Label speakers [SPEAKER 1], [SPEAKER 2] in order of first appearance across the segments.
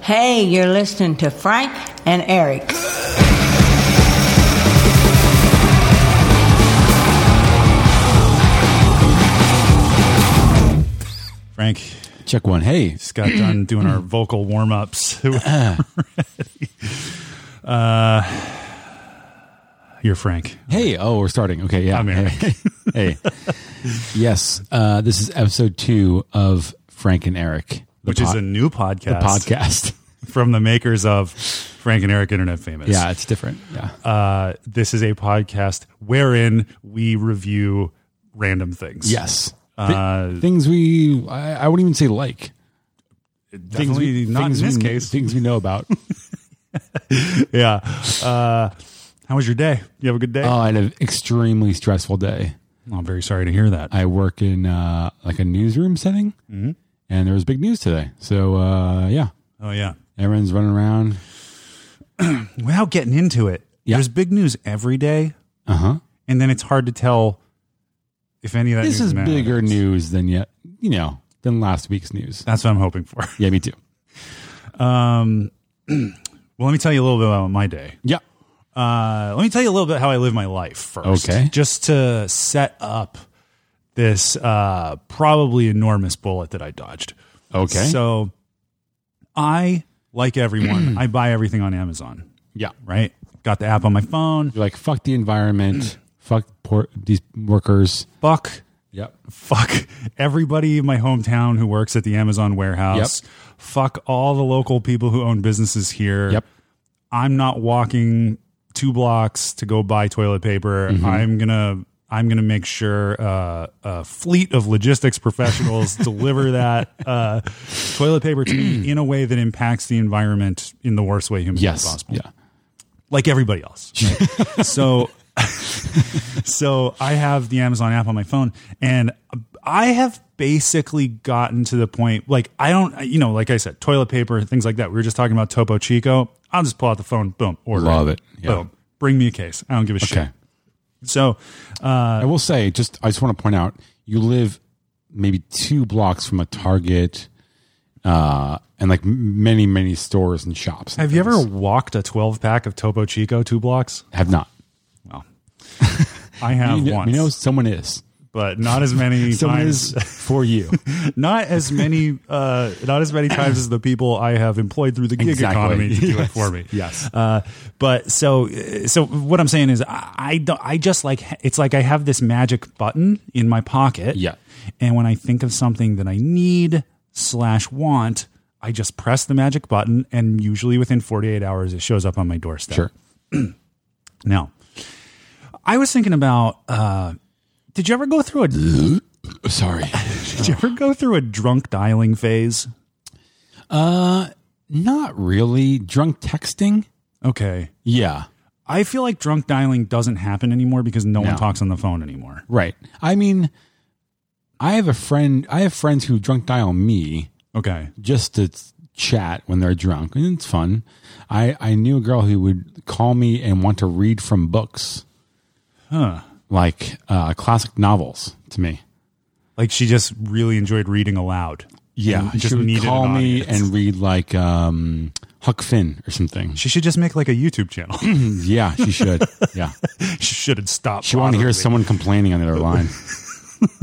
[SPEAKER 1] Hey, you're listening to Frank and Eric.
[SPEAKER 2] Frank
[SPEAKER 3] Check one. Hey,
[SPEAKER 2] just got done doing our vocal warm ups. uh, you're Frank.
[SPEAKER 3] hey. Oh, we're starting. Okay, yeah.
[SPEAKER 2] I'm Eric.
[SPEAKER 3] Hey. hey. yes, uh, this is episode two of Frank and Eric, the
[SPEAKER 2] Which is
[SPEAKER 3] pod-
[SPEAKER 2] a new podcast,
[SPEAKER 3] podcast.
[SPEAKER 2] from the makers of Frank and Eric Internet Famous.
[SPEAKER 3] yeah, it's different. Yeah,
[SPEAKER 2] Uh, this is a podcast wherein we review random things.
[SPEAKER 3] yes. Thi-
[SPEAKER 2] Uh,
[SPEAKER 3] things we I, I wouldn't even say like
[SPEAKER 2] things we, not
[SPEAKER 3] things
[SPEAKER 2] in this
[SPEAKER 3] we-
[SPEAKER 2] case.
[SPEAKER 3] things we know about.
[SPEAKER 2] yeah. Uh, how was your day? You have a good day?
[SPEAKER 3] oh, I had an extremely stressful day.
[SPEAKER 2] Oh, I'm very sorry to hear that.
[SPEAKER 3] I work in uh, like a newsroom setting,
[SPEAKER 2] Mm-hmm.
[SPEAKER 3] and there was big news today. So uh, yeah,
[SPEAKER 2] oh, yeah.
[SPEAKER 3] everyone's running around.
[SPEAKER 2] Without getting into it,
[SPEAKER 3] Yeah.
[SPEAKER 2] there's big news every day.
[SPEAKER 3] Uh huh.
[SPEAKER 2] and then it's hard to tell if any of that
[SPEAKER 3] This
[SPEAKER 2] news
[SPEAKER 3] is
[SPEAKER 2] matters.
[SPEAKER 3] bigger news than yet you know than last week's news.
[SPEAKER 2] That's what I'm hoping for.
[SPEAKER 3] Yeah, me too.
[SPEAKER 2] Um, well, let me tell you a little bit about my day.
[SPEAKER 3] Yeah.
[SPEAKER 2] Uh, let me tell you a little bit how I live my life first.
[SPEAKER 3] Okay.
[SPEAKER 2] Just to set up this uh, probably enormous bullet that I dodged.
[SPEAKER 3] Okay.
[SPEAKER 2] So I, like everyone, I buy everything on Amazon,
[SPEAKER 3] yeah.
[SPEAKER 2] right? Got the app on my phone.
[SPEAKER 3] You're like, fuck the environment, fuck poor, these workers.
[SPEAKER 2] Fuck
[SPEAKER 3] Yep.
[SPEAKER 2] fuck everybody in my hometown who works at the Amazon warehouse. Fuck all the local people who own businesses here.
[SPEAKER 3] Yep.
[SPEAKER 2] I'm not walking two blocks to go buy toilet paper. I'm gonna I'm gonna make sure uh, a fleet of logistics professionals deliver that uh, toilet paper to me in a way that impacts the environment in the worst way humanly
[SPEAKER 3] Yes.
[SPEAKER 2] possible
[SPEAKER 3] Yeah.
[SPEAKER 2] like everybody else. right? so, so I have the Amazon app on my phone, and I have basically gotten to the point. Like I don't, you know, like I said, toilet paper, things like that. We were just talking about Topo Chico. I'll just pull out the phone, boom, order.
[SPEAKER 3] Love it. Yeah.
[SPEAKER 2] Boom, bring me a case. I don't give a
[SPEAKER 3] Okay.
[SPEAKER 2] shit. So,
[SPEAKER 3] I will say, just I just want to point out, you live maybe two blocks from a Target, uh, and like m- many many stores and shops. and
[SPEAKER 2] have you
[SPEAKER 3] things.
[SPEAKER 2] ever walked a twelve pack of Topo Chico two blocks?
[SPEAKER 3] Have not.
[SPEAKER 2] Well, I have
[SPEAKER 3] You know,
[SPEAKER 2] once,
[SPEAKER 3] you know someone is.
[SPEAKER 2] but not as many
[SPEAKER 3] Someone
[SPEAKER 2] times.
[SPEAKER 3] is for you.
[SPEAKER 2] not as many uh, not as many times as the people I have employed through the gig
[SPEAKER 3] Exactly.
[SPEAKER 2] economy to do it
[SPEAKER 3] Yes.
[SPEAKER 2] for me.
[SPEAKER 3] Yes.
[SPEAKER 2] Uh, but so so what I'm saying is I, I don't I just like it's like I have this magic button in my pocket.
[SPEAKER 3] Yeah.
[SPEAKER 2] And when I think of something that I need slash want, I just press the magic button, and usually within 48 hours it shows up on my doorstep.
[SPEAKER 3] Sure.
[SPEAKER 2] Now, I was thinking about. Uh, did you ever go through a
[SPEAKER 3] Sorry.
[SPEAKER 2] Did you ever go through a drunk dialing phase?
[SPEAKER 3] Not really. Drunk texting.
[SPEAKER 2] Okay.
[SPEAKER 3] Yeah.
[SPEAKER 2] I feel like drunk dialing doesn't happen anymore because no, one
[SPEAKER 3] No.
[SPEAKER 2] talks on the phone anymore.
[SPEAKER 3] Right. I mean, I have a friend. I have friends who drunk dial me
[SPEAKER 2] Okay.
[SPEAKER 3] just to chat when they're drunk, and it's fun. I I knew a girl who would call me and want to read from books,
[SPEAKER 2] Huh.
[SPEAKER 3] like uh, classic novels, to me.
[SPEAKER 2] Like she just really enjoyed reading aloud. And
[SPEAKER 3] And
[SPEAKER 2] just
[SPEAKER 3] she would
[SPEAKER 2] needed
[SPEAKER 3] call
[SPEAKER 2] an
[SPEAKER 3] me
[SPEAKER 2] audience.
[SPEAKER 3] and read like um, Huck Finn or something.
[SPEAKER 2] she should just make like a YouTube channel.
[SPEAKER 3] yeah, she should. Yeah,
[SPEAKER 2] she should have stopped.
[SPEAKER 3] Mhm. she wanted to
[SPEAKER 2] bothering
[SPEAKER 3] hear
[SPEAKER 2] me.
[SPEAKER 3] someone complaining on the other line.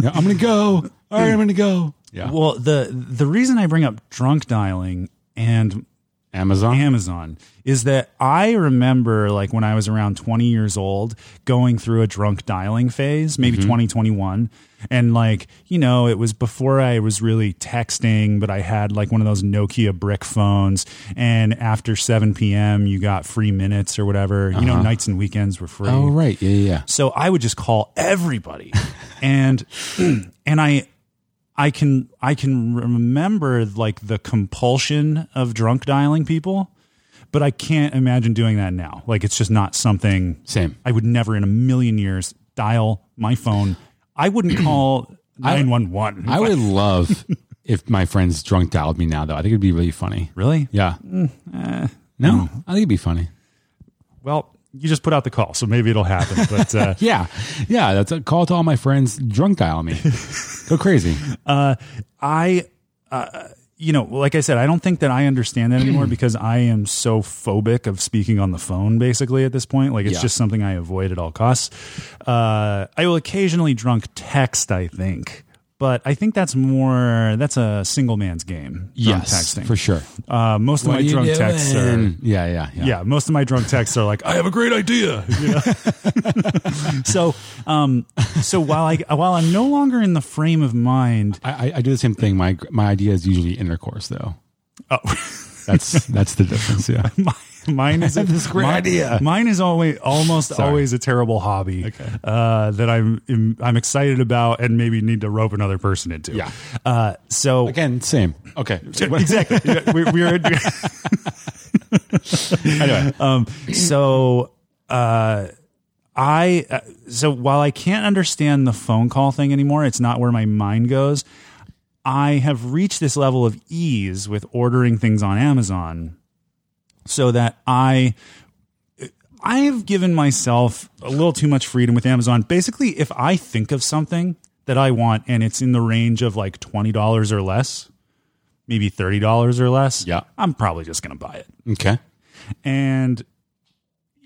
[SPEAKER 3] yeah, I'm gonna go. All right, I'm gonna go. Yeah,
[SPEAKER 2] Well, the the reason I bring up drunk dialing and
[SPEAKER 3] Amazon.
[SPEAKER 2] Amazon is that I remember like when I was around 20 years old going through a drunk dialing phase, maybe 2021. And like, you know, it was before I was really texting, but I had like one of those Nokia brick phones. And after 7 p.m., you got free minutes or whatever. You know, nights and weekends were free.
[SPEAKER 3] oh right. Yeah, yeah. yeah.
[SPEAKER 2] So I would just call everybody, and and I I can I can remember like the compulsion of drunk dialing people, but I can't imagine doing that now. Like it's just not something
[SPEAKER 3] Same.
[SPEAKER 2] I would never in a million years dial my phone. I wouldn't call nine one one.
[SPEAKER 3] I would love if my friends drunk dialed me now, though. I think it'd be really funny.
[SPEAKER 2] really. Mm.
[SPEAKER 3] Yeah. no, I think it'd be funny.
[SPEAKER 2] Well, you just put out the call, so maybe it'll happen. But uh,
[SPEAKER 3] Yeah. Yeah. That's a call to all my friends. Drunk dial me. Go crazy.
[SPEAKER 2] I, uh, you know, like I said, I don't think that I understand that anymore because I am so phobic of speaking on the phone basically at this point. Like it's
[SPEAKER 3] Yeah.
[SPEAKER 2] just something I avoid at all costs. Uh, I will occasionally drunk text, I think. But I think that's more that's a single man's game. Drunk
[SPEAKER 3] Yes,
[SPEAKER 2] texting.
[SPEAKER 3] for sure.
[SPEAKER 2] Uh, most of
[SPEAKER 3] What
[SPEAKER 2] my
[SPEAKER 3] you
[SPEAKER 2] drunk
[SPEAKER 3] doing?
[SPEAKER 2] texts are
[SPEAKER 3] yeah, yeah, yeah.
[SPEAKER 2] yeah, most of my drunk texts are like, I have a great idea. you know? so, um, so while I while I'm no longer in the frame of mind,
[SPEAKER 3] I, I- I do the same thing. My my idea is usually intercourse, though.
[SPEAKER 2] oh,
[SPEAKER 3] That's that's the difference. Yeah.
[SPEAKER 2] my, mine is
[SPEAKER 3] This great
[SPEAKER 2] mine-
[SPEAKER 3] idea.
[SPEAKER 2] Mine is always almost
[SPEAKER 3] Sorry.
[SPEAKER 2] always a terrible hobby uh, that I'm I'm excited about and maybe need to rope another person into.
[SPEAKER 3] Yeah.
[SPEAKER 2] Uh, so
[SPEAKER 3] Again, same. Okay.
[SPEAKER 2] exactly. Yeah, we, we were
[SPEAKER 3] Anyway.
[SPEAKER 2] um, so uh, I uh, so while I can't understand the phone call thing anymore, it's not where my mind goes. I have reached this level of ease with ordering things on Amazon, so that I. I have given myself a little too much freedom with Amazon. Basically, if I think of something that I want and it's in the range of like $20 or less, maybe $30 or less,
[SPEAKER 3] Yeah.
[SPEAKER 2] I'm probably just going to buy it
[SPEAKER 3] Okay.
[SPEAKER 2] and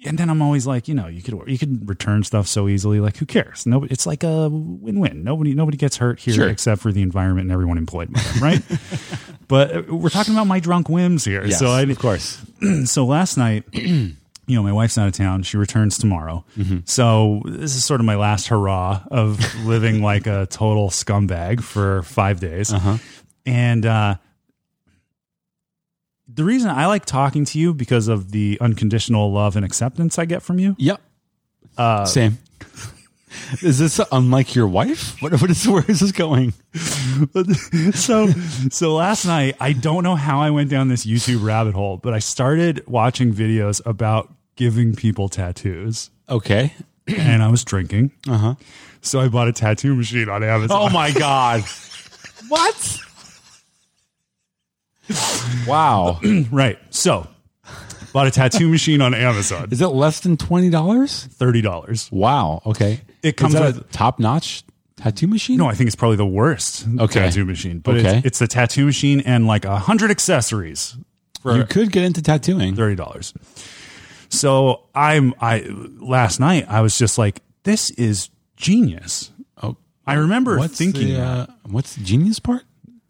[SPEAKER 2] and then I'm always like, you know, you could you could return stuff so easily. Like, who cares? Nobody. It's like a win-win. Nobody nobody gets hurt here
[SPEAKER 3] Sure.
[SPEAKER 2] except for the environment and everyone employed by them, right? but uh, we're talking about my drunk whims here.
[SPEAKER 3] Yes,
[SPEAKER 2] so I
[SPEAKER 3] of course.
[SPEAKER 2] so last night, you know, my wife's out of town. She returns tomorrow. So this is sort of my last hurrah of living like a total scumbag for five days. And uh, the reason I like talking to you because of the unconditional love and acceptance I get from you.
[SPEAKER 3] Yep. same. Uh, Is this unlike your wife? What, what is, where is this going?
[SPEAKER 2] so so last night I don't know how I went down this YouTube rabbit hole, but I started watching videos about giving people tattoos.
[SPEAKER 3] Okay.
[SPEAKER 2] and I was drinking. Uh huh. So I bought a tattoo machine on Amazon.
[SPEAKER 3] Uh-huh. Oh my God. what? Wow.
[SPEAKER 2] Right. So bought a tattoo machine on Amazon.
[SPEAKER 3] Is it less than $20?
[SPEAKER 2] Thirty dollars.
[SPEAKER 3] Wow. Okay.
[SPEAKER 2] It comes
[SPEAKER 3] is that a
[SPEAKER 2] with-
[SPEAKER 3] top notch tattoo machine?
[SPEAKER 2] No, I think it's probably the worst
[SPEAKER 3] Okay.
[SPEAKER 2] tattoo machine. But
[SPEAKER 3] Okay.
[SPEAKER 2] it's, it's the tattoo machine and like a hundred accessories for
[SPEAKER 3] You could get into tattooing.
[SPEAKER 2] thirty dollars. So I'm I last night I was just like, this is genius.
[SPEAKER 3] Oh,
[SPEAKER 2] I remember thinking
[SPEAKER 3] the,
[SPEAKER 2] that.
[SPEAKER 3] uh, what's the genius part?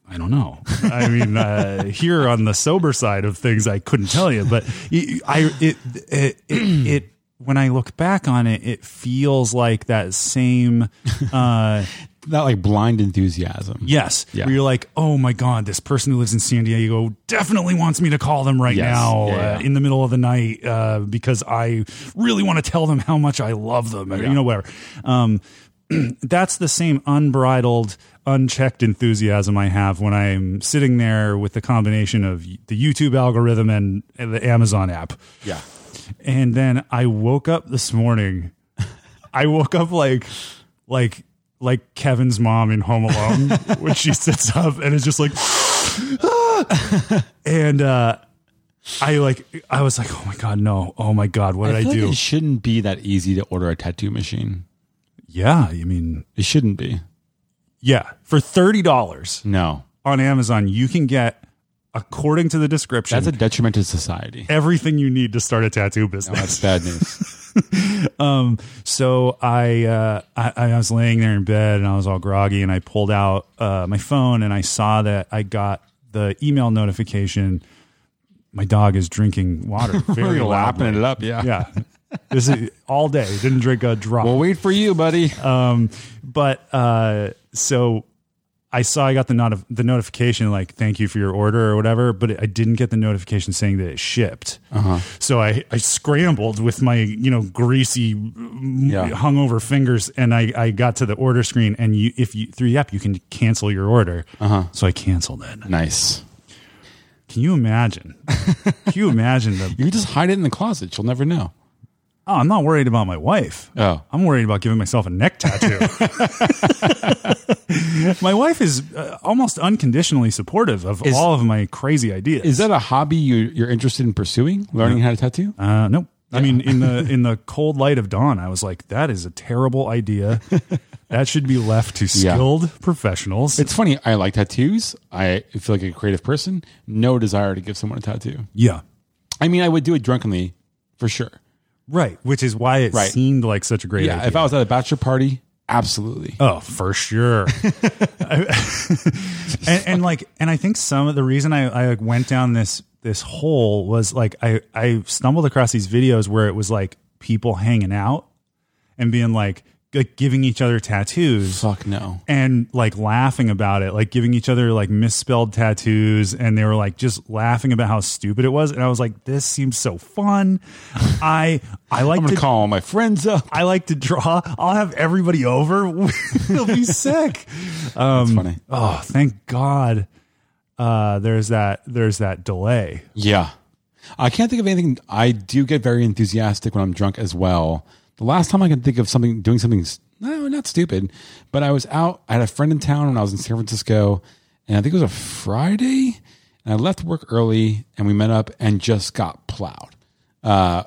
[SPEAKER 2] I don't know. I mean, uh, here on the sober side of things, I couldn't tell you, but y- I it it, it, it when I look back on it, it feels like that same uh,
[SPEAKER 3] That like blind enthusiasm.
[SPEAKER 2] yes,
[SPEAKER 3] Yeah.
[SPEAKER 2] where you're like, oh my god, this person who lives in San Diego definitely wants me to call them right
[SPEAKER 3] Yes.
[SPEAKER 2] now
[SPEAKER 3] Yeah, yeah.
[SPEAKER 2] Uh, in the middle of the night uh, because I really want to tell them how much I love them, or, you know, whatever. Um, that's the same unbridled, unchecked enthusiasm I have when I'm sitting there with the combination of the YouTube algorithm and, and the Amazon app.
[SPEAKER 3] Yeah.
[SPEAKER 2] And then I woke up this morning. I woke up like, like, like Kevin's mom in Home Alone when she sits up and is just like, and uh, I like, I was like, oh my god, no, oh my god, what did I,
[SPEAKER 3] feel like
[SPEAKER 2] do?
[SPEAKER 3] it shouldn't be that easy to order a tattoo machine.
[SPEAKER 2] yeah, I mean,
[SPEAKER 3] It shouldn't be.
[SPEAKER 2] yeah, for thirty dollars.
[SPEAKER 3] No.
[SPEAKER 2] on Amazon, you can get, according to the description,
[SPEAKER 3] That's a detriment to society. Oh,
[SPEAKER 2] everything you need to start a tattoo business.
[SPEAKER 3] That's bad news.
[SPEAKER 2] Um, so I, uh, I I was laying there in bed and I was all groggy and I pulled out uh, my phone and I saw that I got the email notification. My dog is drinking water very loudly.
[SPEAKER 3] it up, yeah.
[SPEAKER 2] Yeah, this is all day. Didn't drink a drop.
[SPEAKER 3] We'll wait for you, buddy.
[SPEAKER 2] Um, but uh, so I saw I got the not the notification like thank you for your order or whatever, but I didn't get the notification saying that it shipped. So I I scrambled with my you know greasy m-
[SPEAKER 3] Yeah.
[SPEAKER 2] hungover fingers, and I I got to the order screen, and you if you through the app you can cancel your order. So I canceled it.
[SPEAKER 3] nice.
[SPEAKER 2] Can you imagine? can you imagine the?
[SPEAKER 3] You can just hide it in the closet. She'll never know.
[SPEAKER 2] Oh, I'm not worried about my wife.
[SPEAKER 3] Oh.
[SPEAKER 2] I'm worried about giving myself a neck tattoo. my wife is uh, almost unconditionally supportive of all of my crazy ideas.
[SPEAKER 3] Is that a hobby you, you're interested in pursuing? Learning how to tattoo?
[SPEAKER 2] uh, nope. I mean, in the in the cold light of dawn, I was like, "That is a terrible idea. That should be left to
[SPEAKER 3] Yeah.
[SPEAKER 2] skilled professionals.
[SPEAKER 3] It's funny. I like tattoos. I feel like a creative person. No desire to give someone a tattoo.
[SPEAKER 2] yeah.
[SPEAKER 3] I mean, I would do it drunkenly for sure.
[SPEAKER 2] Right. Which is why it
[SPEAKER 3] Right.
[SPEAKER 2] seemed like such a great
[SPEAKER 3] Yeah. Uh,
[SPEAKER 2] idea.
[SPEAKER 3] If I was at a bachelor party, absolutely.
[SPEAKER 2] Oh, for sure. and, and like, and I think some of the reason I, I like went down this this hole was like I I stumbled across these videos where it was like people hanging out and being like like giving each other tattoos
[SPEAKER 3] Fuck no.
[SPEAKER 2] and like laughing about it, like giving each other like misspelled tattoos, and they were like just laughing about how stupid it was. And I was like, this seems so fun. I I like
[SPEAKER 3] I'm
[SPEAKER 2] to
[SPEAKER 3] gonna call all my friends up.
[SPEAKER 2] I like to draw. I'll have everybody over. It'll be sick.
[SPEAKER 3] That's funny.
[SPEAKER 2] Oh, thank God. Uh, there's that. There's that delay.
[SPEAKER 3] Yeah. I can't think of anything. I do get very enthusiastic when I'm drunk as well. The last time I can think of something, doing something, s- no, not stupid, but I was out. I had a friend in town when I was in San Francisco, and I think it was a Friday. And I left work early, and we met up and just got plowed. Uh,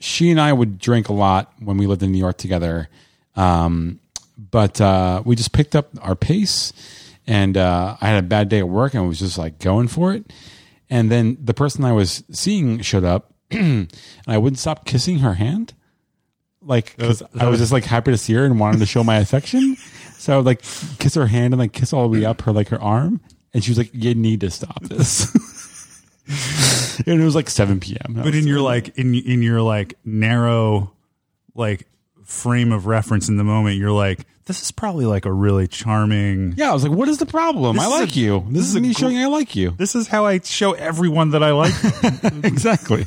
[SPEAKER 3] she and I would drink a lot when we lived in New York together. Um, but uh, we just picked up our pace, and uh, I had a bad day at work and was just like going for it. And then the person I was seeing showed up, and I wouldn't stop kissing her hand. Like, 'cause I was just like happy to see her and wanted to show my affection. So I would like kiss her hand and like kiss all the way up her, like her arm. And she was like, You need to stop this. and it was like 7 p.m.
[SPEAKER 2] But in your like in in your like narrow like frame of reference in the moment, you're like, this is probably like a really charming.
[SPEAKER 3] Yeah, I was like, "What is the problem? I
[SPEAKER 2] is
[SPEAKER 3] like
[SPEAKER 2] a-
[SPEAKER 3] you. This,
[SPEAKER 2] this
[SPEAKER 3] is,
[SPEAKER 2] is a
[SPEAKER 3] me
[SPEAKER 2] gr-
[SPEAKER 3] showing I like you."
[SPEAKER 2] This is how I show everyone that I like.
[SPEAKER 3] exactly.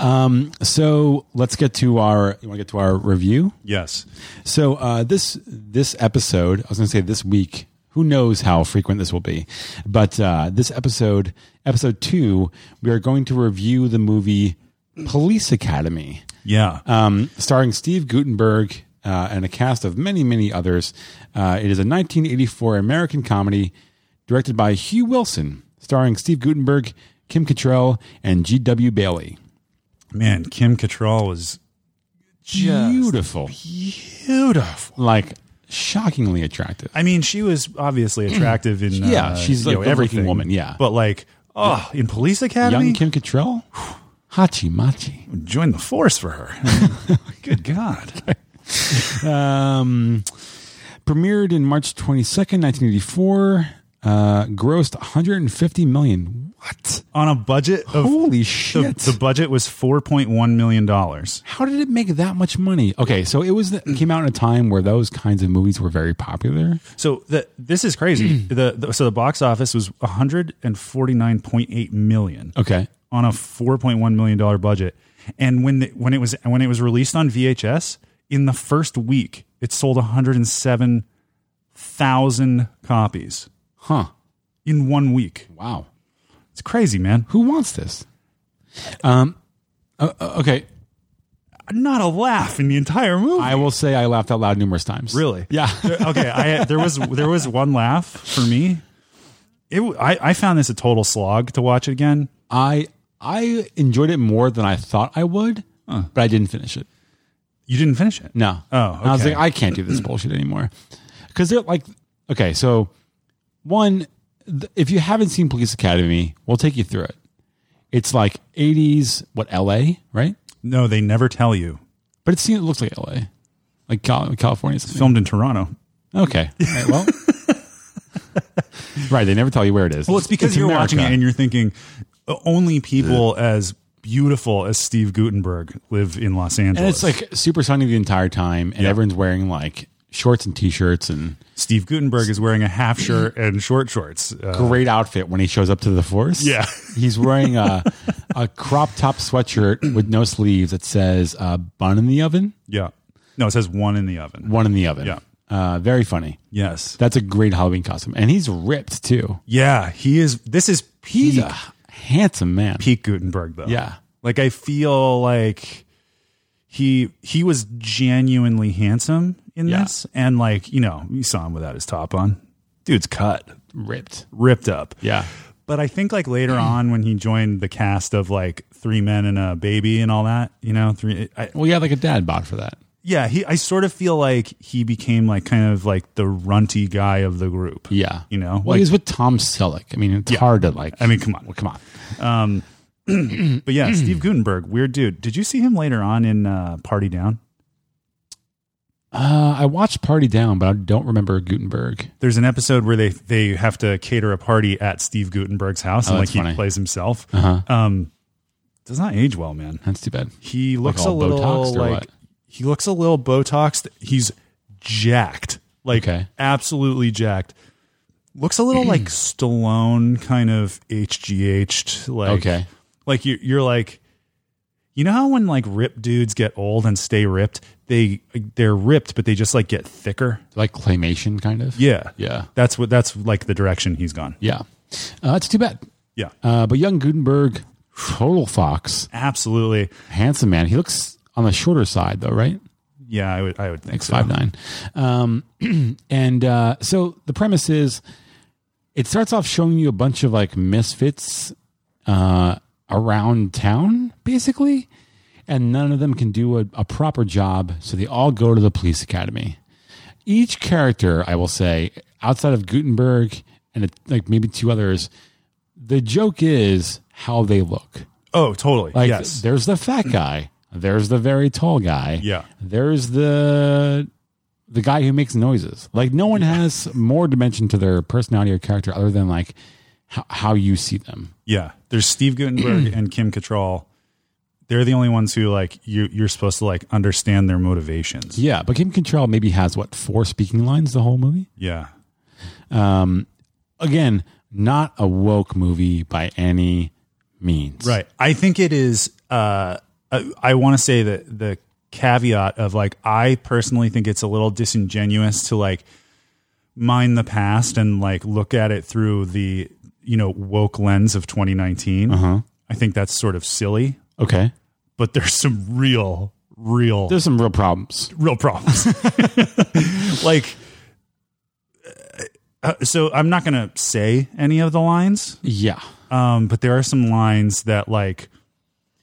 [SPEAKER 3] um, so let's get to our. You want to get to our review?
[SPEAKER 2] yes.
[SPEAKER 3] So uh, this this episode, I was going to say this week. Who knows how frequent this will be? But uh, this episode, episode two, we are going to review the movie Police Academy.
[SPEAKER 2] Yeah.
[SPEAKER 3] um, starring Steve Gutenberg uh, and a cast of many, many others. Uh, it is a 1984 American comedy directed by Hugh Wilson, starring Steve Gutenberg, Kim Cattrall, and G.W. Bailey.
[SPEAKER 2] Man, Kim Cattrall was Just
[SPEAKER 3] Beautiful,
[SPEAKER 2] beautiful.
[SPEAKER 3] like shockingly attractive.
[SPEAKER 2] I mean, she was obviously attractive in uh,
[SPEAKER 3] Yeah, she's
[SPEAKER 2] you know,
[SPEAKER 3] like the working
[SPEAKER 2] everything
[SPEAKER 3] woman, yeah.
[SPEAKER 2] but like, oh, in Police Academy,
[SPEAKER 3] Young Kim Cattrall, hachi machi.
[SPEAKER 2] join the force for her. Good God.
[SPEAKER 3] um, premiered in March 22nd, 1984. Uh, grossed 150 million. What?
[SPEAKER 2] On a budget of
[SPEAKER 3] Holy
[SPEAKER 2] the,
[SPEAKER 3] shit!
[SPEAKER 2] the budget was four point one million dollars.
[SPEAKER 3] How did it make that much money? Okay, so it was it came out in a time where those kinds of movies were very popular.
[SPEAKER 2] So the, this is crazy. the, the so the box office was one hundred and forty nine point eight million
[SPEAKER 3] Okay,
[SPEAKER 2] on a four point one million dollar budget, and when the, when it was when it was released on VHS in the first week, it sold one hundred and seven thousand copies
[SPEAKER 3] huh?
[SPEAKER 2] in one week.
[SPEAKER 3] Wow,
[SPEAKER 2] It's crazy, man.
[SPEAKER 3] who wants this? Um, uh, uh, okay,
[SPEAKER 2] Not a laugh in the entire movie.
[SPEAKER 3] I will say I laughed out loud numerous times.
[SPEAKER 2] Really?
[SPEAKER 3] Yeah.
[SPEAKER 2] There- okay. I there was there was one laugh for me. It w- I, I found this a total slog to watch it again.
[SPEAKER 3] I I enjoyed it more than I thought I would, but I didn't finish it.
[SPEAKER 2] You didn't finish it.
[SPEAKER 3] No.
[SPEAKER 2] Oh,
[SPEAKER 3] And I was
[SPEAKER 2] okay.
[SPEAKER 3] like, I can't do this bullshit anymore. Because they're like, okay, so one, th- if you haven't seen Police Academy, we'll take you through it. It's like 80s, what, LA, right?
[SPEAKER 2] No, they never tell you.
[SPEAKER 3] But it seems, it looks like LA, like Cal- California. or Something.
[SPEAKER 2] Filmed in Toronto.
[SPEAKER 3] Okay. All right, well, right. They never tell you where it is.
[SPEAKER 2] Well, it's because you're
[SPEAKER 3] America.
[SPEAKER 2] watching it and you're thinking "Uh, only people as beautiful as Steve Gutenberg live in Los Angeles.
[SPEAKER 3] and it's like super sunny the entire time, and everyone's wearing like shorts and t shirts and
[SPEAKER 2] Steve Gutenberg is wearing a half shirt and short shorts. Uh,
[SPEAKER 3] great outfit when he shows up to the force.
[SPEAKER 2] Yeah.
[SPEAKER 3] He's wearing a, a crop top sweatshirt with no sleeves that says uh, bun in the oven,
[SPEAKER 2] yeah. No, it says one in the oven.
[SPEAKER 3] one in the oven.
[SPEAKER 2] Yeah.
[SPEAKER 3] Uh, very funny.
[SPEAKER 2] Yes.
[SPEAKER 3] That's a great Halloween costume. And he's ripped too.
[SPEAKER 2] Yeah. He is. This is
[SPEAKER 3] He's
[SPEAKER 2] peak
[SPEAKER 3] a handsome man.
[SPEAKER 2] peak Gutenberg though.
[SPEAKER 3] Yeah.
[SPEAKER 2] Like I feel like he he was genuinely handsome in
[SPEAKER 3] Yeah.
[SPEAKER 2] this, and like you know you saw him without his top on. Dude's cut,
[SPEAKER 3] Ripped.
[SPEAKER 2] ripped up.
[SPEAKER 3] Yeah.
[SPEAKER 2] But I think like later on when he joined the cast of like Three Men and a Baby and all that, you know, three. I,
[SPEAKER 3] Well, yeah, like a dad bod for that.
[SPEAKER 2] yeah, he I sort of feel like he became like kind of like the runty guy of the group.
[SPEAKER 3] Yeah.
[SPEAKER 2] You know?
[SPEAKER 3] Well, he was with Tom Selleck. I mean, it's hard to like.
[SPEAKER 2] I mean, come on.
[SPEAKER 3] Well, come on.
[SPEAKER 2] But yeah, Steve Gutenberg, weird dude. Did you see him later on in uh, Party Down?
[SPEAKER 3] Uh, I watched Party Down, but I don't remember Gutenberg.
[SPEAKER 2] There's an episode where they they have to cater a party at Steve Gutenberg's house, and like
[SPEAKER 3] Oh, that's
[SPEAKER 2] he
[SPEAKER 3] funny. Uh-huh.
[SPEAKER 2] plays himself. Um, does not age well, man.
[SPEAKER 3] That's too bad.
[SPEAKER 2] He looks a
[SPEAKER 3] all
[SPEAKER 2] little
[SPEAKER 3] Botoxed or
[SPEAKER 2] like
[SPEAKER 3] what?
[SPEAKER 2] he looks a little botoxed. He's jacked, like
[SPEAKER 3] Okay.
[SPEAKER 2] absolutely jacked. Looks a little like Stallone, kind of HGH. Like,
[SPEAKER 3] Okay.
[SPEAKER 2] like you, you're like, you know how when like ripped dudes get old and stay ripped, they they're ripped, but they just like get thicker.
[SPEAKER 3] Like claymation, kind of.
[SPEAKER 2] Yeah,
[SPEAKER 3] Yeah.
[SPEAKER 2] That's what that's like the direction he's gone.
[SPEAKER 3] Yeah. Uh, that's too bad.
[SPEAKER 2] Yeah,
[SPEAKER 3] Uh, but young Gutenberg, total fox,
[SPEAKER 2] absolutely.
[SPEAKER 3] handsome man. He looks on the shorter side, though, right?
[SPEAKER 2] Yeah, I would I would think
[SPEAKER 3] Like
[SPEAKER 2] so.
[SPEAKER 3] five nine. Um, and uh, so the premise is, it starts off showing you a bunch of like misfits uh, around town, basically, and none of them can do a, a proper job, so they all go to the police academy. Each character, I will say, outside of Gutenberg and like maybe two others, the joke is how they look.
[SPEAKER 2] Oh, totally.
[SPEAKER 3] Like
[SPEAKER 2] yes.
[SPEAKER 3] there's the fat guy, there's the very tall guy.
[SPEAKER 2] Yeah.
[SPEAKER 3] There's the the guy who makes noises. Like no one has more dimension to their personality or character other than like how, how you see them.
[SPEAKER 2] Yeah, there's Steve Gutenberg and Kim Cattrall. They're the only ones who like you. You're supposed to like understand their motivations.
[SPEAKER 3] Yeah, but Kim Control maybe has what four speaking lines the whole movie.
[SPEAKER 2] Yeah,
[SPEAKER 3] Um, again, not a woke movie by any means.
[SPEAKER 2] right. I think it is. Uh, I, I want to say that the caveat of like I personally think it's a little disingenuous to like mine the past and like look at it through the you know woke lens of 2019. Uh-huh. I think that's sort of silly,
[SPEAKER 3] Okay.
[SPEAKER 2] but there's some real, real
[SPEAKER 3] There's some real problems.
[SPEAKER 2] real problems. like, uh, so I'm not going to say any of the lines,
[SPEAKER 3] Yeah.
[SPEAKER 2] um, but there are some lines that, like,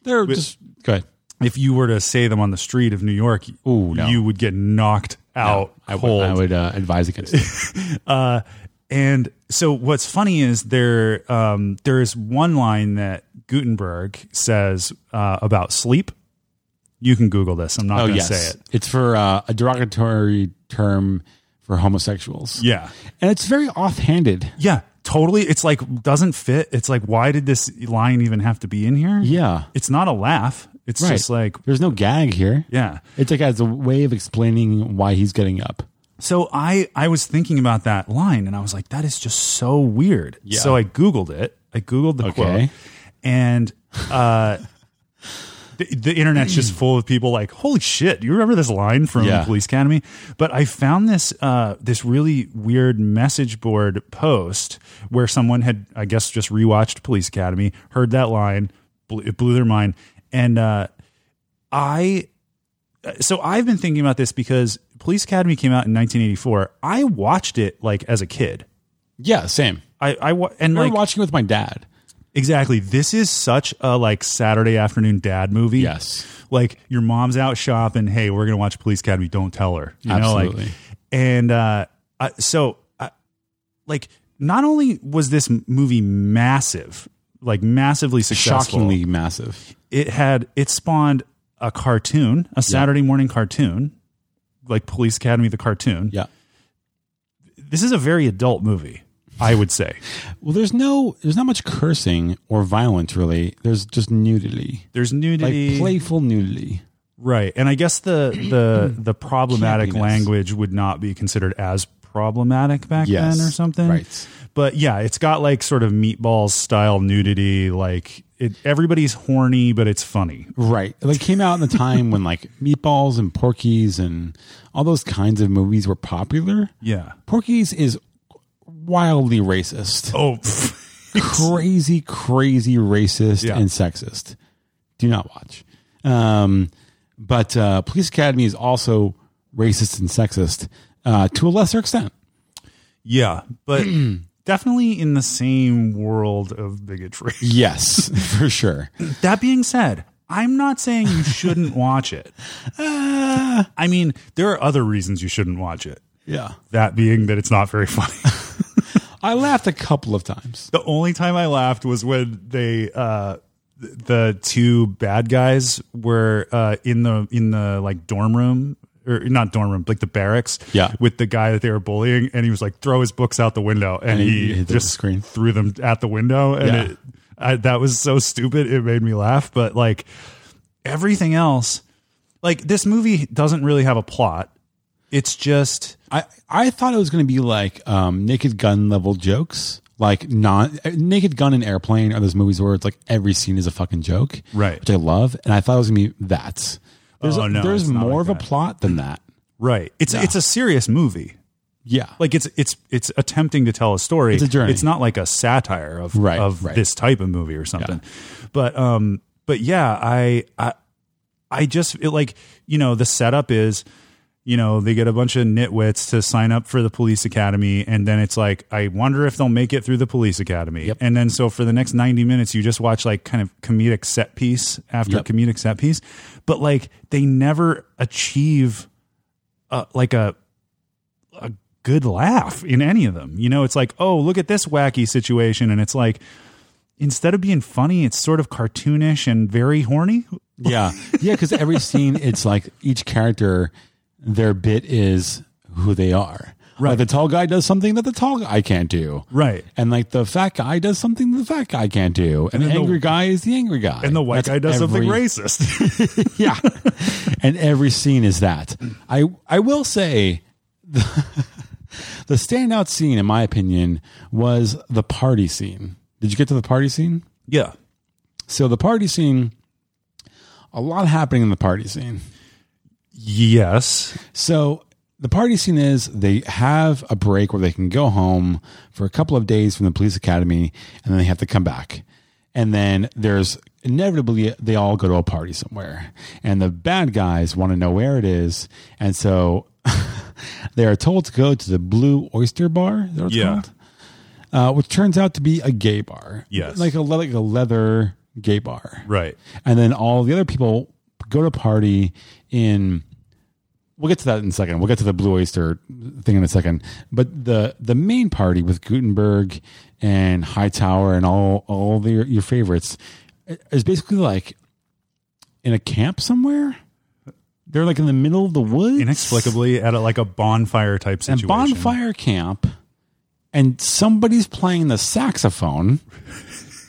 [SPEAKER 3] They're just go ahead.
[SPEAKER 2] if you were to say them on the street of New York,
[SPEAKER 3] Ooh, no.
[SPEAKER 2] you would get knocked out
[SPEAKER 3] I would,
[SPEAKER 2] cold.
[SPEAKER 3] I would uh, advise against it.
[SPEAKER 2] Uh, and so what's funny is there um, there is one line that Gutenberg says uh, about sleep. You can Google this. I'm not
[SPEAKER 3] Oh
[SPEAKER 2] going to
[SPEAKER 3] yes,
[SPEAKER 2] say it.
[SPEAKER 3] it's for uh, a derogatory term for homosexuals.
[SPEAKER 2] Yeah.
[SPEAKER 3] and it's very offhanded.
[SPEAKER 2] Yeah, totally. It's like doesn't fit. It's like why did this line even have to be in here?
[SPEAKER 3] Yeah,
[SPEAKER 2] It's not a laugh. It's
[SPEAKER 3] right.
[SPEAKER 2] just like
[SPEAKER 3] there's no gag here.
[SPEAKER 2] yeah.
[SPEAKER 3] It's like as a way of explaining why he's getting up.
[SPEAKER 2] So I I was thinking about that line and I was like that is just so weird.
[SPEAKER 3] Yeah.
[SPEAKER 2] So I googled it. I googled the quote.
[SPEAKER 3] Okay.
[SPEAKER 2] And uh The, the internet's just full of people like, holy shit! You remember this line from
[SPEAKER 3] Yeah.
[SPEAKER 2] Police Academy? But I found this uh, this really weird message board post where someone had, I guess, just rewatched Police Academy, heard that line, blew, it blew their mind, and uh, I uh, so I've been thinking about this because Police Academy came out in 1984. I watched it like as a kid.
[SPEAKER 3] Yeah, same.
[SPEAKER 2] I, I wa- and
[SPEAKER 3] I
[SPEAKER 2] like
[SPEAKER 3] remember watching it with my dad.
[SPEAKER 2] exactly. This is such a like Saturday afternoon dad movie.
[SPEAKER 3] Yes.
[SPEAKER 2] like your mom's out shopping. Hey, we're gonna watch Police Academy. Don't tell her. You know,
[SPEAKER 3] Absolutely.
[SPEAKER 2] like and uh, I, so I, like not only was this m- movie massive, like massively successful,
[SPEAKER 3] Shockingly massive.
[SPEAKER 2] it had it spawned a cartoon, a Saturday morning cartoon, like Police Academy the cartoon.
[SPEAKER 3] Yeah.
[SPEAKER 2] This is a very adult movie, I would say.
[SPEAKER 3] Well, there's no, there's not much cursing or violence really. There's just nudity,
[SPEAKER 2] There's
[SPEAKER 3] like
[SPEAKER 2] nudity,
[SPEAKER 3] playful nudity.
[SPEAKER 2] right? And I guess the the the problematic
[SPEAKER 3] Campiness.
[SPEAKER 2] language would not be considered as problematic back
[SPEAKER 3] Yes,
[SPEAKER 2] then or something,
[SPEAKER 3] right.
[SPEAKER 2] But yeah, it's got like sort of meatballs style nudity, like. It, everybody's horny, but it's funny.
[SPEAKER 3] Right. Like came out in the time when like meatballs and porkies and all those kinds of movies were popular.
[SPEAKER 2] Yeah.
[SPEAKER 3] Porky's is wildly racist,
[SPEAKER 2] Oh,
[SPEAKER 3] crazy, crazy racist
[SPEAKER 2] Yeah.
[SPEAKER 3] and sexist. Do not watch. Um, but uh, Police Academy is also racist and sexist uh, to a lesser extent.
[SPEAKER 2] yeah, but definitely in the same world of bigotry.
[SPEAKER 3] Yes, for sure.
[SPEAKER 2] That being said, I'm not saying you shouldn't watch it. I mean, there are other reasons you shouldn't watch it.
[SPEAKER 3] Yeah.
[SPEAKER 2] That being that it's not very funny.
[SPEAKER 3] I laughed a couple of times.
[SPEAKER 2] the only time I laughed was when they uh th- the two bad guys were uh in the in the like dorm room or not dorm room, like the barracks
[SPEAKER 3] Yeah.
[SPEAKER 2] with the guy that they were bullying and he was like throw his books out the window and,
[SPEAKER 3] And he
[SPEAKER 2] he,
[SPEAKER 3] hit the
[SPEAKER 2] just
[SPEAKER 3] screen.
[SPEAKER 2] threw them at the window and
[SPEAKER 3] Yeah.
[SPEAKER 2] it, I, that was so stupid it made me laugh but like everything else like this movie doesn't really have a plot it's just
[SPEAKER 3] I, I thought it was going to be like um, Naked Gun level jokes. Like non uh, Naked Gun and Airplane are those movies where it's like every scene is a fucking joke,
[SPEAKER 2] Right.
[SPEAKER 3] Which I love, and I thought it was gonna be that. There's,
[SPEAKER 2] Oh, no,
[SPEAKER 3] there's
[SPEAKER 2] it's not like
[SPEAKER 3] more of a
[SPEAKER 2] that.
[SPEAKER 3] plot than that.
[SPEAKER 2] right it's it's a serious movie
[SPEAKER 3] Yeah,
[SPEAKER 2] like it's it's it's attempting to tell a story.
[SPEAKER 3] It's a journey.
[SPEAKER 2] not like a satire of
[SPEAKER 3] Right,
[SPEAKER 2] of
[SPEAKER 3] right.
[SPEAKER 2] this type of movie or something. But um, but yeah, I I I just it like you know the setup is you know they get a bunch of nitwits to sign up for the police academy and then it's like i wonder if they'll make it through the police academy
[SPEAKER 3] Yep.
[SPEAKER 2] and then so for the next 90 minutes you just watch like kind of comedic set piece after
[SPEAKER 3] Yep.
[SPEAKER 2] comedic set piece but like they never achieve uh, like a a good laugh in any of them. You know, it's like, oh, look at this wacky situation, and it's like instead of being funny, it's sort of cartoonish and very horny.
[SPEAKER 3] Yeah. Yeah. Because every scene, it's like each character, their bit is who they are. Right. Like the tall guy does something that the tall guy can't do.
[SPEAKER 2] Right.
[SPEAKER 3] And like the fat guy does something the fat guy can't do. And,
[SPEAKER 2] then
[SPEAKER 3] the
[SPEAKER 2] the-
[SPEAKER 3] angry guy is the angry guy.
[SPEAKER 2] And the white
[SPEAKER 3] That's
[SPEAKER 2] guy does something
[SPEAKER 3] every-
[SPEAKER 2] racist.
[SPEAKER 3] Yeah. and every scene is that. I, I will say the, the standout scene, in my opinion, was the party scene. Did you get to the party scene?
[SPEAKER 2] yeah.
[SPEAKER 3] So the party scene, a lot happening in the party scene.
[SPEAKER 2] Yes.
[SPEAKER 3] So the party scene is they have a break where they can go home for a couple of days from the police academy and then they have to come back. And then there's inevitably they all go to a party somewhere and the bad guys want to know where it is. And so they are told to go to the Blue Oyster Bar. Is that what it's
[SPEAKER 2] Yeah.
[SPEAKER 3] called? Uh, which turns out to be a gay bar.
[SPEAKER 2] Yes.
[SPEAKER 3] Like a, le- like a leather gay bar.
[SPEAKER 2] Right.
[SPEAKER 3] And then all the other people go to party in. We'll get to that in a second. We'll get to the Blue Oyster thing in a second. But the the main party with Gutenberg and Hightower and all all the, your favorites is basically like in a camp somewhere. They're like in the middle of the woods,
[SPEAKER 2] Inexplicably at a, like a bonfire type
[SPEAKER 3] and
[SPEAKER 2] situation.
[SPEAKER 3] bonfire camp, and somebody's playing the saxophone.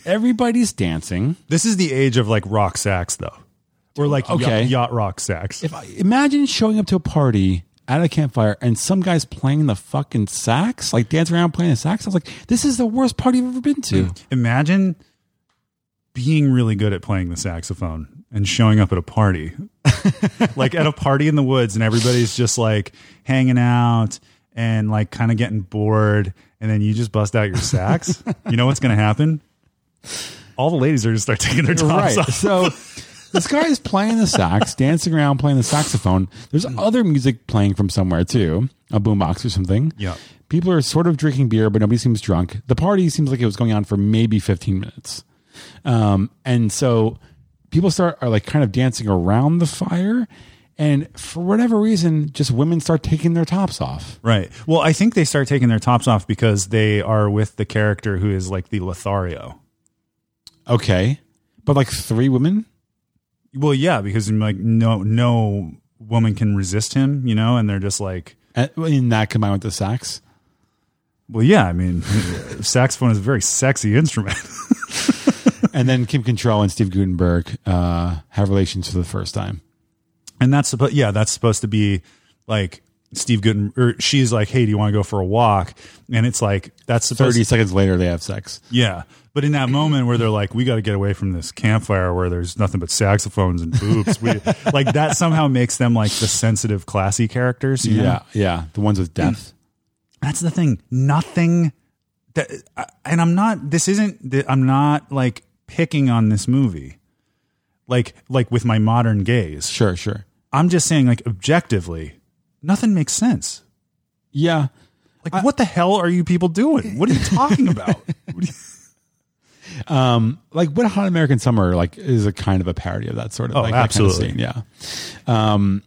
[SPEAKER 3] Everybody's dancing.
[SPEAKER 2] This is the age of like rock sacks though. Or like
[SPEAKER 3] Okay.
[SPEAKER 2] yacht, yacht rock sacks.
[SPEAKER 3] If I, imagine showing up to a party at a campfire and some guy's playing the fucking sax, like dancing around playing the sax. I was like, this is the worst party I've ever been to.
[SPEAKER 2] Imagine being really good at playing the saxophone and showing up at a party. like at a party in the woods and everybody's just like hanging out and like kind of getting bored and then you just bust out your sax. you know what's going to happen? All the ladies are going to start taking their
[SPEAKER 3] You're
[SPEAKER 2] tops
[SPEAKER 3] right.
[SPEAKER 2] off.
[SPEAKER 3] So this guy's playing the sax, dancing around playing the saxophone. There's
[SPEAKER 2] Hmm.
[SPEAKER 3] other music playing from somewhere too, a boombox or something.
[SPEAKER 2] Yeah.
[SPEAKER 3] People are sort of drinking beer, but nobody seems drunk. The party seems like it was going on for maybe 15 minutes. Um, and so people start are like kind of dancing around the fire. And for whatever reason, just women start taking their tops off.
[SPEAKER 2] Right. Well, I think they start taking their tops off because they are with the character who is like the Lothario.
[SPEAKER 3] Okay. But like three women?
[SPEAKER 2] Well, yeah, because like no no woman can resist him, you know, and they're just like
[SPEAKER 3] uh, In that combined with the sax.
[SPEAKER 2] Well, yeah, I mean, saxophone is a very sexy instrument.
[SPEAKER 3] and then Kim Control and Steve Gutenberg uh, have relations for the first time.
[SPEAKER 2] and that's supposed, yeah, that's supposed to be like Steve Gooden, or she's like, hey, do you want to go for a walk? And it's like, that's supposed
[SPEAKER 3] Thirty seconds later, they have sex.
[SPEAKER 2] yeah. But in that moment where they're like, we got to get away from this campfire where there's nothing but saxophones and boobs, we, like that somehow makes them like the sensitive, classy characters. you know?
[SPEAKER 3] Yeah, yeah. The ones with
[SPEAKER 2] Mm.
[SPEAKER 3] death.
[SPEAKER 2] that's the thing. Nothing that, I- and I'm not. This isn't. th- I'm not like picking on this movie, like like with my modern gaze.
[SPEAKER 3] Sure, sure.
[SPEAKER 2] I'm just saying, like objectively, nothing makes sense.
[SPEAKER 3] Yeah,
[SPEAKER 2] Like, what the hell are you people doing? What are you talking about? What do you-
[SPEAKER 3] Um, like what a hot American summer like is a kind of a parody of that sort of
[SPEAKER 2] Oh,
[SPEAKER 3] like, that kind of
[SPEAKER 2] absolutely.
[SPEAKER 3] scene, yeah. Um,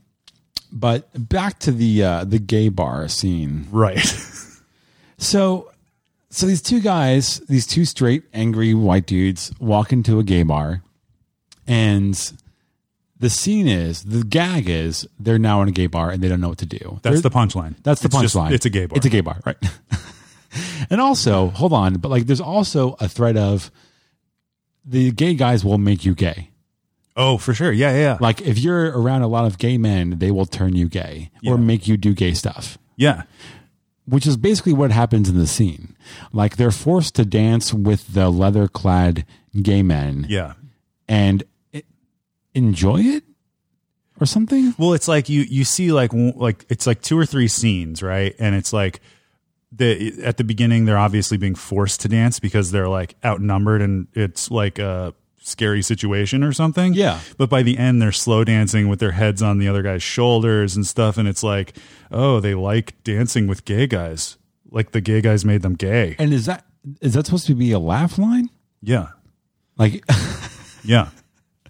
[SPEAKER 3] but back to the uh, the gay bar scene.
[SPEAKER 2] Right.
[SPEAKER 3] So, so these two guys, these two straight, angry white dudes, walk into a gay bar, and the scene is the gag is they're now in a gay bar and they don't know what to do.
[SPEAKER 2] That's the
[SPEAKER 3] They're-
[SPEAKER 2] punchline.
[SPEAKER 3] that's the
[SPEAKER 2] It's just-
[SPEAKER 3] punchline.
[SPEAKER 2] It's a gay bar.
[SPEAKER 3] It's a gay bar, right? and also, hold on, but like, there's also a threat of the gay guys will make you gay.
[SPEAKER 2] oh, for sure. Yeah, yeah, yeah.
[SPEAKER 3] Like, if you're around a lot of gay men, they will turn you gay
[SPEAKER 2] Yeah.
[SPEAKER 3] or make you do gay stuff
[SPEAKER 2] yeah.
[SPEAKER 3] which is basically what happens in the scene. Like they're forced to dance with the leather clad gay men
[SPEAKER 2] Yeah.
[SPEAKER 3] and e- enjoy it or something.
[SPEAKER 2] Well, it's like you you see like w- like it's like two or three scenes, right? And it's like the at the beginning they're obviously being forced to dance because they're like outnumbered and it's like a scary situation or something.
[SPEAKER 3] Yeah.
[SPEAKER 2] But by the end they're slow dancing with their heads on the other guy's shoulders and stuff and it's like, "Oh, they like dancing with gay guys." Like the gay guys made them gay.
[SPEAKER 3] And is that is that supposed to be a laugh line?
[SPEAKER 2] Yeah.
[SPEAKER 3] Like,
[SPEAKER 2] Yeah.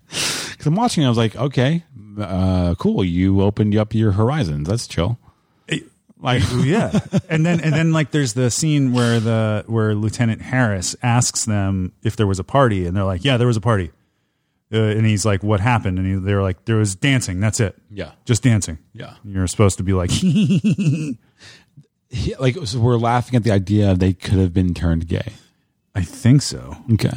[SPEAKER 3] because I'm watching, I was like, okay, uh, cool. You opened up your horizons. That's chill. Like,
[SPEAKER 2] yeah and then and then like there's the scene where the where lieutenant harris asks them if there was a party and they're like yeah there was a party uh, and he's like what happened and he, they're like there was dancing that's it
[SPEAKER 3] yeah,
[SPEAKER 2] just dancing
[SPEAKER 3] yeah.
[SPEAKER 2] And you're supposed to be like
[SPEAKER 3] He- like, so we're laughing at the idea they could have been turned gay.
[SPEAKER 2] i think so
[SPEAKER 3] Okay.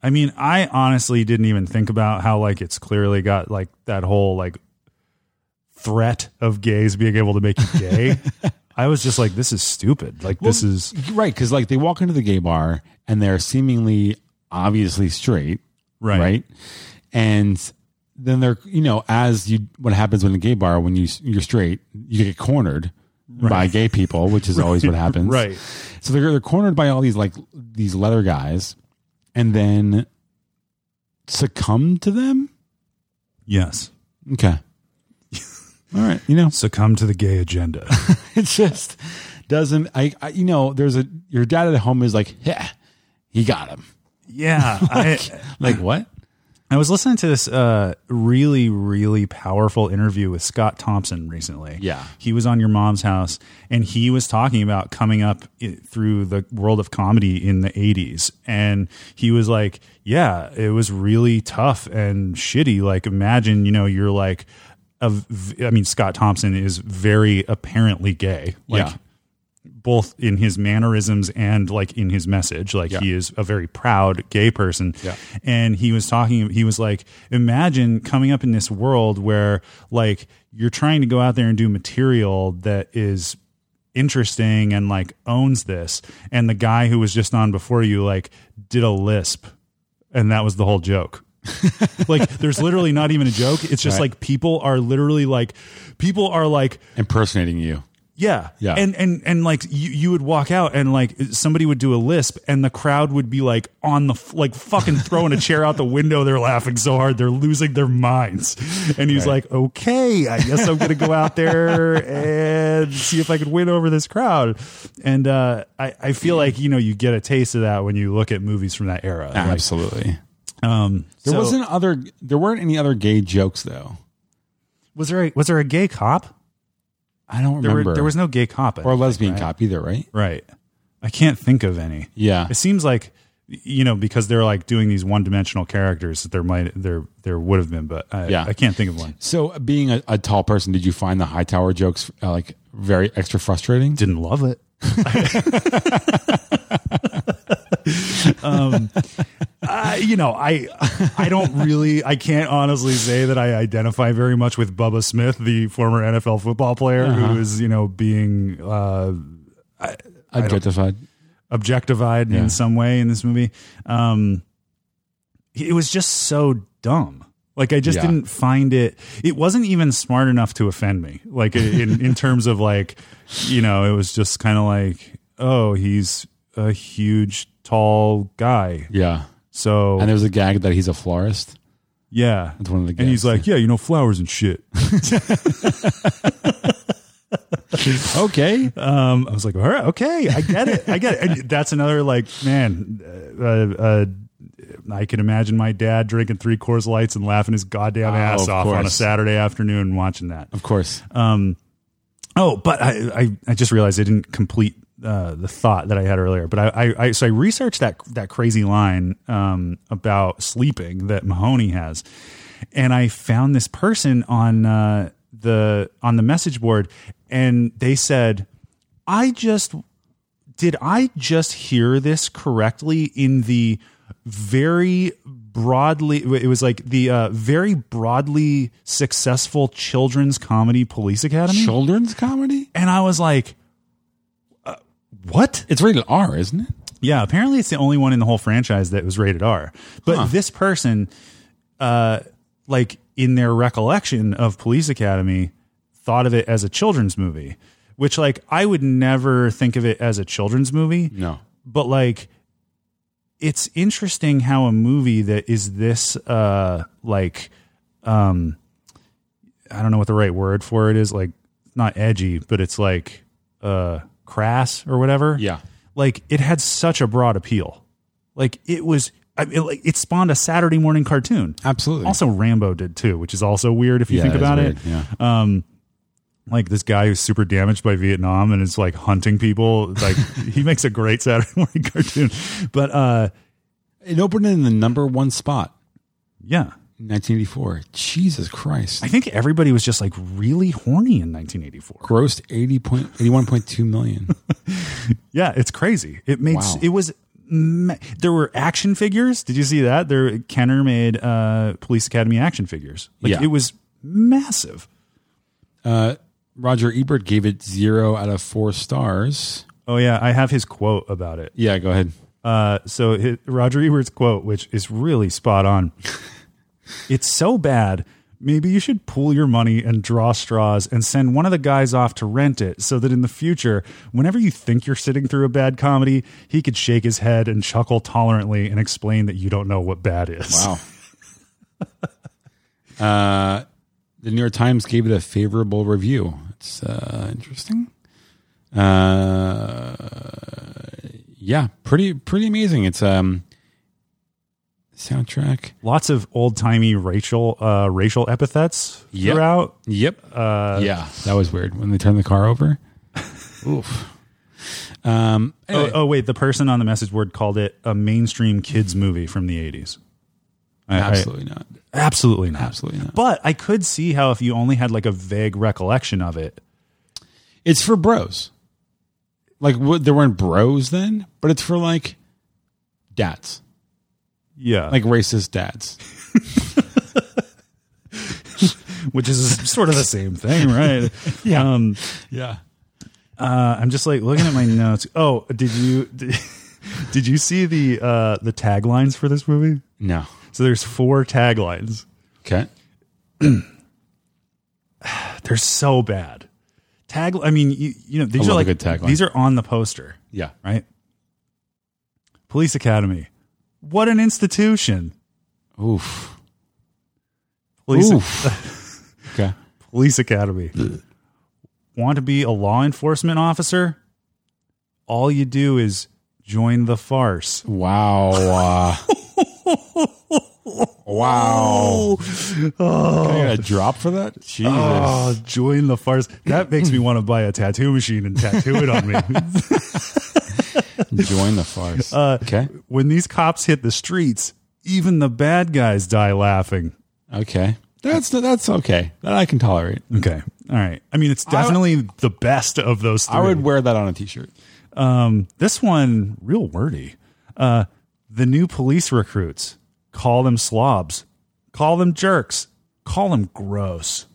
[SPEAKER 2] i mean i honestly didn't even think about how like it's clearly got like that whole like threat of gays being able to make you gay i was just like this is stupid like this is
[SPEAKER 3] right because like they walk into the gay bar and they're seemingly obviously straight
[SPEAKER 2] Right.
[SPEAKER 3] and then they're you know as you what happens when a gay bar when you you're straight you get cornered by gay people which is always what happens
[SPEAKER 2] right.
[SPEAKER 3] so they're, they're cornered by all these like these leather guys and then succumb to them
[SPEAKER 2] yes
[SPEAKER 3] okay all right you know
[SPEAKER 2] succumb to the gay agenda
[SPEAKER 3] it just doesn't I, I you know there's a your dad at home is like yeah he got him
[SPEAKER 2] Yeah, I,
[SPEAKER 3] like what
[SPEAKER 2] I was listening to this uh, really, really powerful interview with Scott Thompson recently.
[SPEAKER 3] Yeah.
[SPEAKER 2] he was on Your Mom's House, and he was talking about coming up i- through the world of comedy in the '80s, and he was like, "Yeah, it was really tough and shitty. Like, imagine, you know, you're like." a v- I mean, Scott Thompson is very apparently gay. Like,
[SPEAKER 3] yeah
[SPEAKER 2] both in his mannerisms and like in his message. Like
[SPEAKER 3] Yeah.
[SPEAKER 2] he is a very proud gay person.
[SPEAKER 3] Yeah.
[SPEAKER 2] And he was talking, he was like, imagine coming up in this world where like you're trying to go out there and do material that is interesting and like owns this. And the guy who was just on before you like did a lisp. And that was the whole joke. like there's literally not even a joke. It's just
[SPEAKER 3] Right.
[SPEAKER 2] like people are literally like, people are like,
[SPEAKER 3] impersonating you.
[SPEAKER 2] yeah.
[SPEAKER 3] Yeah.
[SPEAKER 2] And and and like you, you would walk out and like somebody would do a lisp and the crowd would be like on the f- like fucking throwing a chair out the window. They're laughing so hard they're losing their minds. And he's
[SPEAKER 3] Right.
[SPEAKER 2] like, "Okay, I guess I'm going to go out there and see if I could win over this crowd." And uh I I feel like, you know, you get a taste of that when you look at movies from that era.
[SPEAKER 3] Uh-huh.
[SPEAKER 2] Like,
[SPEAKER 3] Absolutely.
[SPEAKER 2] um
[SPEAKER 3] There
[SPEAKER 2] so-
[SPEAKER 3] wasn't other. There weren't any other gay jokes though.
[SPEAKER 2] was there a, was there a gay cop?
[SPEAKER 3] I don't
[SPEAKER 2] There
[SPEAKER 3] remember.
[SPEAKER 2] were there was no gay cop. I
[SPEAKER 3] or a
[SPEAKER 2] don't think,
[SPEAKER 3] lesbian
[SPEAKER 2] right?
[SPEAKER 3] cop either, right?
[SPEAKER 2] Right. I can't think of any.
[SPEAKER 3] Yeah.
[SPEAKER 2] It seems like you know because they're like doing these one-dimensional characters that there might there there would have been, but I,
[SPEAKER 3] Yeah.
[SPEAKER 2] I can't think of one.
[SPEAKER 3] So being a, a tall person, did you find the high tower jokes uh, like very extra frustrating?
[SPEAKER 2] Didn't love it. um, I, you know, I I don't really I can't honestly say that I identify very much with Bubba Smith, the former NFL football player
[SPEAKER 3] Uh-huh.
[SPEAKER 2] who is you know being uh,
[SPEAKER 3] Objectified.
[SPEAKER 2] objectified
[SPEAKER 3] Yeah.
[SPEAKER 2] in some way in this movie. Um, it was just so dumb. Like I just
[SPEAKER 3] Yeah.
[SPEAKER 2] didn't find it. It wasn't even smart enough to offend me. Like in in terms of like, you know, it was just kind of like, oh, he's a huge tall guy.
[SPEAKER 3] Yeah.
[SPEAKER 2] So
[SPEAKER 3] And there was a gag that he's a florist.
[SPEAKER 2] yeah,
[SPEAKER 3] That's one of the
[SPEAKER 2] and he's
[SPEAKER 3] gags.
[SPEAKER 2] like, yeah, you know, flowers and shit.
[SPEAKER 3] Okay.
[SPEAKER 2] Um, I was like, all right, okay, I get it, I get it. And that's another like, man, uh, uh, I could imagine my dad drinking three Coors Lights and laughing his goddamn ass
[SPEAKER 3] Oh, of
[SPEAKER 2] off on a
[SPEAKER 3] course.
[SPEAKER 2] Saturday afternoon watching that.
[SPEAKER 3] Of course.
[SPEAKER 2] Um, Oh, but I, I, I just realized I didn't complete uh, the thought that I had earlier. But I, I, I so I researched that that crazy line um, about sleeping that Mahoney has, and I found this person on uh, the on the message board, and they said, "I just did I just hear this correctly in the very broadly it was like the uh, very broadly successful children's comedy police academy
[SPEAKER 3] Children's comedy?
[SPEAKER 2] and I was like, uh, "What?"
[SPEAKER 3] It's rated R, isn't it?
[SPEAKER 2] Yeah, apparently it's the only one in the whole franchise that was rated R. But this person, uh, like in their recollection of Police Academy, thought of it as a children's movie, which like I would never think of it as a children's movie
[SPEAKER 3] No.
[SPEAKER 2] but like it's interesting how a movie that is this uh like um i don't know what the right word for it is like not edgy but it's like uh crass or whatever
[SPEAKER 3] Yeah.
[SPEAKER 2] like it had such a broad appeal like it was I mean, like it spawned a saturday morning cartoon
[SPEAKER 3] Absolutely.
[SPEAKER 2] also rambo did too which is also weird if you
[SPEAKER 3] Yeah,
[SPEAKER 2] think
[SPEAKER 3] that is
[SPEAKER 2] about it
[SPEAKER 3] weird. Yeah.
[SPEAKER 2] like this guy who's super damaged by Vietnam and is like hunting people. Like he makes a great Saturday morning cartoon. But uh
[SPEAKER 3] It opened in the number one spot
[SPEAKER 2] yeah.
[SPEAKER 3] in 1984. Jesus Christ.
[SPEAKER 2] I think everybody was just like really horny in 1984.
[SPEAKER 3] Grossed 80 point, 81.2 million.
[SPEAKER 2] Yeah, it's crazy. It made
[SPEAKER 3] Wow.
[SPEAKER 2] it was ma- there were action figures. Did you see that? There Kenner made uh Police Academy action figures. Like
[SPEAKER 3] Yeah.
[SPEAKER 2] it was massive.
[SPEAKER 3] Roger Ebert gave it zero out of four stars.
[SPEAKER 2] Oh yeah, I have his quote about it.
[SPEAKER 3] Yeah, go ahead.
[SPEAKER 2] Uh, so hi Roger Ebert's quote, which is really spot on. it's so bad. Maybe you should pool your money and draw straws and send one of the guys off to rent it so that in the future, whenever you think you're sitting through a bad comedy, he could shake his head and chuckle tolerantly and explain that you don't know what bad is.
[SPEAKER 3] Wow. uh, the New York Times gave it a favorable review. It's uh, interesting. Uh, yeah, pretty pretty amazing. It's um soundtrack.
[SPEAKER 2] Lots of old timey racial uh, racial epithets
[SPEAKER 3] Yep.
[SPEAKER 2] throughout.
[SPEAKER 3] Yep. Uh, yeah, that was weird when they turned the car over. Oof. Um.
[SPEAKER 2] Oh,
[SPEAKER 3] anyway,
[SPEAKER 2] oh wait, the person on the message board called it a mainstream kids movie from the eighties. Oh,
[SPEAKER 3] absolutely not.
[SPEAKER 2] Absolutely not.
[SPEAKER 3] Absolutely not.
[SPEAKER 2] But I could see how if you only had like a vague recollection of it.
[SPEAKER 3] It's for bros. Like what, there weren't bros then, but it's for like dads,
[SPEAKER 2] Yeah. Like
[SPEAKER 3] like racist dads.
[SPEAKER 2] which is sort of the same thing, right? yeah. Um
[SPEAKER 3] Yeah.
[SPEAKER 2] uh, I'm just like looking at my notes. Oh, did you did, did you see the uh the taglines for this movie?
[SPEAKER 3] No.
[SPEAKER 2] So there's four taglines.
[SPEAKER 3] Okay.
[SPEAKER 2] They're so bad. Tag I mean, you, you know, these
[SPEAKER 3] love
[SPEAKER 2] are
[SPEAKER 3] a
[SPEAKER 2] like
[SPEAKER 3] good tagline.
[SPEAKER 2] these are on the poster,
[SPEAKER 3] Yeah.
[SPEAKER 2] right? Police Academy. What an institution.
[SPEAKER 3] Oof.
[SPEAKER 2] Police
[SPEAKER 3] Oof. okay.
[SPEAKER 2] Police Academy. Want to be a law enforcement officer? All you do is join the farce.
[SPEAKER 3] Wow. Uh, wow. I got a drop for that? Jesus.
[SPEAKER 2] Oh, join the farce. That makes me want to buy a tattoo machine and tattoo it on me.
[SPEAKER 3] Join the farce. okay.
[SPEAKER 2] when these cops hit the streets, even the bad guys die laughing.
[SPEAKER 3] Okay. That's that's okay. That I can tolerate.
[SPEAKER 2] Okay. All right. I mean, it's definitely the best of those three.
[SPEAKER 3] I would wear that on a t-shirt.
[SPEAKER 2] This one, real wordy. Uh, the new police recruits call them slobs, call them jerks, call them gross.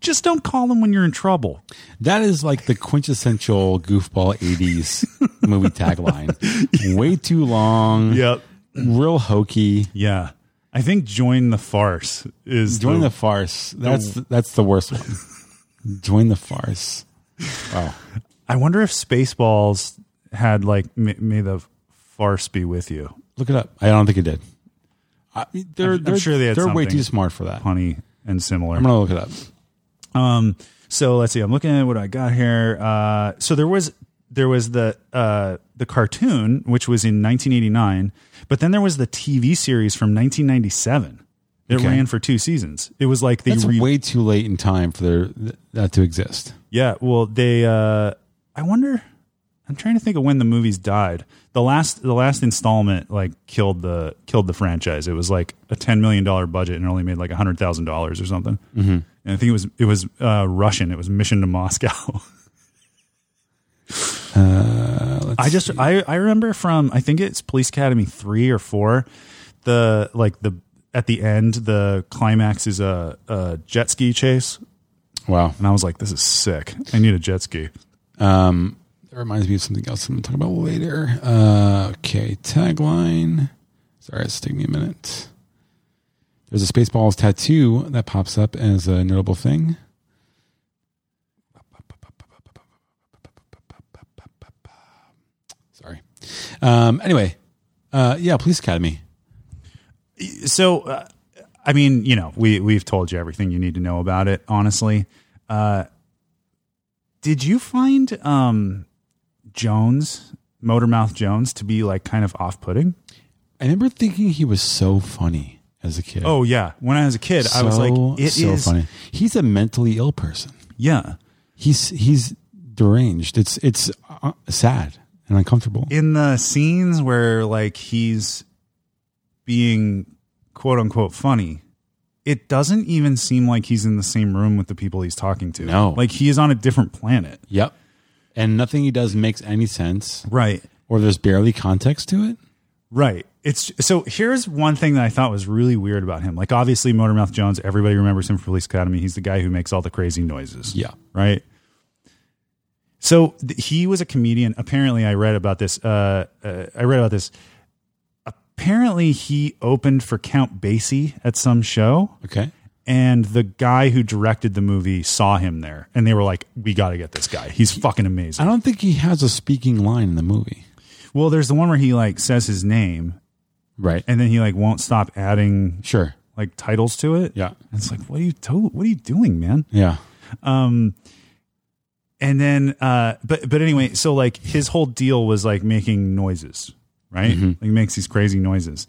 [SPEAKER 2] Just don't call them when you're in trouble.
[SPEAKER 3] That is like the quintessential goofball 80s movie tagline. Way too long.
[SPEAKER 2] Yep.
[SPEAKER 3] Real hokey.
[SPEAKER 2] Yeah. I think join the farce is
[SPEAKER 3] Join the farce. That's that's the worst one. Join the farce. Wow.
[SPEAKER 2] I wonder if Spaceballs had like may, may the farce be with you,
[SPEAKER 3] Look it up. I don't think it did. I, they're
[SPEAKER 2] I'm
[SPEAKER 3] they're,
[SPEAKER 2] sure they had
[SPEAKER 3] they're way
[SPEAKER 2] something.
[SPEAKER 3] too smart for that. I'm
[SPEAKER 2] honey, and similar.
[SPEAKER 3] gonna look it up.
[SPEAKER 2] Um, so let's see. I'm looking at what I got here. Uh, so there was there was the uh, the cartoon, which was in 1989, but then there was the TV series from 1997. It
[SPEAKER 3] Okay.
[SPEAKER 2] ran for two seasons. It was like they
[SPEAKER 3] It's
[SPEAKER 2] re-
[SPEAKER 3] way too late in time for there, th- that to exist.
[SPEAKER 2] yeah. Well, they. Uh, I wonder. I'm trying to think of when the movies died. The last the last installment like killed the killed the franchise. It was like a ten million dollar budget and it only made like hundred thousand dollars or something. Mm-hmm. And I think it was it was uh, Russian. It was Mission to Moscow. I just I, I remember from I think it's Police Academy three or four, the like the at the end the climax is a, a jet ski chase
[SPEAKER 3] Wow.
[SPEAKER 2] and I was like this is sick I need a jet ski
[SPEAKER 3] Um, that reminds me of something else I'm going to talk about later. Uh, okay, tagline. Sorry, it's taking me a minute. There's a Spaceballs tattoo that pops up as a notable thing. Sorry. Um, anyway, uh, yeah, Police Academy.
[SPEAKER 2] so uh, I mean, you know, we we've told you everything you need to know about it. Honestly, uh, did you find um, Jones, Motormouth Jones, to be like kind of off-putting?
[SPEAKER 3] I remember thinking he was so funny as a kid.
[SPEAKER 2] Oh yeah, when I was a kid, I was like, it is
[SPEAKER 3] so funny. He's a mentally ill person.
[SPEAKER 2] yeah.
[SPEAKER 3] he's he's deranged. It's it's uh, sad and uncomfortable.
[SPEAKER 2] In the scenes where like he's being quote unquote funny. It doesn't even seem like he's in the same room with the people he's talking to.
[SPEAKER 3] No.
[SPEAKER 2] Like he is on a different planet.
[SPEAKER 3] yep, and nothing he does makes any sense,
[SPEAKER 2] Right.
[SPEAKER 3] or there's barely context to it.
[SPEAKER 2] Right. It's so here's one thing that I thought was really weird about him. Like obviously Motormouth Jones, everybody remembers him from Police Academy. He's the guy who makes all the crazy noises.
[SPEAKER 3] Yeah.
[SPEAKER 2] Right. So th- he was a comedian. Apparently, I read about this. Uh, uh, I read about this. Apparently, he opened for Count Basie at some show,
[SPEAKER 3] Okay,
[SPEAKER 2] and the guy who directed the movie saw him there, and they were like, "We got to get this guy. He's fucking amazing."
[SPEAKER 3] I don't think he has a speaking line in the movie.
[SPEAKER 2] Well, there's the one where he like says his name,
[SPEAKER 3] Right.
[SPEAKER 2] and then he like won't stop adding
[SPEAKER 3] sure.
[SPEAKER 2] like titles to it.
[SPEAKER 3] Yeah.
[SPEAKER 2] It's like, what are you to- what are you doing, man?
[SPEAKER 3] Yeah.
[SPEAKER 2] Um and then uh but but anyway, so like his whole deal was like making noises, right? Like he makes these crazy noises.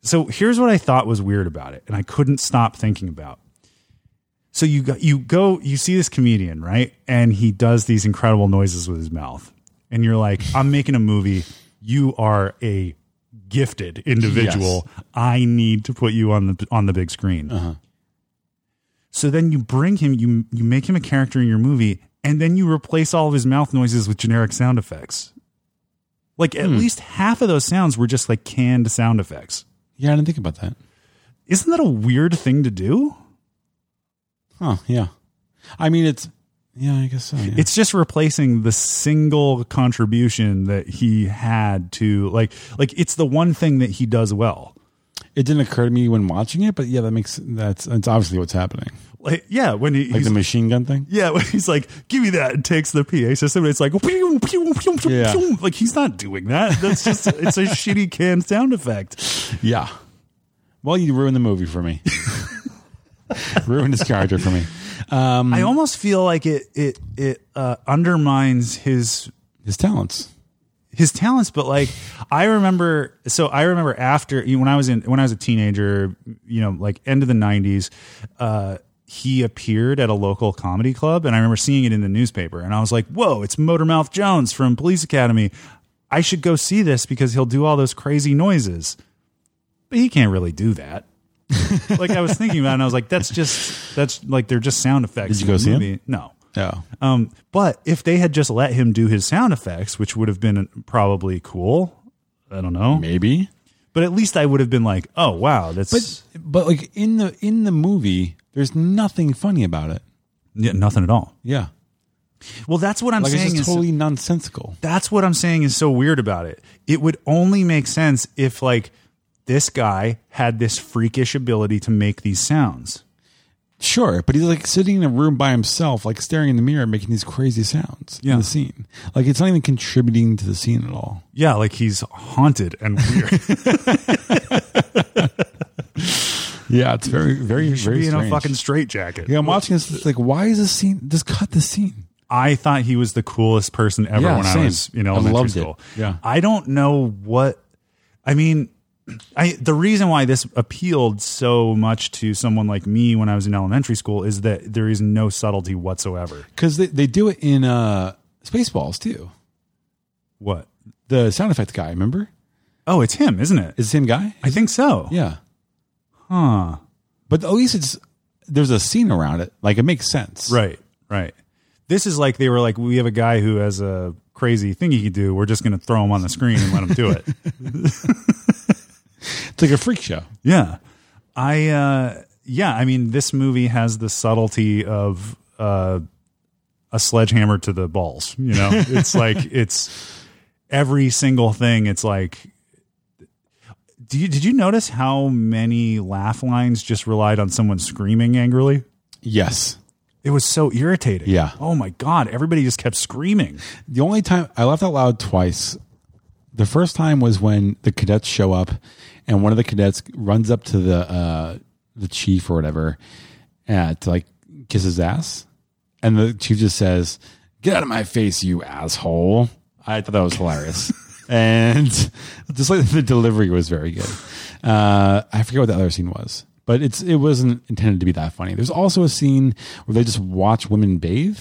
[SPEAKER 2] So here's what I thought was weird about it, and I couldn't stop thinking about. So you go, you go you see this comedian, right? And he does these incredible noises with his mouth. And you're like, I'm making a movie. You are a gifted individual. I need to put you on the on the big screen. So then you bring him, you you make him a character in your movie, and then you replace all of his mouth noises with generic sound effects. Like at least half of those sounds were just like canned sound effects.
[SPEAKER 3] Yeah, I didn't think about that.
[SPEAKER 2] Isn't that a weird thing to do?
[SPEAKER 3] Huh. Yeah. I mean, it's yeah. I guess so. yeah.
[SPEAKER 2] It's just replacing the single contribution that he had to like like it's the one thing that he does well.
[SPEAKER 3] it didn't occur to me when watching it, but yeah, that makes that's that's obviously what's happening.
[SPEAKER 2] Like yeah, when he,
[SPEAKER 3] Like
[SPEAKER 2] he's
[SPEAKER 3] the machine gun thing.
[SPEAKER 2] yeah, when he's like, give me that, and takes the PA system, and it's like, pew, pew, pew, pew,
[SPEAKER 3] Yeah.
[SPEAKER 2] pew. like he's not doing that. That's just, it's a shitty canned sound effect.
[SPEAKER 3] Yeah. Well, you ruined the movie for me. ruined his character for me.
[SPEAKER 2] I
[SPEAKER 3] Mm.
[SPEAKER 2] almost feel like it it it uh, undermines his
[SPEAKER 3] His talents.
[SPEAKER 2] his talents but like i remember so i remember after you know, when i was in when i was a teenager you know like end of the 90s uh he appeared at a local comedy club and i remember seeing it in the newspaper and i was like whoa it's motormouth jones from police academy i should go see this because he'll do all those crazy noises but he can't really do that like i was thinking about it and i was like that's just that's like they're just sound effects
[SPEAKER 3] Did you
[SPEAKER 2] in
[SPEAKER 3] go
[SPEAKER 2] the
[SPEAKER 3] see him?
[SPEAKER 2] movie. no
[SPEAKER 3] Yeah.
[SPEAKER 2] um, but if they had just let him do his sound effects, which would have been probably cool, I don't know.
[SPEAKER 3] Maybe.
[SPEAKER 2] But at least I would have been like, oh wow, that's
[SPEAKER 3] But but like in the in the movie, there's nothing funny about it.
[SPEAKER 2] yeah, nothing at all.
[SPEAKER 3] Yeah.
[SPEAKER 2] Well, that's what I'm
[SPEAKER 3] Like it's
[SPEAKER 2] saying. Is,
[SPEAKER 3] just totally nonsensical.
[SPEAKER 2] that's what I'm saying is so weird about it. It would only make sense if like this guy had this freakish ability to make these sounds.
[SPEAKER 3] Sure, but he's like sitting in a room by himself, like staring in the mirror, making these crazy sounds
[SPEAKER 2] Yeah.
[SPEAKER 3] in the scene. Like it's not even contributing to the scene at all.
[SPEAKER 2] Yeah, like he's haunted and weird.
[SPEAKER 3] Yeah, it's very very
[SPEAKER 2] Should
[SPEAKER 3] very
[SPEAKER 2] be in a
[SPEAKER 3] strange.
[SPEAKER 2] fucking straitjacket.
[SPEAKER 3] yeah, I'm watching this. Like, why is this scene? Just cut the scene.
[SPEAKER 2] I thought he was the coolest person ever
[SPEAKER 3] Yeah,
[SPEAKER 2] when
[SPEAKER 3] same.
[SPEAKER 2] I was in
[SPEAKER 3] I
[SPEAKER 2] elementary
[SPEAKER 3] loved it.
[SPEAKER 2] school.
[SPEAKER 3] Yeah.
[SPEAKER 2] I don't know what I mean. I the reason why this appealed so much to someone like me when I was in elementary school is that there is no subtlety whatsoever.
[SPEAKER 3] because they, they do it in uh, Spaceballs too.
[SPEAKER 2] What?
[SPEAKER 3] The sound effect guy, remember?
[SPEAKER 2] Oh, it's him, isn't it?
[SPEAKER 3] Is it the same guy?
[SPEAKER 2] I think so.
[SPEAKER 3] Yeah,
[SPEAKER 2] Huh.
[SPEAKER 3] but at least it's there's a scene around it. Like it makes sense,
[SPEAKER 2] Right. Right. This is like they were like, we have a guy who has a crazy thing he could do. We're just going to throw him on the screen and let him do it.
[SPEAKER 3] It's like a freak show.
[SPEAKER 2] Yeah. I uh yeah, I mean this movie has the subtlety of uh a sledgehammer to the balls, you know. It's like it's every single thing it's like do you, did you notice how many laugh lines just relied on someone screaming angrily?
[SPEAKER 3] Yes,
[SPEAKER 2] It was so irritating.
[SPEAKER 3] Yeah.
[SPEAKER 2] Oh my god, everybody just kept screaming.
[SPEAKER 3] The only time I laughed out loud twice. The first time was when the cadets show up, and one of the cadets runs up to the uh, the chief or whatever, uh, to like kiss his ass, and the chief just says, "Get out of my face, you asshole!" I thought that was hilarious, and just like the delivery was very good. Uh, I forget what the other scene was, but it's it wasn't intended to be that funny. There's also a scene where they just watch women bathe.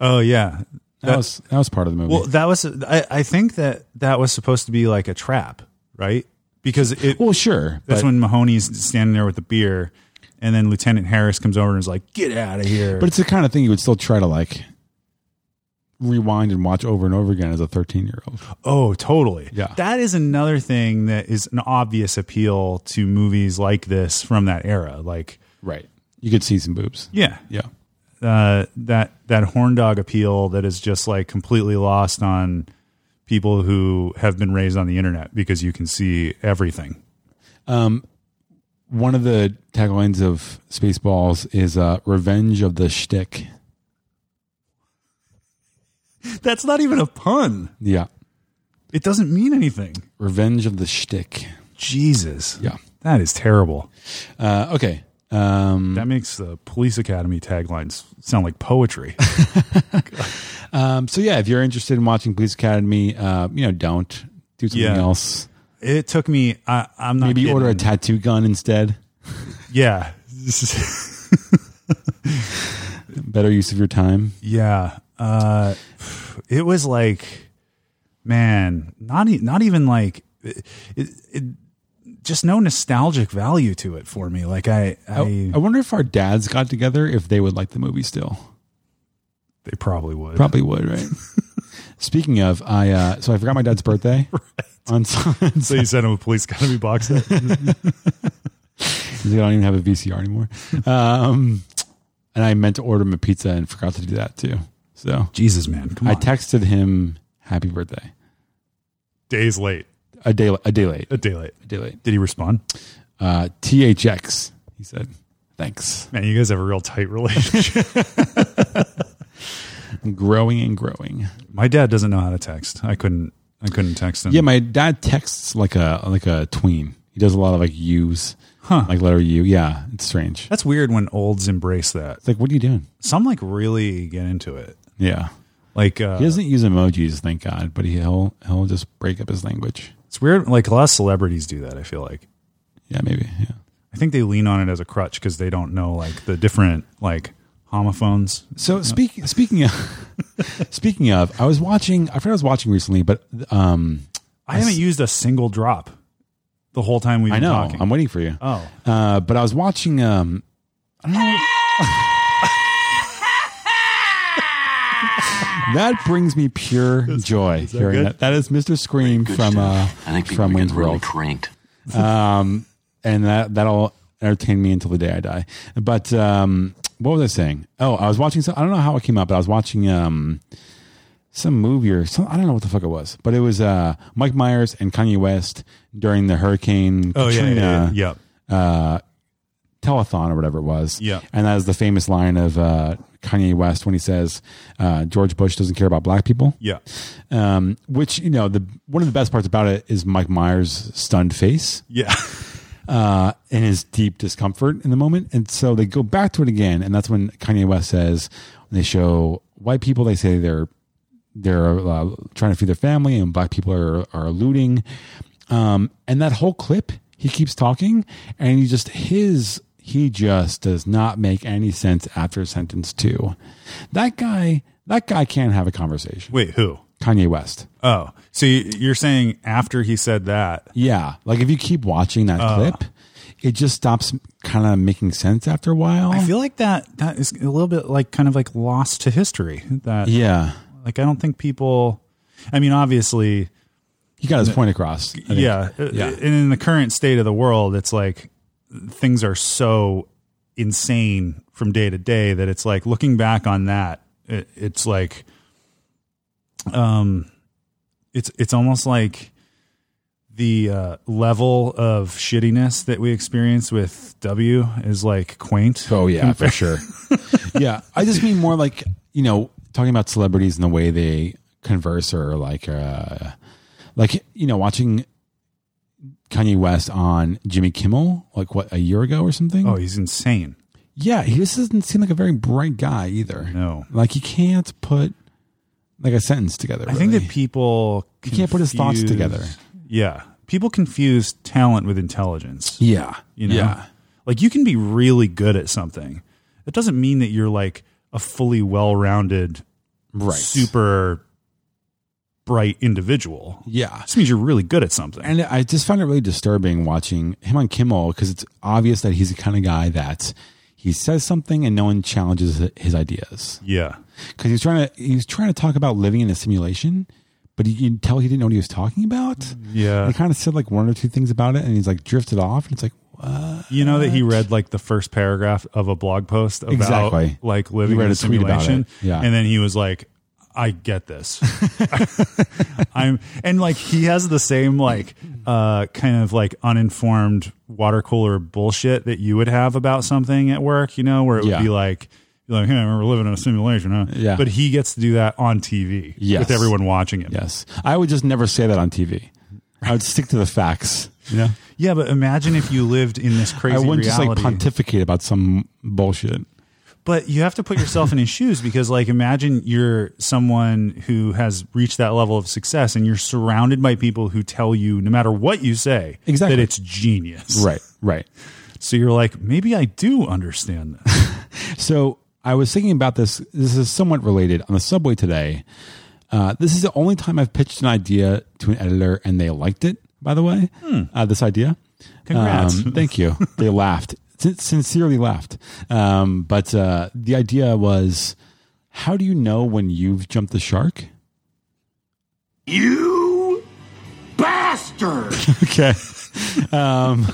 [SPEAKER 2] Oh yeah.
[SPEAKER 3] That, was that was part of the movie.
[SPEAKER 2] Well, that was I, I think that that was supposed to be like a trap, right? Because it
[SPEAKER 3] Well, sure.
[SPEAKER 2] That's
[SPEAKER 3] but,
[SPEAKER 2] when Mahoney's standing there with the beer, and then Lieutenant Harris comes over and is like, "Get out of here!"
[SPEAKER 3] but it's the kind of thing you would still try to like rewind and watch over and over again as a 13 year old.
[SPEAKER 2] oh, totally.
[SPEAKER 3] Yeah.
[SPEAKER 2] that is another thing that is an obvious appeal to movies like this from that era. Like,
[SPEAKER 3] Right. You could see some boobs.
[SPEAKER 2] yeah,
[SPEAKER 3] Yeah.
[SPEAKER 2] uh, that that horn dog appeal that is just like completely lost on people who have been raised on the internet because you can see everything.
[SPEAKER 3] One of the taglines of Spaceballs is uh, "Revenge of the Shtick."
[SPEAKER 2] That's not even a pun.
[SPEAKER 3] Yeah,
[SPEAKER 2] It doesn't mean anything.
[SPEAKER 3] "Revenge of the Shtick."
[SPEAKER 2] Jesus.
[SPEAKER 3] Yeah.
[SPEAKER 2] That is terrible.
[SPEAKER 3] Uh, okay. Um,
[SPEAKER 2] That makes the police academy taglines sound like poetry.
[SPEAKER 3] um, so yeah, if you're interested in watching Police Academy, uh, you know, don't do something
[SPEAKER 2] Yeah.
[SPEAKER 3] else.
[SPEAKER 2] it took me. I, I'm not.
[SPEAKER 3] Maybe
[SPEAKER 2] kidding.
[SPEAKER 3] order a tattoo gun instead.
[SPEAKER 2] yeah,
[SPEAKER 3] Better use of your time.
[SPEAKER 2] yeah. Uh, it was like, man, not e- not even like, it, it, it, just no nostalgic value to it for me. Like I, I,
[SPEAKER 3] I, I wonder if our dads got together if they would like the movie still.
[SPEAKER 2] they probably would.
[SPEAKER 3] Probably would, right? Speaking of, I uh, so I forgot my dad's birthday on Sunday.
[SPEAKER 2] So you sent him a police academy box set.
[SPEAKER 3] I don't even have a VCR anymore, um, and I meant to order him a pizza and forgot to do that too. So
[SPEAKER 2] Jesus, man, come
[SPEAKER 3] I
[SPEAKER 2] on.
[SPEAKER 3] texted him happy birthday
[SPEAKER 2] days late.
[SPEAKER 3] a day a day late
[SPEAKER 2] A day late.
[SPEAKER 3] a day late.
[SPEAKER 2] Did he respond?
[SPEAKER 3] Uh, THX, he said. Thanks.
[SPEAKER 2] Man, you guys have a real tight relationship.
[SPEAKER 3] I'm growing and growing.
[SPEAKER 2] My dad doesn't know how to text. I couldn't. I couldn't text him.
[SPEAKER 3] Yeah, my dad texts like a like a tween. He does a lot of like U's, like letter U. Yeah, it's strange.
[SPEAKER 2] That's weird when olds embrace that.
[SPEAKER 3] It's like, what are you doing?
[SPEAKER 2] Some like really get into it.
[SPEAKER 3] Yeah.
[SPEAKER 2] Like uh,
[SPEAKER 3] He doesn't use emojis, thank God, but he'll he'll just break up his language.
[SPEAKER 2] it's weird. Like a lot of celebrities do that. I feel like
[SPEAKER 3] Yeah, maybe. Yeah.
[SPEAKER 2] I think they lean on it as a crutch because they don't know like the different like homophones.
[SPEAKER 3] So speaking speaking of speaking of, I was watching. I forgot I was watching recently, but um,
[SPEAKER 2] I haven't used a single drop the whole time we've
[SPEAKER 3] I
[SPEAKER 2] been
[SPEAKER 3] know
[SPEAKER 2] talking.
[SPEAKER 3] I'm waiting for you.
[SPEAKER 2] oh,
[SPEAKER 3] Uh, but I was watching. Um, I don't know. that brings me pure joy hearing
[SPEAKER 2] good?
[SPEAKER 3] that. That is Mr. Scream from uh,
[SPEAKER 4] I think people
[SPEAKER 3] from
[SPEAKER 4] get
[SPEAKER 3] Wayne's
[SPEAKER 4] really
[SPEAKER 3] World.
[SPEAKER 4] cranked.
[SPEAKER 3] um, and that that'll entertain me until the day I die. But um, what was I saying? Oh, I was watching. Some, I don't know how it came up, but I was watching um, some movie or some, I don't know what the fuck it was, but it was uh, Mike Myers and Kanye West during the Hurricane
[SPEAKER 2] oh yeah, yeah,
[SPEAKER 3] Katrina
[SPEAKER 2] yeah, yeah.
[SPEAKER 3] uh, telethon or whatever it was.
[SPEAKER 2] Yeah.
[SPEAKER 3] And that is the famous line of uh, Kanye West when he says uh, George Bush doesn't care about black people.
[SPEAKER 2] yeah.
[SPEAKER 3] Um, which you know the one of the best parts about it is Mike Myers' stunned face.
[SPEAKER 2] Yeah.
[SPEAKER 3] uh, in his deep discomfort in the moment. And so they go back to it again. And that's when Kanye West says, when they show white people, they say they're they're uh, trying to feed their family and black people are, are looting. Um, and that whole clip, he keeps talking and he just, his, he just does not make any sense after sentence two. That guy, that guy can't have a conversation.
[SPEAKER 2] Wait, who?
[SPEAKER 3] Kanye West.
[SPEAKER 2] Oh, so you- you're saying after he said that?
[SPEAKER 3] Yeah. Like if you keep watching that clip, it just stops kind of making sense after a while.
[SPEAKER 2] I feel like that that is a little bit like kind of like lost to history. That
[SPEAKER 3] yeah.
[SPEAKER 2] like I don't think people. I mean, obviously,
[SPEAKER 3] He got his point across. I think.
[SPEAKER 2] yeah, Uh,
[SPEAKER 3] Yeah.
[SPEAKER 2] And in the current state of the world, it's like things are so insane from day to day that it's like looking back on that, it, it's like, um, it's it's almost like the uh, level of shittiness that we experience with W is like quaint.
[SPEAKER 3] Oh yeah, for sure. yeah, I just mean more like you know talking about celebrities and the way they converse or like uh like you know watching Kanye West on Jimmy Kimmel like what a year ago or something.
[SPEAKER 2] Oh, he's insane.
[SPEAKER 3] yeah, he just doesn't seem like a very bright guy either.
[SPEAKER 2] No.
[SPEAKER 3] like he can't put like a sentence together.
[SPEAKER 2] I think
[SPEAKER 3] really.
[SPEAKER 2] that people
[SPEAKER 3] You can't put his thoughts
[SPEAKER 2] confuse-
[SPEAKER 3] together.
[SPEAKER 2] Yeah, people confuse talent with intelligence.
[SPEAKER 3] yeah,
[SPEAKER 2] You know,
[SPEAKER 3] yeah,
[SPEAKER 2] like you can be really good at something. It doesn't mean that you're like a fully well-rounded,
[SPEAKER 3] right,
[SPEAKER 2] super bright individual.
[SPEAKER 3] yeah.
[SPEAKER 2] It just means you're really good at something.
[SPEAKER 3] and I just found it really disturbing watching him on Kimmel because it's obvious that he's the kind of guy that he says something and no one challenges his ideas.
[SPEAKER 2] yeah,
[SPEAKER 3] Because he's trying to he's trying to talk about living in a simulation, but you can tell he didn't know what he was talking about.
[SPEAKER 2] yeah.
[SPEAKER 3] He kind of said like one or two things about it, and he's like drifted off, and it's like
[SPEAKER 2] You know that he read like the first paragraph of a blog post about
[SPEAKER 3] Exactly.
[SPEAKER 2] like living
[SPEAKER 3] He read
[SPEAKER 2] in a
[SPEAKER 3] a tweet about
[SPEAKER 2] simulation.
[SPEAKER 3] it. Yeah.
[SPEAKER 2] And then he was like, I get this. I'm and like he has the same like uh kind of like uninformed water cooler bullshit that you would have about something at work, you know, where it would
[SPEAKER 3] Yeah.
[SPEAKER 2] be like you're like, hey, we're living in a simulation, huh?
[SPEAKER 3] Yeah.
[SPEAKER 2] But he gets to do that on TV
[SPEAKER 3] Yes.
[SPEAKER 2] with everyone watching him.
[SPEAKER 3] yes, I would just never say that on TV. I would stick to the facts. Yeah,
[SPEAKER 2] Yeah, but imagine if you lived in this crazy
[SPEAKER 3] I wouldn't just like
[SPEAKER 2] reality.
[SPEAKER 3] pontificate about some bullshit.
[SPEAKER 2] but you have to put yourself in his shoes because like imagine you're someone who has reached that level of success and you're surrounded by people who tell you no matter what you say
[SPEAKER 3] Exactly.
[SPEAKER 2] that it's genius
[SPEAKER 3] Right, right.
[SPEAKER 2] so you're like maybe i do understand this
[SPEAKER 3] So I was thinking about this. This is somewhat related on the subway today. Uh, this is the only time I've pitched an idea to an editor and they liked it. By the way, uh, this idea.
[SPEAKER 2] Congrats.
[SPEAKER 3] Um, thank you. They laughed, Sin- sincerely laughed. Um, but uh, the idea was, how do you know when you've jumped the shark?
[SPEAKER 4] You bastard!
[SPEAKER 3] okay. Um,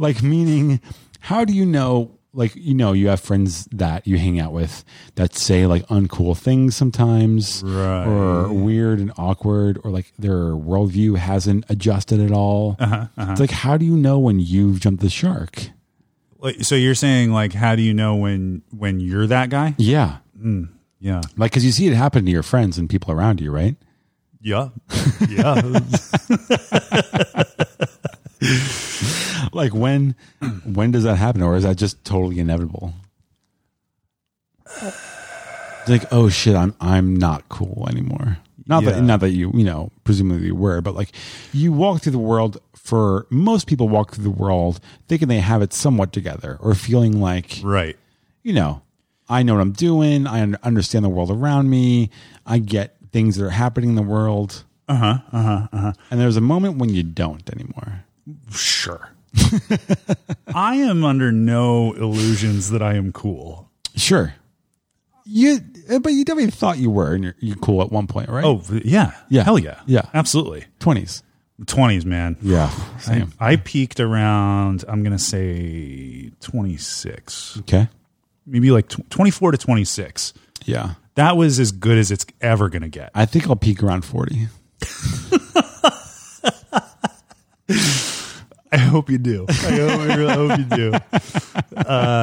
[SPEAKER 3] like meaning, how do you know? Like you know, you have friends that you hang out with that say like uncool things sometimes,
[SPEAKER 2] Right.
[SPEAKER 3] or weird and awkward, or like their worldview hasn't adjusted at all. It's like, how do you know when you've jumped the shark?
[SPEAKER 2] like, so you're saying like how do you know when when you're that guy
[SPEAKER 3] Yeah,
[SPEAKER 2] yeah
[SPEAKER 3] like because you see it happen to your friends and people around you, right?
[SPEAKER 2] yeah yeah
[SPEAKER 3] Like when, when does that happen, or is that just totally inevitable? It's like, oh shit, I'm I'm not cool anymore. Not
[SPEAKER 2] Yeah.
[SPEAKER 3] that not that you you know presumably you were, but like you walk through the world. For most people, walk through the world thinking they have it somewhat together, or feeling like
[SPEAKER 2] right
[SPEAKER 3] you know, I know what I'm doing. I un- understand the world around me. I get things that are happening in the world. Uh huh. Uh huh. Uh huh. And there's a moment when you don't anymore.
[SPEAKER 2] sure i am under no illusions that i am cool
[SPEAKER 3] Sure. You, uh, but you definitely thought you were and you're, you're cool at one point, right?
[SPEAKER 2] oh yeah
[SPEAKER 3] Yeah.
[SPEAKER 2] hell yeah
[SPEAKER 3] Yeah.
[SPEAKER 2] absolutely
[SPEAKER 3] 20s.
[SPEAKER 2] 20s man
[SPEAKER 3] Yeah.
[SPEAKER 2] I,
[SPEAKER 3] Same.
[SPEAKER 2] I peaked around, I'm going to say 26,
[SPEAKER 3] okay.
[SPEAKER 2] maybe like tw- 24 to 26.
[SPEAKER 3] Yeah.
[SPEAKER 2] That was as good as it's ever going to get.
[SPEAKER 3] I think I'll peak around 40.
[SPEAKER 2] I hope you do. I, hope, I really hope you do. Um,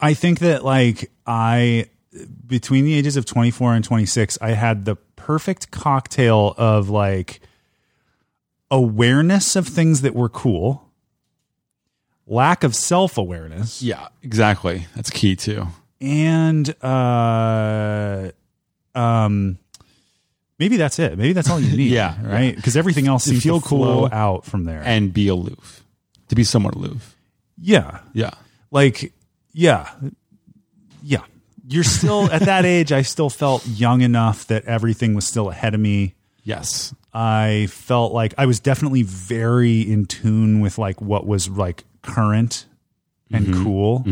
[SPEAKER 2] I think that, like, I, between the ages of 24 and 26, I had the perfect cocktail of like awareness of things that were cool. lack of self awareness,
[SPEAKER 3] Yeah, exactly. That's key too.
[SPEAKER 2] and uh, um, maybe that's it. Maybe that's all you need.
[SPEAKER 3] Yeah,
[SPEAKER 2] right. Because everything else seems
[SPEAKER 3] feel
[SPEAKER 2] to flow
[SPEAKER 3] cool.
[SPEAKER 2] out from there.
[SPEAKER 3] And be aloof. To be somewhat aloof.
[SPEAKER 2] yeah,
[SPEAKER 3] Yeah.
[SPEAKER 2] like yeah yeah you're still at that age i still felt young enough that everything was still ahead of me
[SPEAKER 3] Yes.
[SPEAKER 2] i felt like i was definitely very in tune with like what was like current and
[SPEAKER 3] Mm-hmm.
[SPEAKER 2] cool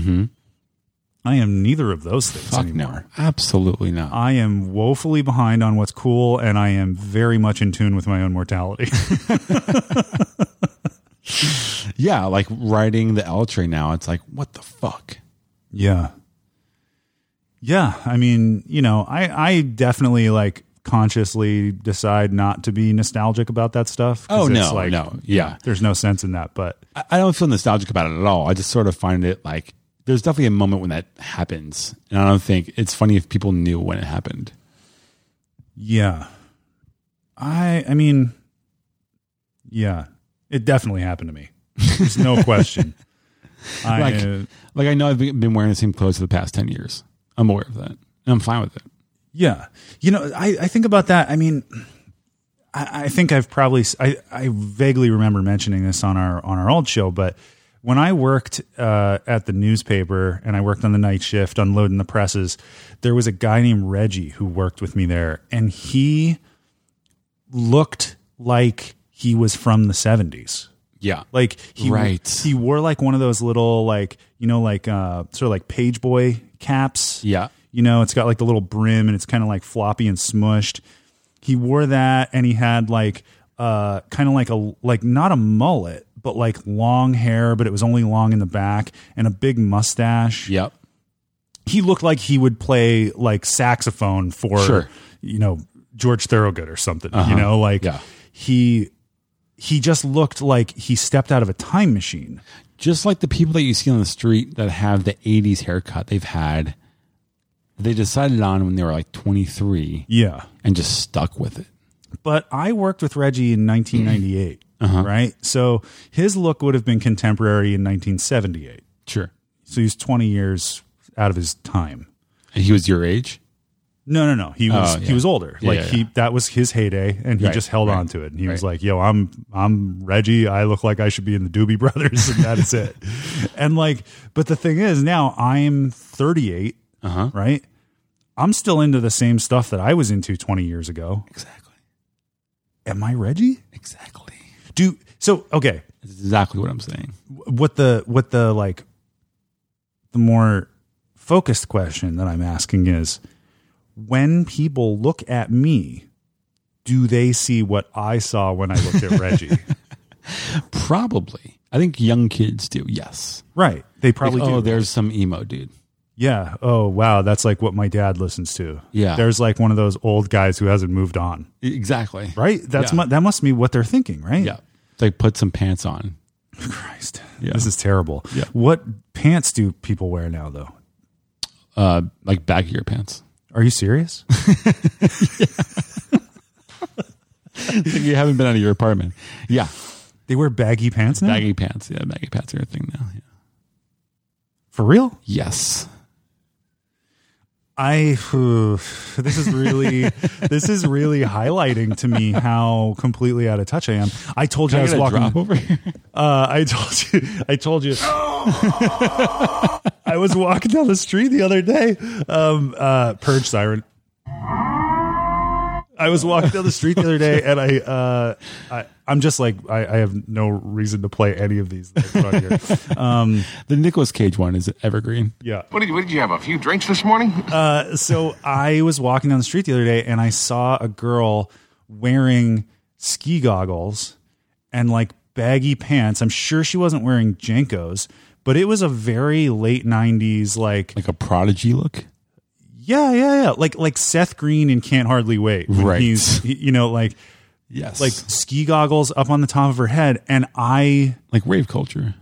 [SPEAKER 2] i am neither of those things
[SPEAKER 3] Fuck
[SPEAKER 2] anymore
[SPEAKER 3] no. Absolutely not.
[SPEAKER 2] i am woefully behind on what's cool and i am very much in tune with my own mortality
[SPEAKER 3] yeah, like riding the L train now. It's like what the fuck.
[SPEAKER 2] Yeah. Yeah. I mean, you know, I, I definitely like consciously decide not to be nostalgic about that stuff. 'cause
[SPEAKER 3] Oh,
[SPEAKER 2] it's
[SPEAKER 3] no, no, yeah.
[SPEAKER 2] There's no sense in that. But
[SPEAKER 3] I, I don't feel nostalgic about it at all. I just sort of find it like there's definitely a moment when that happens, and I don't think it's funny if people knew when it happened.
[SPEAKER 2] yeah, I, I mean, yeah, it definitely happened to me. There's no question. I,
[SPEAKER 3] Like,
[SPEAKER 2] uh,
[SPEAKER 3] like I know I've been been wearing the same clothes for the past ten years. I'm aware of that, and I'm fine with it.
[SPEAKER 2] Yeah. You know, I, I think about that. I mean, I, I think I've probably, I, I vaguely remember mentioning this on our, on our old show, but when I worked uh, at the newspaper and I worked on the night shift unloading the presses, there was a guy named Reggie who worked with me there and he looked like he was from the seventies.
[SPEAKER 3] Yeah,
[SPEAKER 2] Like he
[SPEAKER 3] Right.
[SPEAKER 2] he wore like one of those little like you know like uh sort of like page boy caps.
[SPEAKER 3] Yeah.
[SPEAKER 2] You know, it's got like the little brim and it's kind of like floppy and smushed. He wore that and he had like uh kind of like a like not a mullet, but like long hair, but it was only long in the back and a big mustache.
[SPEAKER 3] yep,
[SPEAKER 2] He looked like he would play like saxophone for
[SPEAKER 3] Sure. Uh-huh.
[SPEAKER 2] you know, George Thorogood or something. You know, like
[SPEAKER 3] Yeah.
[SPEAKER 2] he he just looked like he stepped out of a time machine.
[SPEAKER 3] just like the people that you see on the street that have the '80s haircut they've had, they decided on when they were like 23
[SPEAKER 2] Yeah.
[SPEAKER 3] and just stuck with it.
[SPEAKER 2] But I worked with Reggie in 1998,
[SPEAKER 3] Mm. Uh-huh.
[SPEAKER 2] right? So his look would have been contemporary in 1978.
[SPEAKER 3] Sure,
[SPEAKER 2] So he's 20 years out of his time.
[SPEAKER 3] and he was your age.
[SPEAKER 2] No, no, no. He was
[SPEAKER 3] Oh, yeah.
[SPEAKER 2] he was older.
[SPEAKER 3] Yeah,
[SPEAKER 2] like
[SPEAKER 3] yeah,
[SPEAKER 2] he
[SPEAKER 3] yeah.
[SPEAKER 2] that was his heyday and he
[SPEAKER 3] Right,
[SPEAKER 2] just held
[SPEAKER 3] right,
[SPEAKER 2] on to it. And he was
[SPEAKER 3] right.
[SPEAKER 2] like, "Yo, I'm I'm Reggie. I look like I should be in the Doobie Brothers and that is it." And like but the thing is, now I'm 38, uh-huh. right? I'm still into the same stuff that I was into 20 years ago.
[SPEAKER 3] Exactly.
[SPEAKER 2] Am I Reggie?
[SPEAKER 3] Exactly.
[SPEAKER 2] Do so okay.
[SPEAKER 3] That's exactly what I'm saying.
[SPEAKER 2] what the what the like the more focused question that I'm asking is when people look at me, do they see what I saw when I looked at Reggie?
[SPEAKER 3] Probably. I think young kids do. Yes.
[SPEAKER 2] Right. They probably
[SPEAKER 3] Like,
[SPEAKER 2] do.
[SPEAKER 3] oh, there's some emo dude.
[SPEAKER 2] yeah. Oh wow, that's like what my dad listens to.
[SPEAKER 3] Yeah.
[SPEAKER 2] There's like one of those old guys who hasn't moved on.
[SPEAKER 3] E- Exactly.
[SPEAKER 2] Right? That's
[SPEAKER 3] Yeah.
[SPEAKER 2] mu- that must be what they're thinking, right?
[SPEAKER 3] Yeah. It's like put some pants on.
[SPEAKER 2] Christ.
[SPEAKER 3] Yeah.
[SPEAKER 2] This is terrible.
[SPEAKER 3] Yeah.
[SPEAKER 2] What pants do people wear now though?
[SPEAKER 3] Uh, like back of your pants.
[SPEAKER 2] Are you serious?
[SPEAKER 3] Like you haven't been out of your apartment. Yeah.
[SPEAKER 2] they wear baggy pants now?
[SPEAKER 3] Baggy pants. Yeah. Baggy pants are a thing now. Yeah.
[SPEAKER 2] For real?
[SPEAKER 3] Yes.
[SPEAKER 2] I whew, this is really this is really highlighting to me how completely out of touch I am. I told you I,
[SPEAKER 3] I
[SPEAKER 2] was
[SPEAKER 3] got a
[SPEAKER 2] walking.
[SPEAKER 3] drop over here.
[SPEAKER 2] Uh, I told you. I told you. I was walking down the street the other day. Um, uh, purge siren. I was walking down the street the other day, and I, uh, I I'm just like I, I have no reason to play any of these. Things on here.
[SPEAKER 3] The Nicolas Cage one is evergreen.
[SPEAKER 2] Yeah.
[SPEAKER 4] What did, what did you have? A few drinks this morning?
[SPEAKER 2] so I was walking down the street the other day and I saw a girl wearing ski goggles and like baggy pants. I'm sure she wasn't wearing Jenkos, but it was a very late 90s like
[SPEAKER 3] Like a prodigy look.
[SPEAKER 2] yeah, yeah, yeah, like like Seth Green in Can't Hardly Wait. when
[SPEAKER 3] Right.
[SPEAKER 2] He's you know like
[SPEAKER 3] Yes.
[SPEAKER 2] like ski goggles up on the top of her head and I
[SPEAKER 3] like rave culture.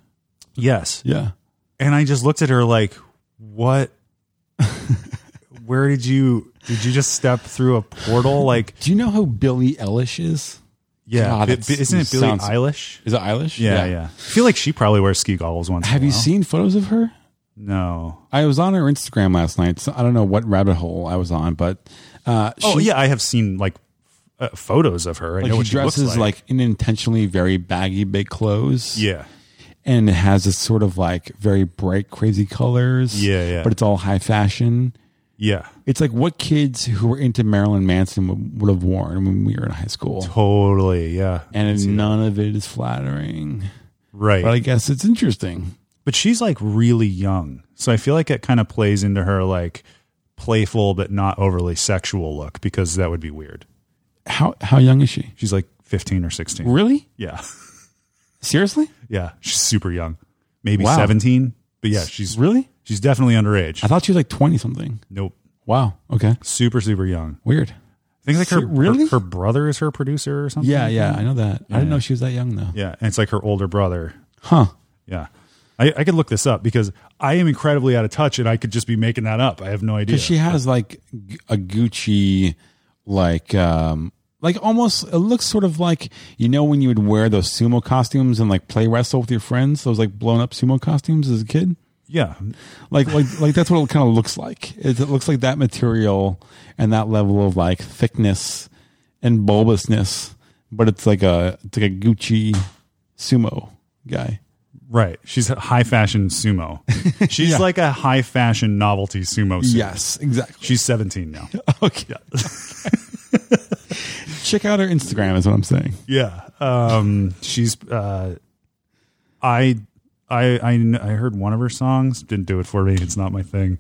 [SPEAKER 2] yes.
[SPEAKER 3] Yeah.
[SPEAKER 2] and I just looked at her like, "What? Where did you did you just step through a portal? Like,
[SPEAKER 3] Do you know who Billy Ellish is?
[SPEAKER 2] Yeah,
[SPEAKER 3] God,
[SPEAKER 2] Bi-
[SPEAKER 3] it's-
[SPEAKER 2] bi- isn't it Billie
[SPEAKER 3] sounds-
[SPEAKER 2] Eilish?
[SPEAKER 3] Is it Eilish?
[SPEAKER 2] Yeah, yeah, I feel like she probably wears ski goggles once. in
[SPEAKER 3] Have
[SPEAKER 2] a
[SPEAKER 3] you
[SPEAKER 2] while.
[SPEAKER 3] seen photos of her?
[SPEAKER 2] No.
[SPEAKER 3] I was on her Instagram last night. So I don't know what rabbit hole I was on, but uh,
[SPEAKER 2] Oh
[SPEAKER 3] she-
[SPEAKER 2] yeah, I have seen like f- uh, photos of her. I
[SPEAKER 3] like
[SPEAKER 2] know
[SPEAKER 3] she
[SPEAKER 2] what she looks
[SPEAKER 3] dresses
[SPEAKER 2] like.
[SPEAKER 3] like. in intentionally very baggy, big clothes.
[SPEAKER 2] Yeah,
[SPEAKER 3] and it has this sort of like very bright, crazy colors.
[SPEAKER 2] Yeah, yeah.
[SPEAKER 3] But it's all high fashion.
[SPEAKER 2] yeah,
[SPEAKER 3] It's like what kids who were into Marilyn Manson would, would have worn when we were in high school.
[SPEAKER 2] totally. Yeah,
[SPEAKER 3] And none of it is flattering.
[SPEAKER 2] right.
[SPEAKER 3] But I guess it's interesting.
[SPEAKER 2] but she's like really young, so I feel like it kind of plays into her like playful but not overly sexual look because that would be weird.
[SPEAKER 3] How how young is she?
[SPEAKER 2] She's like fifteen or sixteen.
[SPEAKER 3] Really?
[SPEAKER 2] Yeah,
[SPEAKER 3] Seriously?
[SPEAKER 2] yeah, she's super young. Maybe
[SPEAKER 3] Wow.
[SPEAKER 2] seventeen, but yeah, she's
[SPEAKER 3] Really?
[SPEAKER 2] she's definitely underage.
[SPEAKER 3] I thought she was like twenty something.
[SPEAKER 2] nope,
[SPEAKER 3] Wow. Okay.
[SPEAKER 2] super super young.
[SPEAKER 3] Weird.
[SPEAKER 2] I think like her
[SPEAKER 3] See, really?
[SPEAKER 2] her, her brother is her producer or something.
[SPEAKER 3] Yeah, yeah, I know that. I didn't know she was that young though.
[SPEAKER 2] yeah, and it's like her older brother
[SPEAKER 3] Huh.
[SPEAKER 2] Yeah. I, I could look this up because I am incredibly out of touch and I could just be making that up. I have no idea.
[SPEAKER 3] Because she has like g- a Gucci, like um, like almost it looks sort of like you know when you would wear those sumo costumes and like play wrestle with your friends, those like blown up sumo costumes as a kid.
[SPEAKER 2] yeah.
[SPEAKER 3] Like like like that's what it kind of looks like. It, it looks like that material and that level of like thickness and bulbousness, but it's like a it's like a Gucci sumo guy.
[SPEAKER 2] Right. She's a high fashion sumo. She's
[SPEAKER 3] Yeah.
[SPEAKER 2] like a high fashion novelty sumo. suit.
[SPEAKER 3] Yes, exactly.
[SPEAKER 2] She's 17 now.
[SPEAKER 3] Okay. Check out her Instagram is what I'm saying.
[SPEAKER 2] yeah. Um, she's, uh, I, I, I, kn- I heard one of her songs. Didn't do it for me. It's not my thing.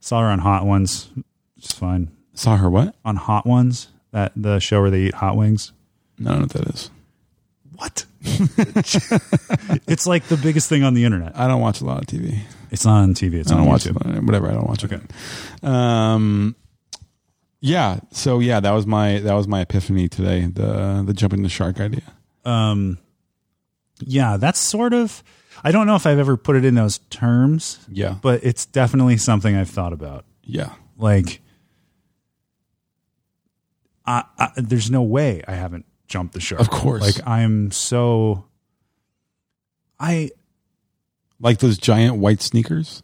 [SPEAKER 2] Saw her on Hot Ones. It's fine.
[SPEAKER 3] Saw her what?
[SPEAKER 2] On Hot Ones, that the show where they eat hot wings.
[SPEAKER 3] I don't know what that is.
[SPEAKER 2] What? it's like the biggest thing on the internet.
[SPEAKER 3] I don't watch a lot of TV.
[SPEAKER 2] It's not on TV. It's
[SPEAKER 3] I
[SPEAKER 2] on
[SPEAKER 3] don't watch
[SPEAKER 2] YouTube.
[SPEAKER 3] it. Whatever. I don't watch it. Um, yeah. So yeah, that was my that was my epiphany today. The the jumping the shark idea.
[SPEAKER 2] Um, yeah, that's sort of. I don't know if I've ever put it in those terms,
[SPEAKER 3] Yeah.
[SPEAKER 2] but it's definitely something I've thought about.
[SPEAKER 3] yeah.
[SPEAKER 2] Like, I, I, there's no way I haven't jumped the shark.
[SPEAKER 3] Of course.
[SPEAKER 2] like I'm so. I
[SPEAKER 3] Like those giant white sneakers.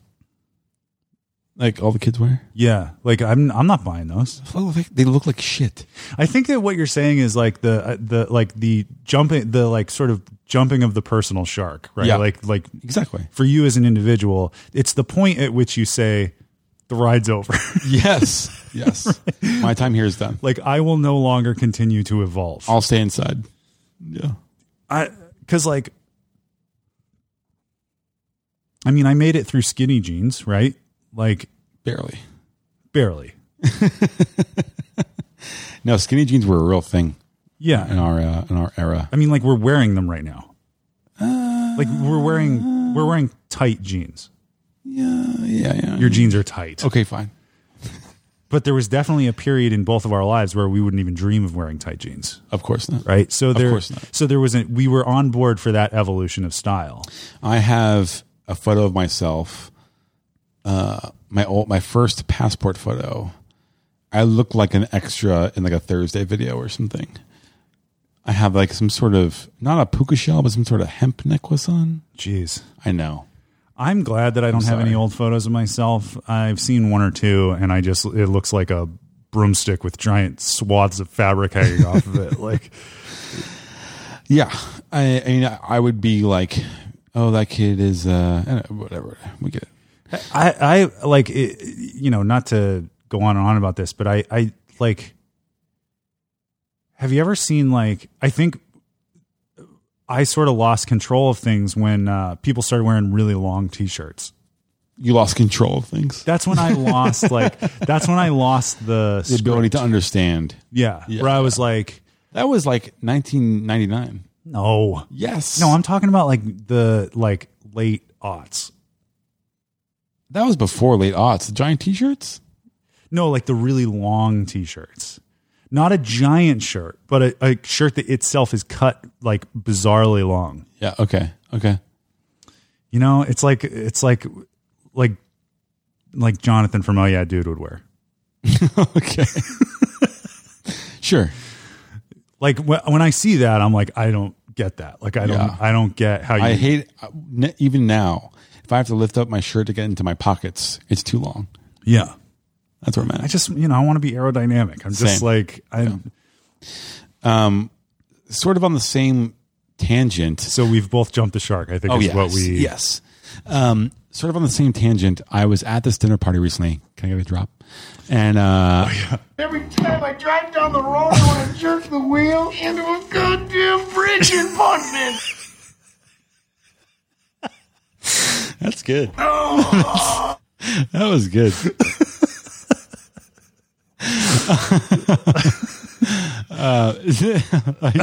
[SPEAKER 3] Like all the kids wear.
[SPEAKER 2] yeah, like I'm I'm not buying those.
[SPEAKER 3] Oh, They look like shit.
[SPEAKER 2] I think that what you're saying is like the uh, the like the jumping the like sort of jumping of the personal shark, right?
[SPEAKER 3] Yeah.
[SPEAKER 2] Like like
[SPEAKER 3] Exactly.
[SPEAKER 2] for you as an individual, it's the point at which you say the ride's over.
[SPEAKER 3] Yes. Yes. My time here is done.
[SPEAKER 2] like I will no longer continue to evolve.
[SPEAKER 3] I'll stay inside. Yeah.
[SPEAKER 2] I cuz like I mean, I made it through skinny jeans, right? Like
[SPEAKER 3] Barely.
[SPEAKER 2] barely.
[SPEAKER 3] No, skinny jeans were a real thing in
[SPEAKER 2] Yeah.
[SPEAKER 3] our uh, in our era.
[SPEAKER 2] I mean, like we're wearing them right now. Like we're wearing we're wearing tight jeans.
[SPEAKER 3] Yeah, yeah, yeah.
[SPEAKER 2] Your jeans are tight.
[SPEAKER 3] okay, fine.
[SPEAKER 2] but there was definitely a period in both of our lives where we wouldn't even dream of wearing tight jeans
[SPEAKER 3] Of course not.
[SPEAKER 2] right so there
[SPEAKER 3] course not.
[SPEAKER 2] so there wasn't we were on board for that evolution of style
[SPEAKER 3] I have a photo of myself. Uh, my old, my first passport photo. I look like an extra in like a Thursday video or something. I have like some sort of not a puka shell, but some sort of hemp necklace on.
[SPEAKER 2] jeez
[SPEAKER 3] I know.
[SPEAKER 2] i'm glad that i don't have
[SPEAKER 3] sorry.
[SPEAKER 2] any old photos of myself i've seen one or two and i just it looks like a broomstick with giant swaths of fabric hanging off of it like
[SPEAKER 3] Yeah, I, I mean, I would be like, oh, that kid is uh, I don't know, whatever. We get it.
[SPEAKER 2] I, I like it, you know not to go on and on about this, but I I like. Have you ever seen like I think I sort of lost control of things when uh, people started wearing really long T-shirts.
[SPEAKER 3] You lost control of things.
[SPEAKER 2] That's when I lost like that's when I lost the,
[SPEAKER 3] the ability to understand.
[SPEAKER 2] yeah,
[SPEAKER 3] Yeah.
[SPEAKER 2] where I was like
[SPEAKER 3] That was like 1999.
[SPEAKER 2] no
[SPEAKER 3] Yes.
[SPEAKER 2] no I'm talking about like the like late aughts
[SPEAKER 3] that was before late aughts. The giant T-shirts.
[SPEAKER 2] No, like the really long t-shirts. Not a giant shirt, but a, a shirt that itself is cut like bizarrely long.
[SPEAKER 3] Yeah. Okay. Okay.
[SPEAKER 2] You know, it's like it's like like like Jonathan from Oh Yeah Dude would wear.
[SPEAKER 3] okay. sure.
[SPEAKER 2] Like wh- when I see that, I'm like, I don't get that. Like I don't,
[SPEAKER 3] Yeah.
[SPEAKER 2] I don't get how you.
[SPEAKER 3] I hate uh, n- even now. If I have to lift up my shirt to get into my pockets, it's too long.
[SPEAKER 2] yeah,
[SPEAKER 3] That's where I'm at.
[SPEAKER 2] I just you know I want to be aerodynamic. I'm just
[SPEAKER 3] Same.
[SPEAKER 2] like I.
[SPEAKER 3] sort of on the same tangent.
[SPEAKER 2] So we've both jumped the shark. I think is what we.
[SPEAKER 3] Oh, yes. Um, sort of on the same tangent. I was at this dinner party recently. Can I get a drop? And uh,
[SPEAKER 5] Every time I drive down the road, I want to jerk the wheel into a goddamn bridge abutment.
[SPEAKER 3] that's good. that was good. Uh, like,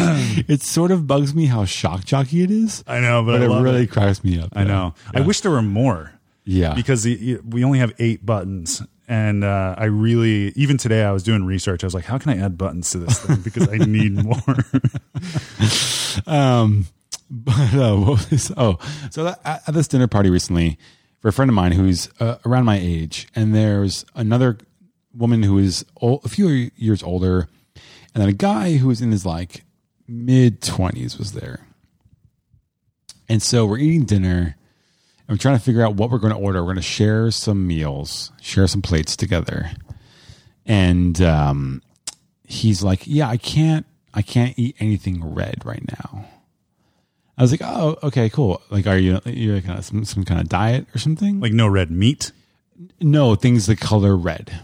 [SPEAKER 3] it sort of bugs me how shock jockey it is,
[SPEAKER 2] I know, but,
[SPEAKER 3] but
[SPEAKER 2] I
[SPEAKER 3] it
[SPEAKER 2] love
[SPEAKER 3] really
[SPEAKER 2] It.
[SPEAKER 3] cracks me up.
[SPEAKER 2] I know. I wish there were more.
[SPEAKER 3] Yeah.
[SPEAKER 2] because the, we only have eight buttons. And uh, I really, even today, I was doing research. I was like, how can I add buttons to this thing? Because I need more.
[SPEAKER 3] Um, but uh, what was this? oh, so that, at at this dinner party recently for a friend of mine who's uh, around my age, and there's another woman who is ol a few years older, and then a guy who was in his like mid twenties was there, and so we're eating dinner. and we're trying to figure out what we're going to order. We're going to share some meals, share some plates together, and um, he's like, "Yeah, I can't, I can't eat anything red right now." I was like, "Oh, okay, cool. Like, are you you're like on some some kind of diet or something?" Like,
[SPEAKER 2] like no red meat.
[SPEAKER 3] no, things the color red,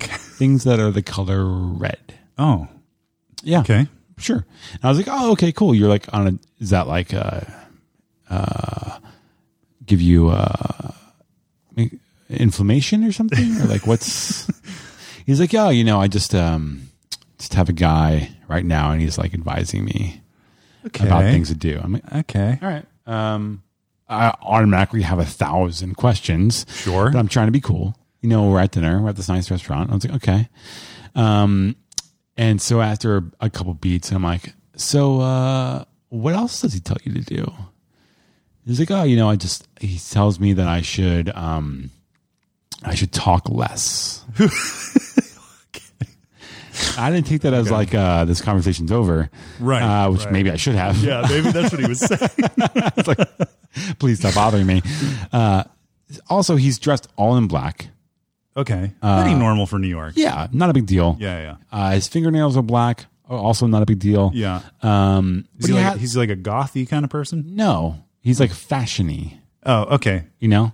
[SPEAKER 3] things that are the color red.
[SPEAKER 2] Oh,
[SPEAKER 3] Yeah.
[SPEAKER 2] okay.
[SPEAKER 3] Sure. And I was like, oh, okay, cool. You're like on a, is that like, uh, uh, give you, uh, inflammation or something? Or like, what's, he's like, oh, you know, I just, um, just have a guy right now and he's like advising me
[SPEAKER 2] Okay.
[SPEAKER 3] about things to do. I'm like,
[SPEAKER 2] Okay.
[SPEAKER 3] all right. Um, I automatically have a thousand questions.
[SPEAKER 2] Sure.
[SPEAKER 3] But I'm trying to be cool. You know, we're at dinner, we're at this nice restaurant. I was like, okay. Um, and so after a, a couple beats, I'm like, so uh, what else does he tell you to do? He's like, oh, you know, I just, he tells me that I should, um, I should talk less. I didn't take that as like uh, this conversation's over,
[SPEAKER 2] Right,
[SPEAKER 3] Uh, which
[SPEAKER 2] right.
[SPEAKER 3] maybe I should have.
[SPEAKER 2] Yeah, maybe that's what he was saying.
[SPEAKER 3] please stop bothering me. Uh, also, he's dressed all in black.
[SPEAKER 2] Okay. Pretty normal for New York.
[SPEAKER 3] Uh, Yeah, not a big deal.
[SPEAKER 2] Yeah, yeah.
[SPEAKER 3] Uh, his fingernails are black. Oh, Also, not a big deal.
[SPEAKER 2] Yeah.
[SPEAKER 3] Um,
[SPEAKER 2] Is
[SPEAKER 3] but
[SPEAKER 2] he
[SPEAKER 3] he
[SPEAKER 2] like,
[SPEAKER 3] ha-
[SPEAKER 2] he's like a gothy kind of person.
[SPEAKER 3] no, he's like fashiony.
[SPEAKER 2] Oh, okay.
[SPEAKER 3] You know,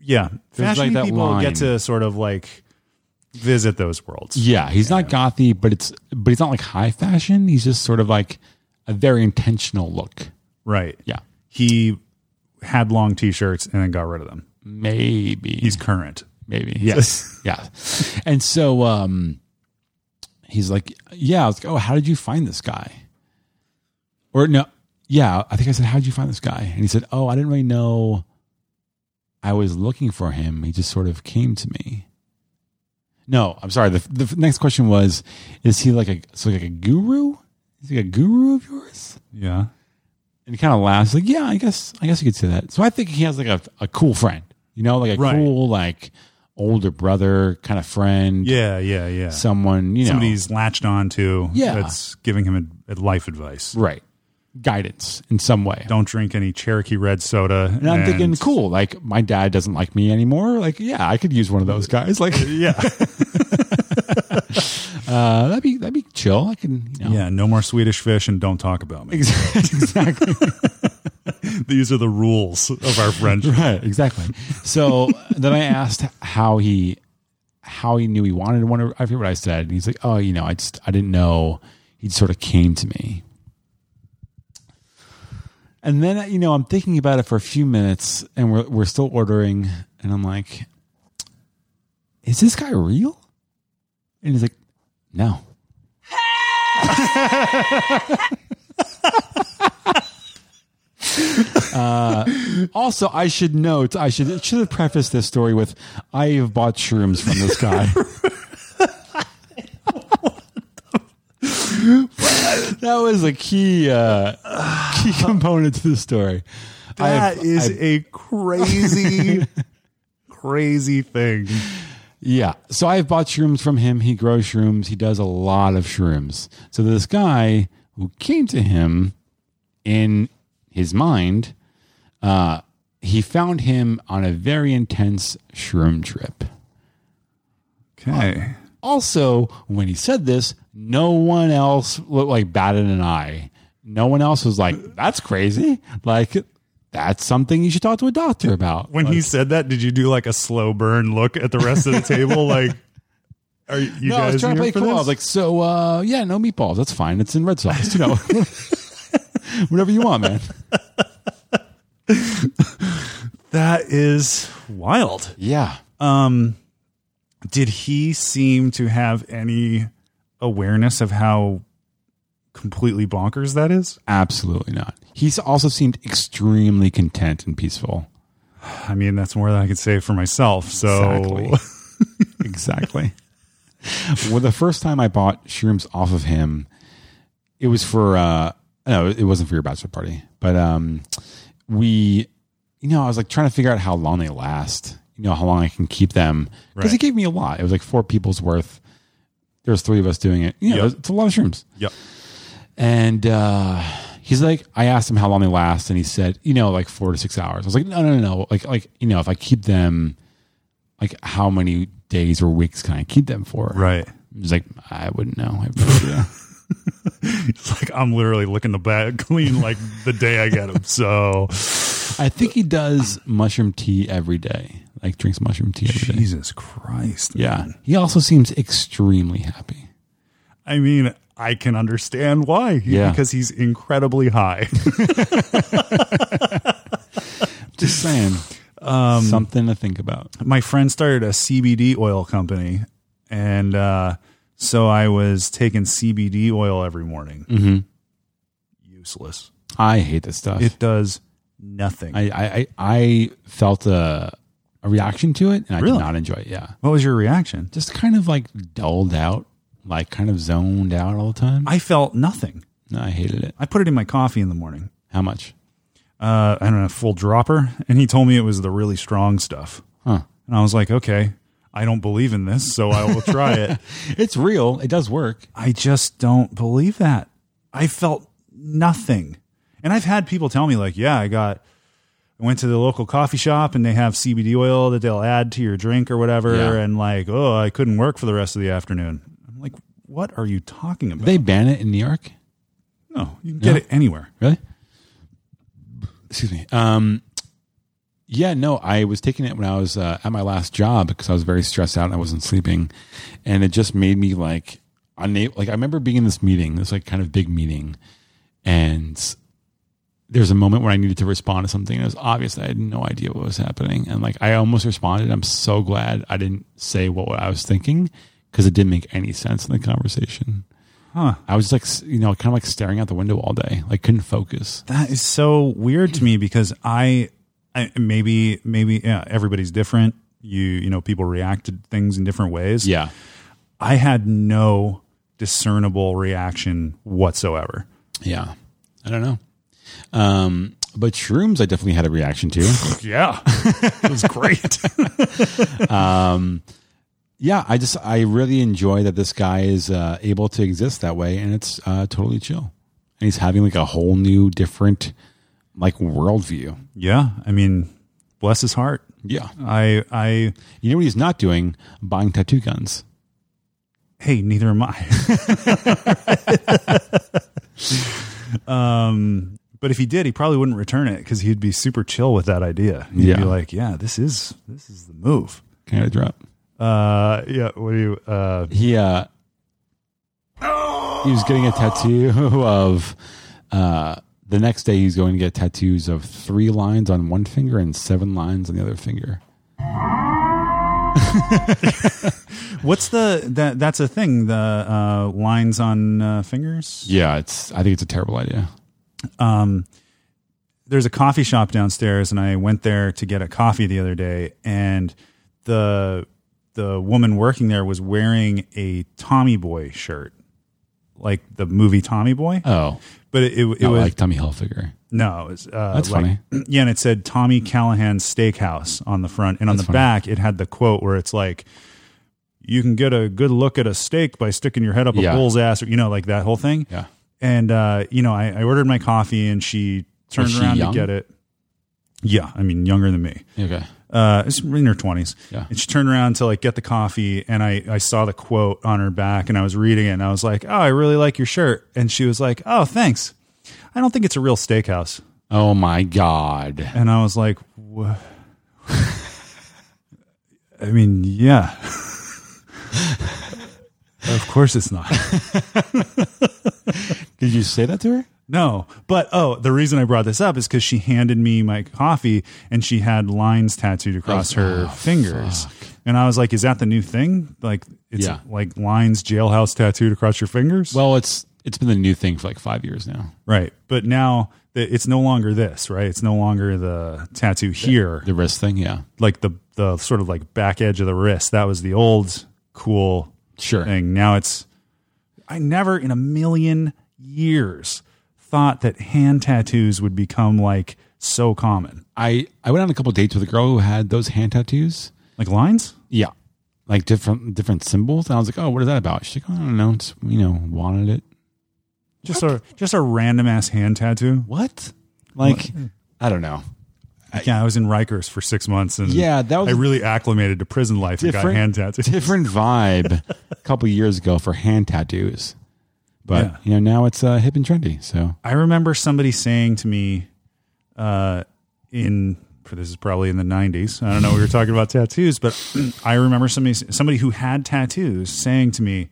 [SPEAKER 2] Yeah.
[SPEAKER 3] There's
[SPEAKER 2] Fashion
[SPEAKER 3] like that
[SPEAKER 2] people
[SPEAKER 3] line.
[SPEAKER 2] get to sort of like visit those worlds.
[SPEAKER 3] yeah, he's not gothy, but it's but he's not like high fashion. He's just sort of like a very intentional look.
[SPEAKER 2] Right.
[SPEAKER 3] Yeah,
[SPEAKER 2] He had long t shirts and then got rid of them.
[SPEAKER 3] maybe
[SPEAKER 2] He's current.
[SPEAKER 3] maybe yes yeah and so um he's like yeah i was like oh how did you find this guy or no yeah i think i said how did you find this guy and he said oh i didn't really know i was looking for him he just sort of came to me no i'm sorry the, the next question was is he like a so like a guru is he a guru of yours
[SPEAKER 2] Yeah.
[SPEAKER 3] and he kind of laughs like yeah i guess i guess you could say that so i think he has like a, a cool friend you know like a
[SPEAKER 2] Right.
[SPEAKER 3] cool like older brother kind of friend
[SPEAKER 2] Yeah. Yeah. Yeah.
[SPEAKER 3] someone you know
[SPEAKER 2] Somebody he's latched on to
[SPEAKER 3] Yeah.
[SPEAKER 2] that's giving him ad- life advice.
[SPEAKER 3] right guidance in some way
[SPEAKER 2] Don't drink any Cherokee red soda.
[SPEAKER 3] and i'm thinking cool like my dad doesn't like me anymore like yeah i could use one of those guys like
[SPEAKER 2] Yeah.
[SPEAKER 3] uh, that'd be that'd be chill i can you know
[SPEAKER 2] Yeah. No more Swedish fish and don't talk about me.
[SPEAKER 3] exactly
[SPEAKER 2] These are the rules of our friendship.
[SPEAKER 3] Right, exactly. So then I asked how he how he knew he wanted one. or- I forget what I said, and he's like, "Oh, you know, I just I didn't know." He sort of came to me, and then you know I'm thinking about it for a few minutes, and we're we're still ordering, and I'm like, "Is this guy real?" And he's like, "No." Uh, Also, I should note, I should should have prefaced this story with, I have bought shrooms from this guy. that was a key uh, key component to the story. I have-
[SPEAKER 2] That is
[SPEAKER 3] I-
[SPEAKER 2] a crazy, crazy thing.
[SPEAKER 3] Yeah. So I've bought shrooms from him. He grows shrooms. He does a lot of shrooms. So this guy who came to him in his mind, uh, he found him on a very intense shroom trip.
[SPEAKER 2] Okay.
[SPEAKER 3] Also, when he said this, no one else looked like batted an eye. No one else was like, that's crazy. Like, that's something you should talk to a doctor about.
[SPEAKER 2] When he said that, did you do like a slow burn look at the rest of the table? Like, are you
[SPEAKER 3] no,
[SPEAKER 2] guys
[SPEAKER 3] I was trying to play
[SPEAKER 2] here for
[SPEAKER 3] cool. I
[SPEAKER 2] this?
[SPEAKER 3] was like, so uh, yeah, no meatballs. That's fine. It's in red sauce. You know, whatever you want, man.
[SPEAKER 2] that is wild. Um,
[SPEAKER 3] Yeah.
[SPEAKER 2] Did he seem to have any awareness of how completely bonkers that is?
[SPEAKER 3] Absolutely not. He's also seemed extremely content and peaceful.
[SPEAKER 2] I mean, that's more than I could say for myself. So,
[SPEAKER 3] exactly. well, the first time I bought shrooms off of him, it was for uh no, it wasn't for your bachelor party, but um we you know, I was like trying to figure out how long they last, you know, how long I can keep them because he
[SPEAKER 2] Right.
[SPEAKER 3] gave me a lot. It was like four people's worth. There's three of us doing it. You know,
[SPEAKER 2] Yep.
[SPEAKER 3] it's a lot of shrooms.
[SPEAKER 2] yep.
[SPEAKER 3] And uh, he's like, I asked him how long they last, and he said, you know, like four to six hours. I was like, no, no, no, no. Like, like you know, if I keep them, like, how many days or weeks can I keep them for?
[SPEAKER 2] Right.
[SPEAKER 3] He's like, I wouldn't know. I have no idea."
[SPEAKER 2] It's like I'm literally licking the bag clean like the day I get them. So,
[SPEAKER 3] I think he does mushroom tea every day. Like, drinks mushroom tea every day.
[SPEAKER 2] Jesus Christ.
[SPEAKER 3] Yeah. He also seems extremely happy.
[SPEAKER 2] I mean, I can understand why.
[SPEAKER 3] Yeah.
[SPEAKER 2] Because he's incredibly high.
[SPEAKER 3] Just saying,
[SPEAKER 2] Um,
[SPEAKER 3] something to think about.
[SPEAKER 2] my friend started a CBD oil company, and uh, so I was taking CBD oil every morning. Mm-hmm. Useless.
[SPEAKER 3] I hate this stuff.
[SPEAKER 2] It does nothing.
[SPEAKER 3] I, I, I, I felt a, a reaction to it, and I
[SPEAKER 2] Really?
[SPEAKER 3] did not enjoy it. Yeah.
[SPEAKER 2] what was your reaction?
[SPEAKER 3] just kind of like dulled out, like kind of zoned out all the time.
[SPEAKER 2] I felt nothing.
[SPEAKER 3] No, I hated it.
[SPEAKER 2] I put it in my coffee in the morning.
[SPEAKER 3] How much?
[SPEAKER 2] Uh, I don't know, full dropper, and he told me it was the really strong stuff.
[SPEAKER 3] Huh.
[SPEAKER 2] And I was like, okay, I don't believe in this, so I will try it.
[SPEAKER 3] It's real. It does work.
[SPEAKER 2] I just don't believe that. I felt nothing. And I've had people tell me, like, yeah, I got, I went to the local coffee shop and they have CBD oil that they'll add to your drink or whatever.
[SPEAKER 3] Yeah.
[SPEAKER 2] And like, oh, I couldn't work for the rest of the afternoon. I'm like, what are you talking about?
[SPEAKER 3] They ban it in New York.
[SPEAKER 2] no, you can get it anywhere.
[SPEAKER 3] Really? Excuse me. Um, yeah, no, I was taking it when I was uh, at my last job because I was very stressed out and I wasn't sleeping, and it just made me like unable. Like I remember being in this meeting, this like kind of big meeting, and there's a moment where I needed to respond to something. And it was obvious that I had no idea what was happening, and like I almost responded. I'm so glad I didn't say what I was thinking because it didn't make any sense in the conversation. I was like, s- you know, kind of like staring out the window all day, like couldn't focus.
[SPEAKER 2] That is so weird to me because I, I maybe, maybe, yeah, everybody's different. You, you know, people react to things in different ways.
[SPEAKER 3] Yeah.
[SPEAKER 2] I had no discernible reaction whatsoever.
[SPEAKER 3] Yeah. I don't know. Um, but shrooms, I definitely had a reaction to.
[SPEAKER 2] Yeah, it was great.
[SPEAKER 3] yeah. I just, I really enjoy that this guy is uh, able to exist that way and it's uh, totally chill. And he's having like a whole new, different, like worldview.
[SPEAKER 2] yeah, I mean, bless his heart.
[SPEAKER 3] Yeah.
[SPEAKER 2] I, I,
[SPEAKER 3] You know what he's not doing? Buying tattoo guns.
[SPEAKER 2] hey, neither am I. um, Um, but if he did, he probably wouldn't return it because he'd be super chill with that idea. He'd
[SPEAKER 3] Yeah.
[SPEAKER 2] be like, yeah, this is this is the move.
[SPEAKER 3] Kind of drop.
[SPEAKER 2] Uh, yeah. What do you? Uh,
[SPEAKER 3] He, uh, he was getting a tattoo of, uh, the next day he's going to get tattoos of three lines on one finger and seven lines on the other finger.
[SPEAKER 2] what's the that? That's a thing. The uh, lines on uh, fingers.
[SPEAKER 3] Yeah, it's. I think it's a terrible idea.
[SPEAKER 2] there's a coffee shop downstairs and I went there to get a coffee the other day and the the woman working there was wearing a Tommy Boy shirt. Like the movie Tommy Boy,
[SPEAKER 3] Oh,
[SPEAKER 2] but it, it,
[SPEAKER 3] I
[SPEAKER 2] was
[SPEAKER 3] like Tommy Hilfiger.
[SPEAKER 2] no, it was, uh,
[SPEAKER 3] That's
[SPEAKER 2] like- Yeah, and it said Tommy Callahan's Steakhouse on the front, and on the
[SPEAKER 3] funny.
[SPEAKER 2] back it had the quote where it's like, you can get a good look at a steak by sticking your head up a
[SPEAKER 3] Yeah.
[SPEAKER 2] bull's ass, or, you know, like that whole thing.
[SPEAKER 3] Yeah.
[SPEAKER 2] And, uh, you know, I, I ordered my coffee and she turned
[SPEAKER 3] she
[SPEAKER 2] around
[SPEAKER 3] young?
[SPEAKER 2] to get it. Yeah. I mean, younger than me
[SPEAKER 3] Okay.
[SPEAKER 2] uh, it's in her twenties.
[SPEAKER 3] Yeah.
[SPEAKER 2] And she turned around to like get the coffee, and I I saw the quote on her back, and I was reading it, and I was like, "Oh, I really like your shirt." And she was like, "Oh, thanks." I don't think it's a real steakhouse.
[SPEAKER 3] Oh my God.
[SPEAKER 2] And I was like, "Wha- I mean, yeah. of course it's not.
[SPEAKER 3] Did you say that to her?
[SPEAKER 2] No, but oh, the reason I brought this up is because she handed me my coffee and she had lines tattooed across
[SPEAKER 3] Oh,
[SPEAKER 2] her
[SPEAKER 3] oh,
[SPEAKER 2] fingers,
[SPEAKER 3] fuck.
[SPEAKER 2] and I was like, "Is that the new thing? Like, it's
[SPEAKER 3] Yeah.
[SPEAKER 2] like lines jailhouse tattooed across your fingers?"
[SPEAKER 3] Well, it's it's been the new thing for like five years now.
[SPEAKER 2] right. But now th- it's no longer this, right? It's no longer the tattoo here,
[SPEAKER 3] The wrist thing, yeah.
[SPEAKER 2] like the the sort of like back edge of the wrist. That was the old cool
[SPEAKER 3] Sure.
[SPEAKER 2] thing. Now it's I never in a million years thought that hand tattoos would become like so common.
[SPEAKER 3] I I went on a couple dates with a girl who had those hand tattoos.
[SPEAKER 2] Like lines?
[SPEAKER 3] Yeah. Like different different symbols. And I was like, oh, what is that about? She's like, oh, I don't know. Just, you know, wanted it.
[SPEAKER 2] Just a just a random ass hand tattoo.
[SPEAKER 3] What? Like, I don't know.
[SPEAKER 2] yeah, I was in Rikers for six months and
[SPEAKER 3] Yeah, that was-
[SPEAKER 2] I really acclimated to prison life and got hand tattoos.
[SPEAKER 3] different vibe a couple years ago for hand tattoos. But,
[SPEAKER 2] Yeah.
[SPEAKER 3] you know, now it's uh, hip and trendy. So,
[SPEAKER 2] I remember somebody saying to me, uh, in for this is probably in the '90s. I don't know. We were talking about tattoos, but I remember somebody somebody who had tattoos saying to me,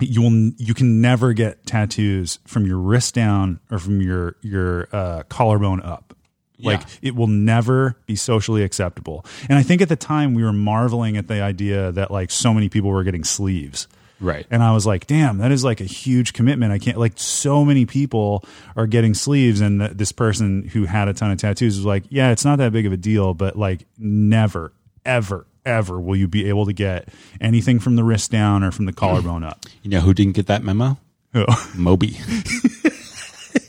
[SPEAKER 2] "You will you can never get tattoos from your wrist down or from your your uh, collarbone up." Like
[SPEAKER 3] Yeah.
[SPEAKER 2] it will never be socially acceptable. And I think at the time we were marveling at the idea that like so many people were getting sleeves.
[SPEAKER 3] right.
[SPEAKER 2] And I was like, damn, that is like a huge commitment. I can't, like, so many people are getting sleeves. And th- this person who had a ton of tattoos was like, yeah, it's not that big of a deal, but like, never, ever, ever will you be able to get anything from the wrist down or from the collarbone up.
[SPEAKER 3] You know who didn't get that memo? Moby.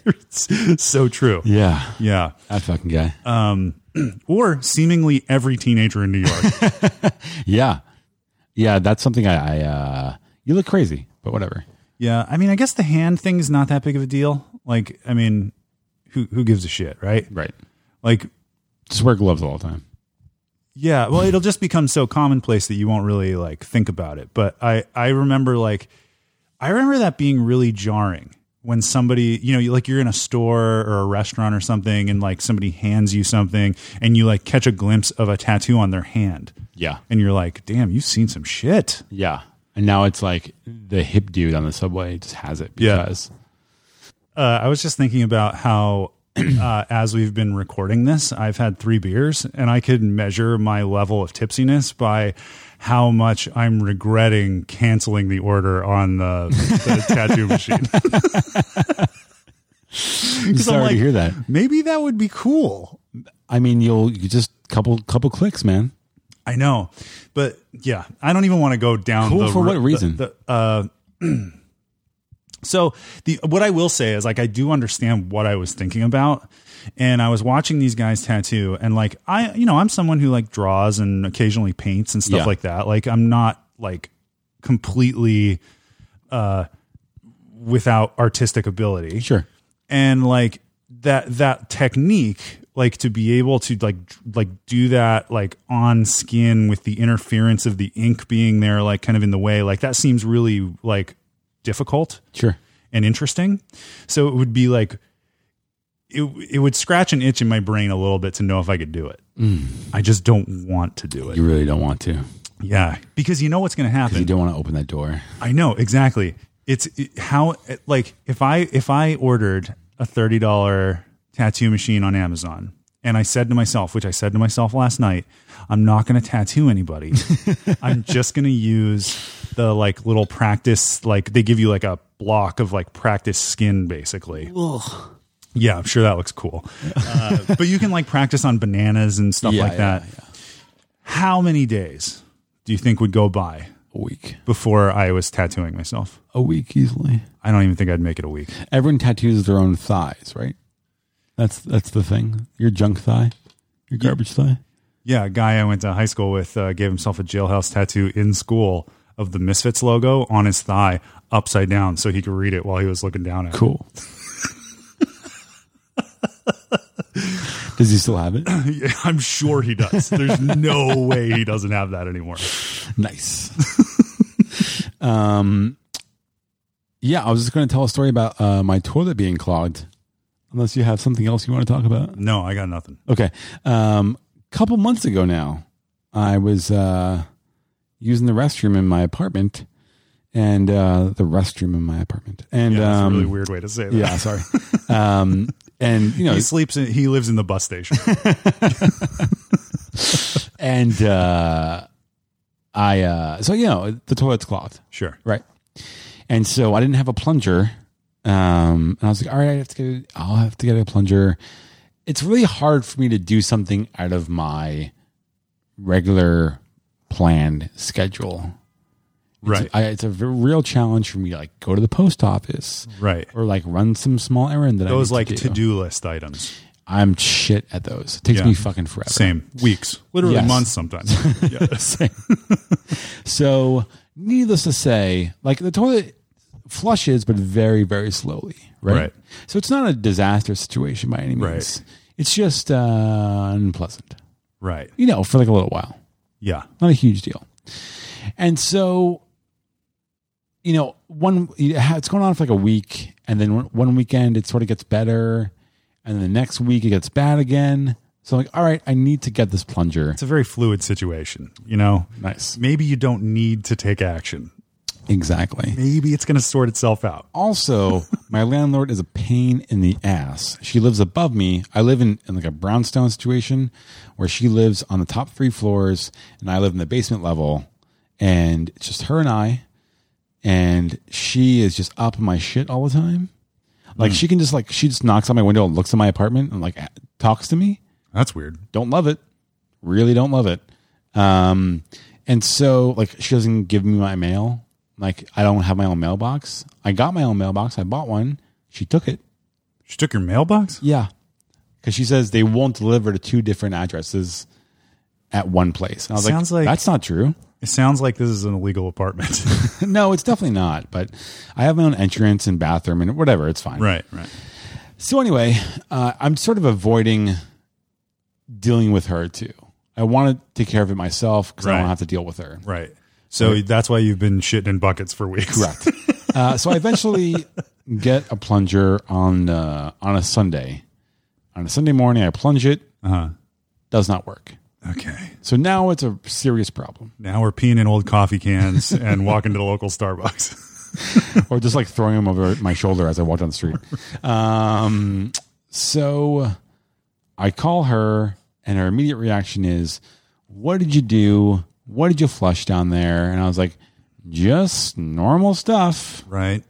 [SPEAKER 2] It's so true.
[SPEAKER 3] yeah.
[SPEAKER 2] Yeah. Uh.
[SPEAKER 3] That fucking guy.
[SPEAKER 2] Or seemingly every teenager in New York.
[SPEAKER 3] yeah. Yeah. That's something I, I uh, you look crazy, but whatever.
[SPEAKER 2] yeah. I mean, I guess the hand thing is not that big of a deal. Like, I mean, who, who gives a shit, right?
[SPEAKER 3] Right.
[SPEAKER 2] Like,
[SPEAKER 3] Just wear gloves all the time.
[SPEAKER 2] Yeah, well, it'll just become so commonplace that you won't really like think about it. But I I remember like I remember that being really jarring when somebody, you know, you- like you're in a store or a restaurant or something and like somebody hands you something and you like catch a glimpse of a tattoo on their hand
[SPEAKER 3] Yeah.
[SPEAKER 2] and you're like, "Damn, you've seen some shit."
[SPEAKER 3] Yeah. And now it's like the hip dude on the subway just has it
[SPEAKER 2] Yeah.
[SPEAKER 3] because
[SPEAKER 2] Uh, I was just thinking about how uh, as we've been recording this, I've had 3 beers and I could measure my level of tipsiness by how much I'm regretting canceling the order on the, the tattoo machine.
[SPEAKER 3] I'm sorry
[SPEAKER 2] like-
[SPEAKER 3] to hear that.
[SPEAKER 2] Maybe that would be cool.
[SPEAKER 3] I mean, you'll you just couple couple clicks, man.
[SPEAKER 2] I know, but yeah, I don't even want to go down.
[SPEAKER 3] Cool
[SPEAKER 2] the,
[SPEAKER 3] for what
[SPEAKER 2] the-
[SPEAKER 3] reason?
[SPEAKER 2] the- uh, so the what I will say is like I do understand what I was thinking about, and I was watching these guys tattoo, and like I, you know, I'm someone who like draws and occasionally paints and stuff
[SPEAKER 3] Yeah.
[SPEAKER 2] like that. Like I'm not like completely uh, without artistic ability
[SPEAKER 3] Sure.
[SPEAKER 2] and like that that technique like to be able to like dr- like do that like on skin with the interference of the ink being there like kind of in the way like that seems really like difficult
[SPEAKER 3] Sure.
[SPEAKER 2] and interesting so it would be like it it would scratch an itch in my brain a little bit to know if I could do it I just don't want to do it
[SPEAKER 3] You really don't want to. 'cause
[SPEAKER 2] yeah because you know what's going to happen
[SPEAKER 3] You don't want to open that door.
[SPEAKER 2] I know exactly. It's it- how it- like if I if I ordered a thirty dollar tattoo machine on Amazon and I said to myself, which I said to myself last night, I'm not going to tattoo anybody. I'm just going to use the like little practice like they give you like a block of like practice skin basically. Yeah, I'm sure that looks cool. Uh, but you can like practice on bananas and stuff
[SPEAKER 3] Yeah,
[SPEAKER 2] like that. How many days do you think would go by
[SPEAKER 3] A week.
[SPEAKER 2] before I was tattooing myself.
[SPEAKER 3] A week easily.
[SPEAKER 2] I don't even think I'd make it a week.
[SPEAKER 3] Everyone tattoos their own thighs, right? That's that's the thing. Your junk thigh, your garbage thigh.
[SPEAKER 2] Yeah, a guy I went to high school with uh, gave himself a jailhouse tattoo in school of the Misfits logo on his thigh, upside down, so he could read it while he was looking down at it.
[SPEAKER 3] Cool. Does he still have it?
[SPEAKER 2] Yeah, I'm sure he does. There's no way he doesn't have that anymore.
[SPEAKER 3] Nice. um, yeah, I was just going to tell a story about uh, my toilet being clogged. Unless you have something else you want to talk about.
[SPEAKER 2] No, I got nothing.
[SPEAKER 3] Okay. Um, couple months ago now, I was uh, using the restroom in my apartment, and uh, the restroom in my apartment, and
[SPEAKER 2] Yeah, that's
[SPEAKER 3] um,
[SPEAKER 2] a really weird way to say that.
[SPEAKER 3] yeah, sorry. um, and you know,
[SPEAKER 2] He sleeps in, he lives in the bus station.
[SPEAKER 3] and uh, I uh, so you know the toilet's clogged.
[SPEAKER 2] Sure.
[SPEAKER 3] Right. And so I didn't have a plunger. Um, and I was like, all right, I have to get, I'll have to get a plunger. It's really hard for me to do something out of my regular planned schedule.
[SPEAKER 2] Right.
[SPEAKER 3] I, it's a v- real challenge for me to like go to the post office
[SPEAKER 2] right.
[SPEAKER 3] or like run some small errand that
[SPEAKER 2] Those
[SPEAKER 3] I need
[SPEAKER 2] like
[SPEAKER 3] to do.
[SPEAKER 2] to do list items.
[SPEAKER 3] I'm shit at those. It takes
[SPEAKER 2] Yeah.
[SPEAKER 3] me fucking forever.
[SPEAKER 2] Same. Weeks. Literally
[SPEAKER 3] Yes.
[SPEAKER 2] months sometimes. yes.
[SPEAKER 3] So, needless to say, like the toilet flushes, but very, very slowly, right?
[SPEAKER 2] Right.
[SPEAKER 3] So it's not a disaster situation by any means.
[SPEAKER 2] Right.
[SPEAKER 3] It's just uh, unpleasant,
[SPEAKER 2] Right.
[SPEAKER 3] you know, for like a little while.
[SPEAKER 2] Yeah.
[SPEAKER 3] Not a huge deal. And so, you know, one you ha- it's going on for like a week, and then one- one weekend it sort of gets better, and then the next week it gets bad again. So I'm like, all right, I need to get this plunger.
[SPEAKER 2] It's a very fluid situation, you know.
[SPEAKER 3] Nice.
[SPEAKER 2] Maybe you don't need to take action.
[SPEAKER 3] Exactly.
[SPEAKER 2] Maybe it's going to sort itself out.
[SPEAKER 3] also my landlord is a pain in the ass she lives above me i live in, in like a brownstone situation where she lives on the top three floors and i live in the basement level and it's just her and i and she is just up in my shit all the time like she can just like she just knocks on my window and looks at my apartment and like talks to me
[SPEAKER 2] That's weird.
[SPEAKER 3] don't love it really don't love it um and so like she doesn't give me my mail like i don't have my own mailbox i got my own mailbox i bought one she took it
[SPEAKER 2] She took your mailbox?
[SPEAKER 3] yeah because she says they won't deliver to two different addresses at one place and i was
[SPEAKER 2] Sounds
[SPEAKER 3] like
[SPEAKER 2] like-
[SPEAKER 3] that's not true
[SPEAKER 2] It sounds like this is an illegal apartment.
[SPEAKER 3] no it's definitely not but i have my own entrance and bathroom and whatever it's fine
[SPEAKER 2] right, right.
[SPEAKER 3] So anyway, uh, I'm sort of avoiding dealing with her too. I want to take care of it myself because I
[SPEAKER 2] Right.
[SPEAKER 3] don't have to deal with her.
[SPEAKER 2] Right. So that's why you've been shitting in buckets for weeks.
[SPEAKER 3] Correct. uh, so I eventually get a plunger on uh, on a Sunday. On a Sunday morning, I plunge it.
[SPEAKER 2] Uh-huh.
[SPEAKER 3] Does not work.
[SPEAKER 2] Okay.
[SPEAKER 3] So now it's a serious problem,
[SPEAKER 2] Now we're peeing in old coffee cans and walking to the local Starbucks.
[SPEAKER 3] or just like throwing them over my shoulder as I walk down the street. Um, so I call her, and her immediate reaction is, What did you do? What did you flush down there? And I was like, Just normal stuff.
[SPEAKER 2] Right.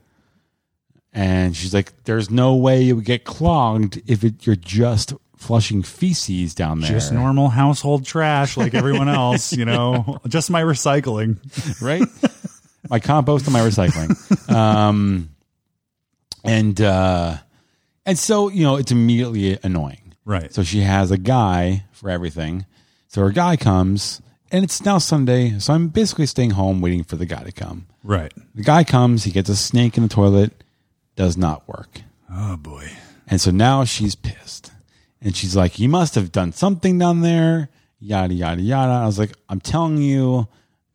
[SPEAKER 3] And she's like, There's no way it would get clogged if it, you're just flushing feces down there.
[SPEAKER 2] Just normal household trash like everyone else, you know. Just my recycling.
[SPEAKER 3] right? my compost and my recycling. Um, and uh, and so you know, it's immediately annoying.
[SPEAKER 2] Right.
[SPEAKER 3] So she has a guy for everything. So her guy comes, and it's now Sunday, so I'm basically staying home waiting for the guy to come.
[SPEAKER 2] Right.
[SPEAKER 3] The guy comes, he gets a snake in the toilet, does not work.
[SPEAKER 2] Oh boy.
[SPEAKER 3] And so now she's pissed. And she's like, You must have done something down there, yada, yada, yada. I was like, I'm telling you,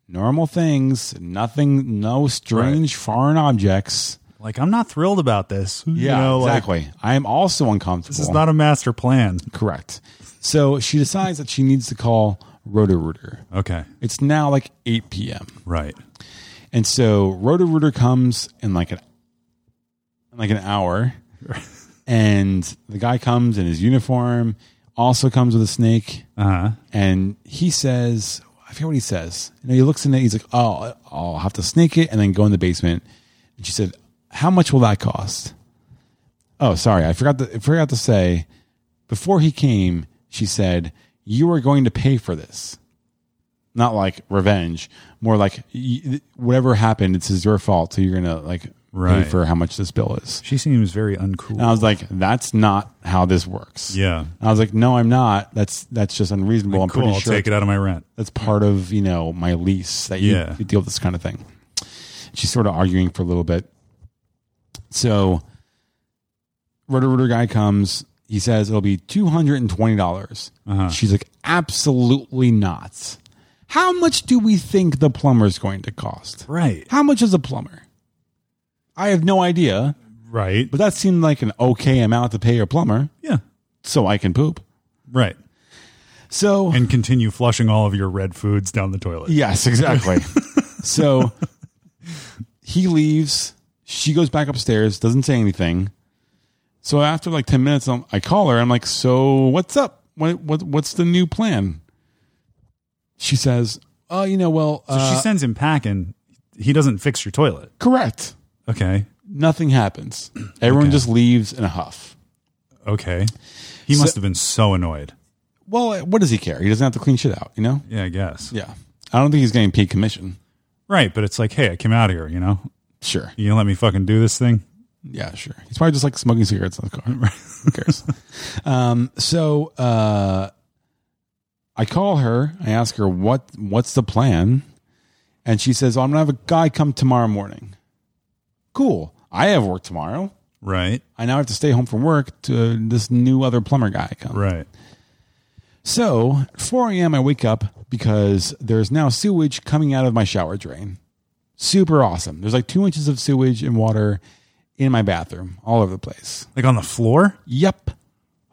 [SPEAKER 3] normal things, nothing, no strange foreign objects.
[SPEAKER 2] Like I'm not thrilled about this.
[SPEAKER 3] Yeah,
[SPEAKER 2] you know, like,
[SPEAKER 3] exactly. I am also uncomfortable.
[SPEAKER 2] this is not a master plan.
[SPEAKER 3] correct. So she decides that she needs to call Roto Rooter.
[SPEAKER 2] Okay.
[SPEAKER 3] It's now like 8 p.m.
[SPEAKER 2] Right.
[SPEAKER 3] And so Roto Rooter comes in like an in like an hour. and the guy comes in his uniform, also comes with a snake.
[SPEAKER 2] Uh-huh.
[SPEAKER 3] And he says, I forget what he says. You know, he looks in it, he's like, Oh, I'll have to snake it and then go in the basement. And she said, How much will that cost? Oh, sorry, I forgot to I forgot to say, before he came, she said, You are going to pay for this not like revenge, more like y- whatever happened, it's is your fault. So you're gonna like
[SPEAKER 2] Right.
[SPEAKER 3] pay for how much this bill is.
[SPEAKER 2] She seems very uncool.
[SPEAKER 3] And I was like, that's not how this works.
[SPEAKER 2] Yeah.
[SPEAKER 3] And I was like, no, I'm not. That's that's just unreasonable. I'm
[SPEAKER 2] cool,
[SPEAKER 3] pretty
[SPEAKER 2] I'll
[SPEAKER 3] sure
[SPEAKER 2] take it out of my rent.
[SPEAKER 3] that's part of you know my lease that you,
[SPEAKER 2] Yeah.
[SPEAKER 3] you deal with this kind of thing. She's sort of arguing for a little bit. So, rotor rotor guy comes. He says it'll be two hundred and twenty dollars.
[SPEAKER 2] Uh-huh.
[SPEAKER 3] She's like, absolutely not. How much do we think the plumber's going to cost?
[SPEAKER 2] Right.
[SPEAKER 3] How much is a plumber? I have no idea,
[SPEAKER 2] Right.
[SPEAKER 3] but that seemed like an okay amount to pay your plumber,
[SPEAKER 2] Yeah.
[SPEAKER 3] so I can poop.
[SPEAKER 2] Right.
[SPEAKER 3] So
[SPEAKER 2] And continue flushing all of your red foods down the toilet.
[SPEAKER 3] Yes, exactly. so he leaves. She goes back upstairs, doesn't say anything. So after like 10 minutes, I'm, I call her. I'm like, So what's up? What, what, what's the new plan? She says, Oh, you know, well,
[SPEAKER 2] So
[SPEAKER 3] uh,
[SPEAKER 2] she sends him packing. He doesn't fix your toilet.
[SPEAKER 3] correct.
[SPEAKER 2] Okay.
[SPEAKER 3] Nothing happens. Everyone
[SPEAKER 2] Okay.
[SPEAKER 3] just leaves in a huff.
[SPEAKER 2] Okay. He must have been so annoyed.
[SPEAKER 3] Well, what does he care? He doesn't have to clean shit out, you know?
[SPEAKER 2] Yeah, I guess.
[SPEAKER 3] Yeah. I don't think he's getting paid commission.
[SPEAKER 2] Right. But it's like, hey, I came out here, you know?
[SPEAKER 3] Sure.
[SPEAKER 2] You gonna let me fucking do this thing?
[SPEAKER 3] Yeah, sure. He's probably just like smoking cigarettes in the car. Who cares? um, so uh, I call her. I ask her what what's the plan, and she says, "Oh, I'm gonna have a guy come tomorrow morning." Cool. I have work tomorrow.
[SPEAKER 2] Right.
[SPEAKER 3] I now have to stay home from work to this new other plumber guy comes.
[SPEAKER 2] Right.
[SPEAKER 3] So at 4 a.m. I wake up because there's now sewage coming out of my shower drain. Super awesome. There's like two inches of sewage and water in my bathroom, all over the place.
[SPEAKER 2] Like on the floor?
[SPEAKER 3] Yep.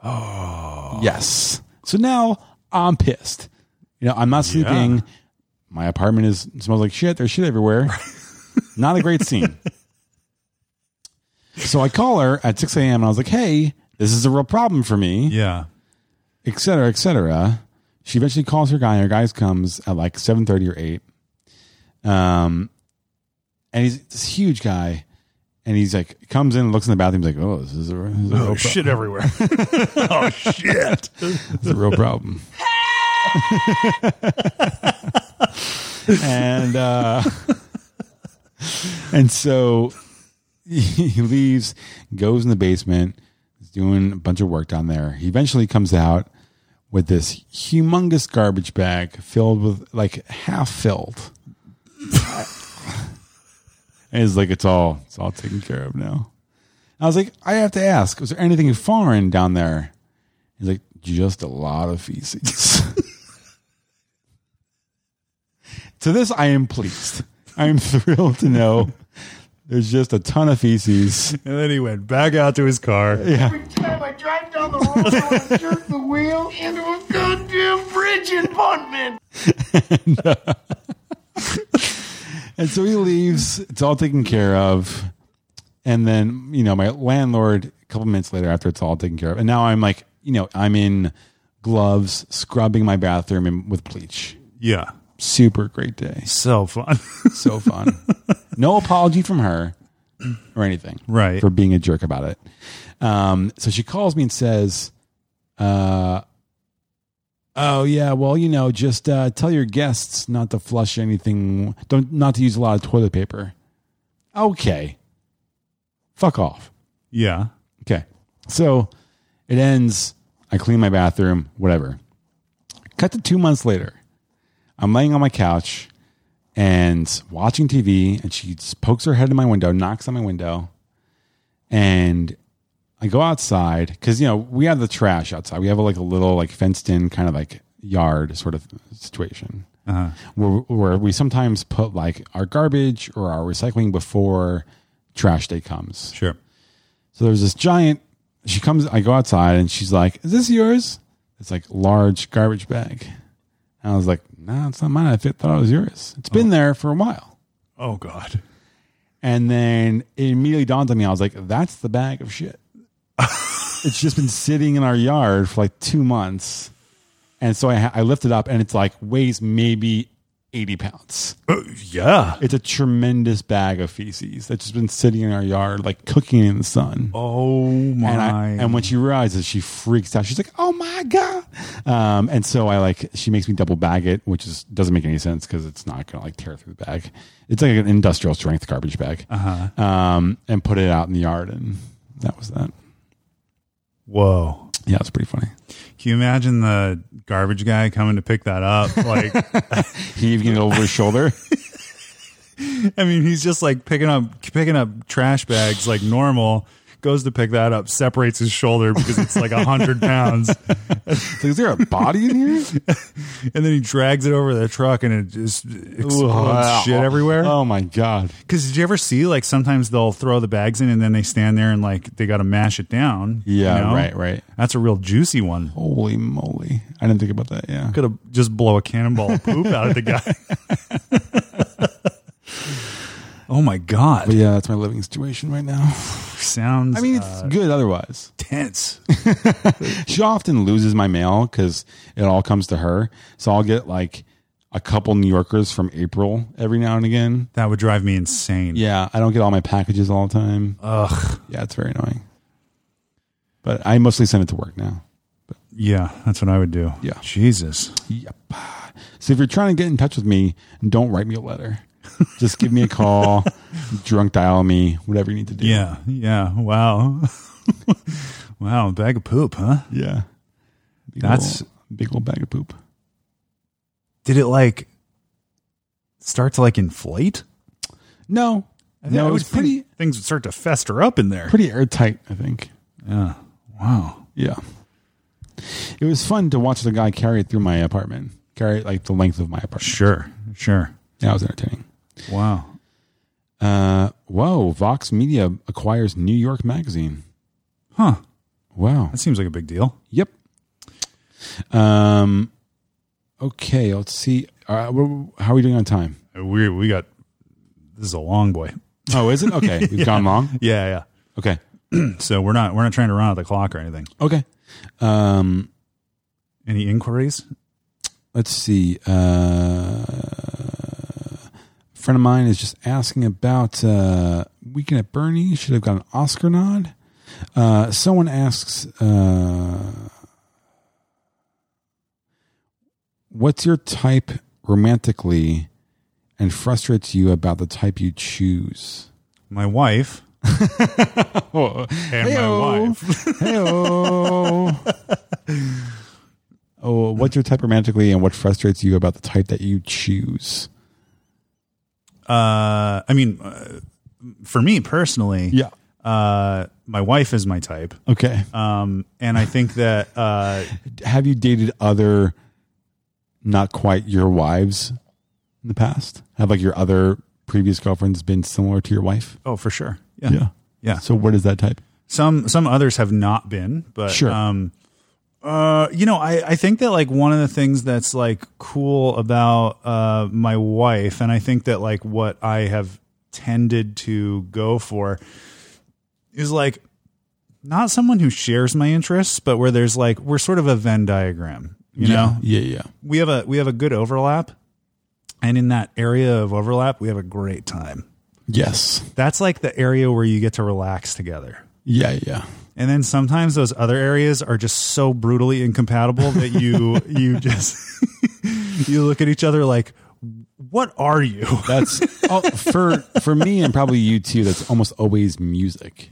[SPEAKER 3] Oh. Yes. So now I'm pissed. You know, I'm not sleeping. My apartment is smells like shit. There's shit everywhere. not a great scene. so I call her at 6 a.m. and I was like, hey, this is a real problem for me,
[SPEAKER 2] Yeah.
[SPEAKER 3] et cetera, et cetera. She eventually calls her guy, and her guy comes at like 7.30 or 8. Um, and he's this huge guy. And he's like, comes in, looks in the bathroom, he's like, oh, this is a, this is a real
[SPEAKER 2] Oh, shit everywhere. oh shit.
[SPEAKER 3] It's a real problem. and uh, and so he leaves, goes in the basement, is doing a bunch of work down there. He eventually comes out with this humongous garbage bag filled with like half filled. and he's like, it's all it's all taken care of now. I was like, I have to ask, was there anything foreign down there? He's like, just a lot of feces. to this, I am pleased. I am thrilled to know there's just a ton of feces.
[SPEAKER 2] And then he went back out to his car.
[SPEAKER 5] Every time I drive down the road, I want to jerk the wheel into a goddamn bridge abutment.
[SPEAKER 3] And so he leaves. It's all taken care of. And then, you know, my landlord, a couple minutes later, after it's all taken care of, and now I'm like, you know, I'm in gloves, scrubbing my bathroom in, with bleach.
[SPEAKER 2] Yeah.
[SPEAKER 3] Super great day.
[SPEAKER 2] So fun.
[SPEAKER 3] So fun. no apology from her or anything.
[SPEAKER 2] Right.
[SPEAKER 3] For being a jerk about it. Um, so she calls me and says, uh, Oh yeah, well you know, just uh, tell your guests not to flush anything, don't not to use a lot of toilet paper. Okay, fuck off.
[SPEAKER 2] yeah.
[SPEAKER 3] Okay. So it ends. I clean my bathroom, whatever. Cut to two months later. I'm laying on my couch and watching TV, and she just pokes her head in my window, knocks on my window, and I go outside because you know we have the trash outside. We have like a little like fenced in kind of like yard sort of situation where, where we sometimes put like our garbage or our recycling before trash day comes.
[SPEAKER 2] Sure.
[SPEAKER 3] So there's this giant. She comes. I go outside and she's like, "Is this yours?" It's like large garbage bag. And I was like, "No, it's not mine. I thi- thought it was yours. It's been there for a while."
[SPEAKER 2] Oh god.
[SPEAKER 3] And then it immediately dawned on me. I was like, "That's the bag of shit." it's just been sitting in our yard for like two months, and so I, ha- I lift it up, and it's like weighs maybe 80 pounds.
[SPEAKER 2] yeah.
[SPEAKER 3] It's a tremendous bag of feces that's just been sitting in our yard, like cooking in the sun.
[SPEAKER 2] Oh my.
[SPEAKER 3] and, I, and when she realizes, she freaks out. She's like, "Oh my god!" Um, and so I like she makes me double bag it, which is doesn't make any sense because it's not gonna like tear through the bag. It's like an industrial strength garbage bag, uh-huh. um, and put it out in the yard, and that was that.
[SPEAKER 2] Whoa.
[SPEAKER 3] Yeah, it's pretty funny.
[SPEAKER 2] Can you imagine the garbage guy coming to pick that up? Like,
[SPEAKER 3] He even get it over his shoulder.
[SPEAKER 2] I mean, he's just like picking up picking up trash bags like normal. Goes to pick that up, separates his shoulder because it's like a hundred pounds,
[SPEAKER 3] It's like, is there a body in here?
[SPEAKER 2] and then he drags it over to the truck, and it just explodes
[SPEAKER 3] Wow.
[SPEAKER 2] shit everywhere.
[SPEAKER 3] Oh my god!
[SPEAKER 2] Because did you ever see like sometimes they'll throw the bags in and then they stand there and like they got to mash it down? you
[SPEAKER 3] Yeah,
[SPEAKER 2] know?
[SPEAKER 3] right, right.
[SPEAKER 2] That's a real juicy one.
[SPEAKER 3] Holy moly! I didn't think about that. Yeah.
[SPEAKER 2] Could have just blow a cannonball of poop out of the guy. oh my god!
[SPEAKER 3] But yeah, that's my living situation right now. Uh,
[SPEAKER 2] Sounds
[SPEAKER 3] I mean, it's good otherwise.
[SPEAKER 2] tense.
[SPEAKER 3] she often loses my mail because it all comes to her. So I'll get like a couple New Yorkers from April every now and again.
[SPEAKER 2] that would drive me insane.
[SPEAKER 3] Yeah, I don't get all my packages all the time.
[SPEAKER 2] Ugh.
[SPEAKER 3] Yeah, it's very annoying. But I mostly send it to work now.
[SPEAKER 2] Yeah, that's what I would do.
[SPEAKER 3] Yeah.
[SPEAKER 2] Jesus.
[SPEAKER 3] Yep. So if you're trying to get in touch with me, don't write me a letter. Just give me a call, drunk dial me, whatever you need to do.
[SPEAKER 2] Yeah. Yeah. Wow. wow. Bag of poop, huh?
[SPEAKER 3] Yeah. Big
[SPEAKER 2] That's-
[SPEAKER 3] ol' big old bag of poop.
[SPEAKER 2] Did it like start to like inflate?
[SPEAKER 3] No. No, it was pretty
[SPEAKER 2] Things would start to fester up in there.
[SPEAKER 3] pretty airtight, I think.
[SPEAKER 2] yeah. Wow.
[SPEAKER 3] Yeah. It was fun to watch the guy carry it through my apartment, carry it like the length of my apartment.
[SPEAKER 2] Sure. Sure.
[SPEAKER 3] That was entertaining.
[SPEAKER 2] Wow.
[SPEAKER 3] Uh, whoa, Vox Media acquires New York Magazine.
[SPEAKER 2] Huh.
[SPEAKER 3] Wow.
[SPEAKER 2] That seems like a big deal.
[SPEAKER 3] Yep. Um, okay, let's see. Uh, wh- how are we doing on time?
[SPEAKER 2] We we got this is a long boy.
[SPEAKER 3] Oh, is it? Okay, we've gone long.
[SPEAKER 2] Yeah,
[SPEAKER 3] Okay.
[SPEAKER 2] yeah. So we're not we're not trying to run out the clock or anything.
[SPEAKER 3] Okay. Um,
[SPEAKER 2] Any inquiries?
[SPEAKER 3] let's see. Uh, a friend of mine is just asking about uh, Weekend at Bernie. Should have got an Oscar nod. Uh, someone asks, uh, "What's your type romantically, and frustrates you about the type you choose?"
[SPEAKER 2] My wife and my wife.
[SPEAKER 3] hey oh what's your type romantically and what frustrates you about the type that you choose
[SPEAKER 2] Uh, I mean, uh, for me personally, Uh, my wife is my type.
[SPEAKER 3] okay
[SPEAKER 2] Um, and I think that uh,
[SPEAKER 3] have you dated other not quite your wives in the past have like your other previous girlfriends been similar to your wife
[SPEAKER 2] oh, for sure, yeah. Yeah.
[SPEAKER 3] so what is that type
[SPEAKER 2] Some some others have not been, but
[SPEAKER 3] Sure.
[SPEAKER 2] Um, uh, you know, I, I think that like one of the things that's like cool about uh, my wife, and I think that like what I have tended to go for is like not someone who shares my interests, but where there's like we're sort of a Venn diagram, you know?
[SPEAKER 3] yeah yeah
[SPEAKER 2] we have a we have a good overlap and in that area of overlap we have a great time
[SPEAKER 3] yes
[SPEAKER 2] that's like the area where you get to relax together
[SPEAKER 3] yeah yeah
[SPEAKER 2] and then sometimes those other areas are just so brutally incompatible that you you just you look at each other like what are you
[SPEAKER 3] that's oh, for for me and probably you too that's almost always music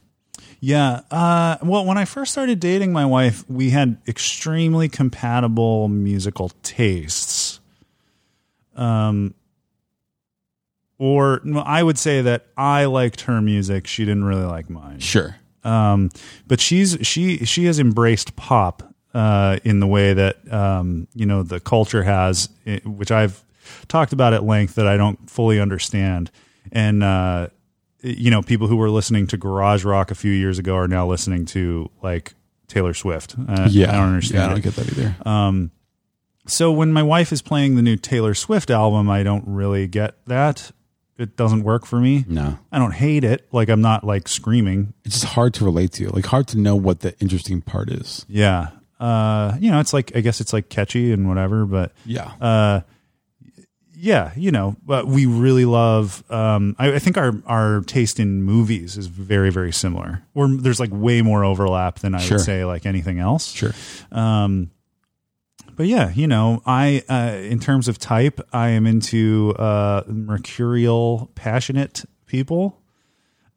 [SPEAKER 2] yeah uh, well when i first started dating my wife we had extremely compatible musical tastes um or no, i would say that i liked her music she didn't really like mine
[SPEAKER 3] sure
[SPEAKER 2] um, but she's she she has embraced pop uh, in the way that um, you know the culture has, i- which I've talked about at length that I don't fully understand, and uh, you know people who were listening to garage rock a few years ago are now listening to like Taylor Swift. Uh, I, I
[SPEAKER 3] yeah
[SPEAKER 2] don't understand.
[SPEAKER 3] yeah, i
[SPEAKER 2] it. Um,
[SPEAKER 3] don't get that either
[SPEAKER 2] So when my wife is playing the new Taylor Swift album, I don't really get that. It doesn't work for me.
[SPEAKER 3] no
[SPEAKER 2] I don't hate it. Like I'm not like screaming
[SPEAKER 3] it's just hard to relate to like hard to know what the interesting part is
[SPEAKER 2] Yeah. Uh, you know, it's like I guess it's like catchy and whatever, but
[SPEAKER 3] yeah
[SPEAKER 2] uh, y- yeah, you know, but we really love. Um, I, I think our our taste in movies is very very similar. Or there's like way more overlap than I
[SPEAKER 3] Sure.
[SPEAKER 2] would say like anything else.
[SPEAKER 3] Sure.
[SPEAKER 2] Um, but yeah, you know, I uh, in terms of type, I am into uh, mercurial, passionate people,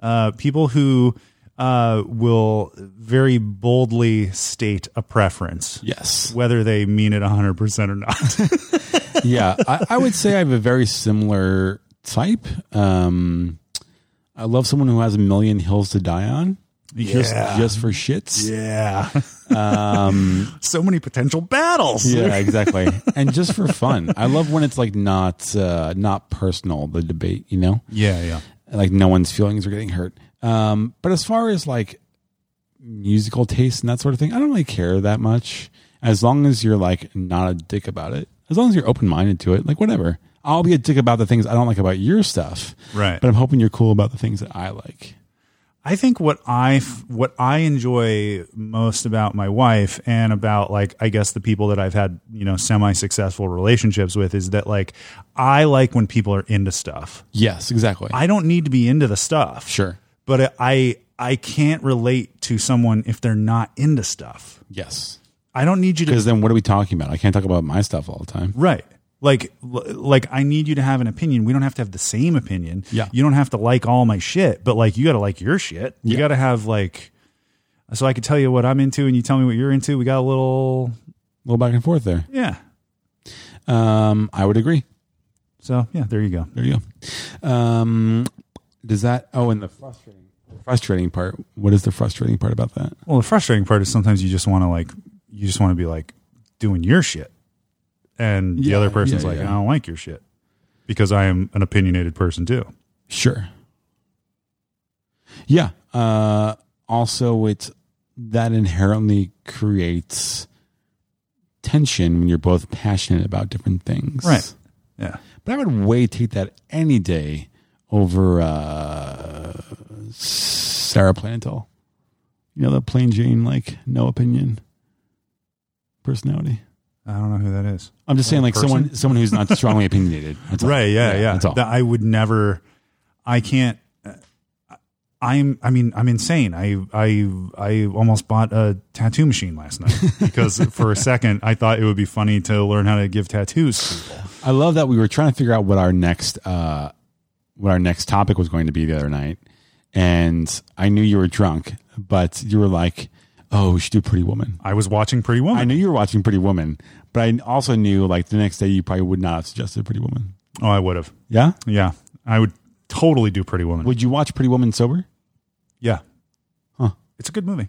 [SPEAKER 2] uh, people who uh, will very boldly state a preference,
[SPEAKER 3] Yes.
[SPEAKER 2] whether they mean it hundred percent or not.
[SPEAKER 3] yeah, I, I would say I have a very similar type. Um, I love someone who has a million hills to die on, just
[SPEAKER 2] Yeah.
[SPEAKER 3] just for shits.
[SPEAKER 2] yeah. Um, so many potential battles.
[SPEAKER 3] Yeah, exactly, and just for fun. I love when it's like not uh, not personal. The debate, you know,
[SPEAKER 2] yeah, yeah.
[SPEAKER 3] like no one's feelings are getting hurt. Um, but as far as like musical taste and that sort of thing, I don't really care that much. As long as you're like not a dick about it, as long as you're open minded to it, like whatever. I'll be a dick about the things I don't like about your stuff,
[SPEAKER 2] Right.
[SPEAKER 3] But I'm hoping you're cool about the things that I like.
[SPEAKER 2] I think what I f- what I enjoy most about my wife and about like I guess the people that I've had you know semi successful relationships with is that like I like when people are into stuff.
[SPEAKER 3] Yes, exactly.
[SPEAKER 2] I don't need to be into the stuff,
[SPEAKER 3] Sure.
[SPEAKER 2] but I I can't relate to someone if they're not into stuff.
[SPEAKER 3] yes,
[SPEAKER 2] I don't need you to
[SPEAKER 3] because then what are we talking about? I can't talk about my stuff all the time.
[SPEAKER 2] Right. Like l- like I need you to have an opinion. We don't have to have the same opinion.
[SPEAKER 3] Yeah.
[SPEAKER 2] You don't have to like all my shit, but like you got to like your shit. You
[SPEAKER 3] Yeah.
[SPEAKER 2] got to have like so I could tell you what I'm into and you tell me what you're into. We got a little
[SPEAKER 3] A little back and forth there.
[SPEAKER 2] yeah.
[SPEAKER 3] Um, I would agree.
[SPEAKER 2] So, yeah, there you go.
[SPEAKER 3] There you go. Um, does that? Oh, and the frustrating, frustrating part. What is the frustrating part about that?
[SPEAKER 2] Well, the frustrating part is sometimes you just want to like you just want to be like doing your shit. And the
[SPEAKER 3] Yeah,
[SPEAKER 2] other person's
[SPEAKER 3] yeah,
[SPEAKER 2] like,
[SPEAKER 3] yeah.
[SPEAKER 2] "I don't like your shit." Because I am an opinionated person too.
[SPEAKER 3] Sure. Yeah. Uh, also, it's that inherently creates tension when you're both passionate about different things.
[SPEAKER 2] Yeah.
[SPEAKER 3] But I would way take that any day over uh, Sarah Plantel. You know, the plain Jane, like, no opinion personality.
[SPEAKER 2] I don't know who that is.
[SPEAKER 3] I'm just saying, like,
[SPEAKER 2] person?
[SPEAKER 3] someone someone who's not strongly opinionated. That's all.
[SPEAKER 2] right yeah yeah,
[SPEAKER 3] That's all.
[SPEAKER 2] That I would never I can't uh, I'm I mean I'm insane I I I almost bought a tattoo machine last night because for a second I thought it would be funny to learn how to give tattoos to people
[SPEAKER 3] I love that we were trying to figure out what our next uh, what our next topic was going to be the other night, and I knew you were drunk, but you were like, "Oh, we should do Pretty Woman."
[SPEAKER 2] I was watching Pretty
[SPEAKER 3] I
[SPEAKER 2] Woman
[SPEAKER 3] knew you were watching Pretty Woman, but I also knew like the next day you probably would not have suggested Pretty Woman.
[SPEAKER 2] oh I would have
[SPEAKER 3] Yeah,
[SPEAKER 2] yeah I would totally do Pretty Woman
[SPEAKER 3] would you watch Pretty Woman sober?
[SPEAKER 2] yeah
[SPEAKER 3] Huh.
[SPEAKER 2] it's a good movie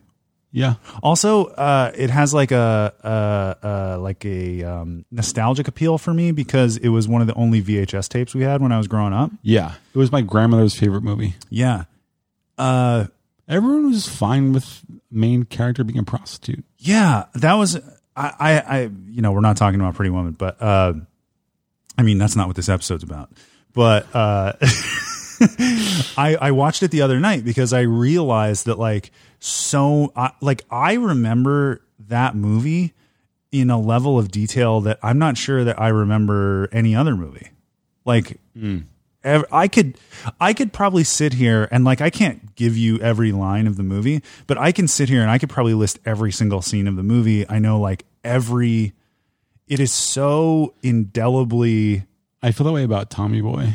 [SPEAKER 3] Yeah,
[SPEAKER 2] Also, uh, it has like a, a, a like a um, nostalgic appeal for me because it was one of the only VHS tapes we had when I was growing up.
[SPEAKER 3] yeah. It was my grandmother's favorite movie.
[SPEAKER 2] Yeah. Uh,
[SPEAKER 3] Everyone was fine with main character being a prostitute.
[SPEAKER 2] yeah, that was I, I, I. You know, we're not talking about Pretty Woman, but uh, I mean, that's not what this episode's about. But uh, I, I watched it the other night because I realized that like so, I, like I remember that movie in a level of detail that I'm not sure that I remember any other movie. Like ev- I could I could probably sit here and like I can't give you every line of the movie, but I can sit here and I could probably list every single scene of the movie. I know like every it is so indelibly
[SPEAKER 3] I feel that way about Tommy Boy,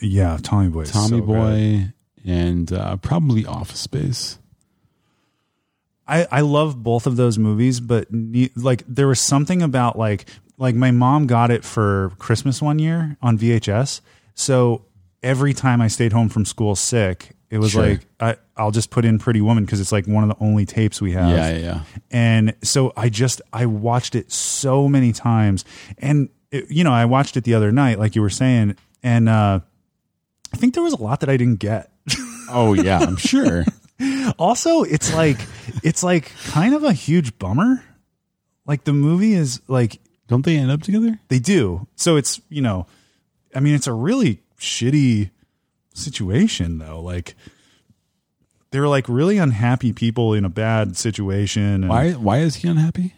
[SPEAKER 2] yeah, Tommy Boy. is
[SPEAKER 3] Tommy
[SPEAKER 2] so good.
[SPEAKER 3] Boy, and uh, probably Office Space.
[SPEAKER 2] I I love both of those movies, but ne- like there was something about like like my mom got it for Christmas one year on VHS. So every time I stayed home from school sick, it was
[SPEAKER 3] Sure.
[SPEAKER 2] like I I'll just put in Pretty Woman because it's like one of the only tapes we have.
[SPEAKER 3] Yeah, yeah, yeah.
[SPEAKER 2] And so I just I watched it so many times, and it, you know I watched it the other night, like you were saying, and uh, I think there was a lot that I didn't get.
[SPEAKER 3] Oh yeah, I'm sure.
[SPEAKER 2] also it's like it's like kind of a huge bummer like the movie is like
[SPEAKER 3] Don't they end up together?
[SPEAKER 2] they do so it's you know i mean it's a really shitty situation though like they're like really unhappy people in a bad situation and
[SPEAKER 3] Why why is he unhappy?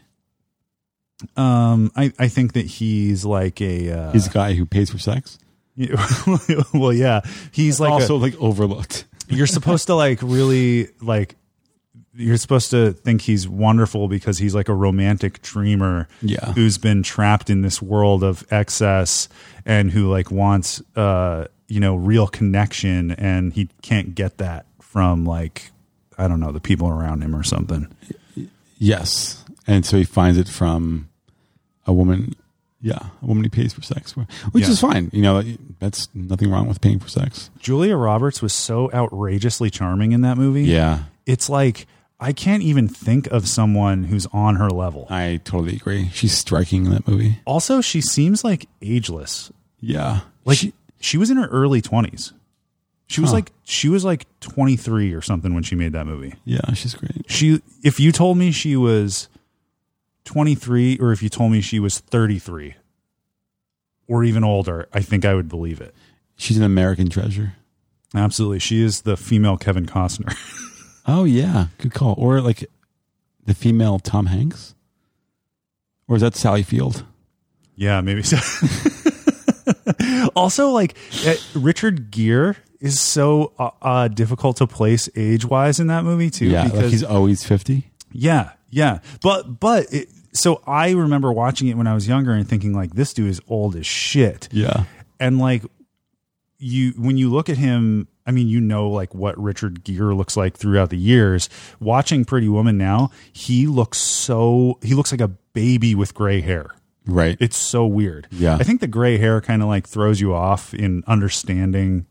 [SPEAKER 2] Um, I, I think that he's like a uh,
[SPEAKER 3] He's a guy who pays for sex.
[SPEAKER 2] well, yeah, he's like a-
[SPEAKER 3] also, like overlooked.
[SPEAKER 2] you're supposed to like really like you're supposed to think he's wonderful because he's like a romantic dreamer
[SPEAKER 3] Yeah.
[SPEAKER 2] who's been trapped in this world of excess and who like wants uh you know real connection and he can't get that from like i don't know the people around him or something
[SPEAKER 3] Yes, and so he finds it from a woman. Yeah, a woman he pays for sex, for, which
[SPEAKER 2] Yeah.
[SPEAKER 3] is fine. You know, that's nothing wrong with paying for sex.
[SPEAKER 2] julia roberts was so outrageously charming in that movie
[SPEAKER 3] Yeah,
[SPEAKER 2] it's like i can't even think of someone who's on her level
[SPEAKER 3] I totally agree. She's striking in that movie.
[SPEAKER 2] also she seems like ageless
[SPEAKER 3] Yeah,
[SPEAKER 2] like
[SPEAKER 3] She-
[SPEAKER 2] she, was in her early 20s she was
[SPEAKER 3] Huh.
[SPEAKER 2] like she was like 23 or something when she made that movie
[SPEAKER 3] yeah, she's great.
[SPEAKER 2] she if you told me she was 23 or if you told me she was 33 or even older i think i would believe it
[SPEAKER 3] She's an American treasure.
[SPEAKER 2] absolutely she is the female kevin costner
[SPEAKER 3] Oh yeah, good call. Or like the female Tom Hanks, or is that Sally Field?
[SPEAKER 2] yeah maybe so also like eh, richard gere is so uh, uh, difficult to place age-wise in that movie too
[SPEAKER 3] yeah, like he's always fifty.
[SPEAKER 2] Yeah, yeah. But but it, so I remember watching it when I was younger and thinking like this dude is old as shit.
[SPEAKER 3] Yeah,
[SPEAKER 2] And like you when you look at him, I mean you know like what Richard Gere looks like throughout the years. Watching Pretty Woman now, he looks so he looks like a baby with gray hair.
[SPEAKER 3] right.
[SPEAKER 2] It's so weird.
[SPEAKER 3] Yeah.
[SPEAKER 2] I think the gray hair kind of like throws you off in understanding.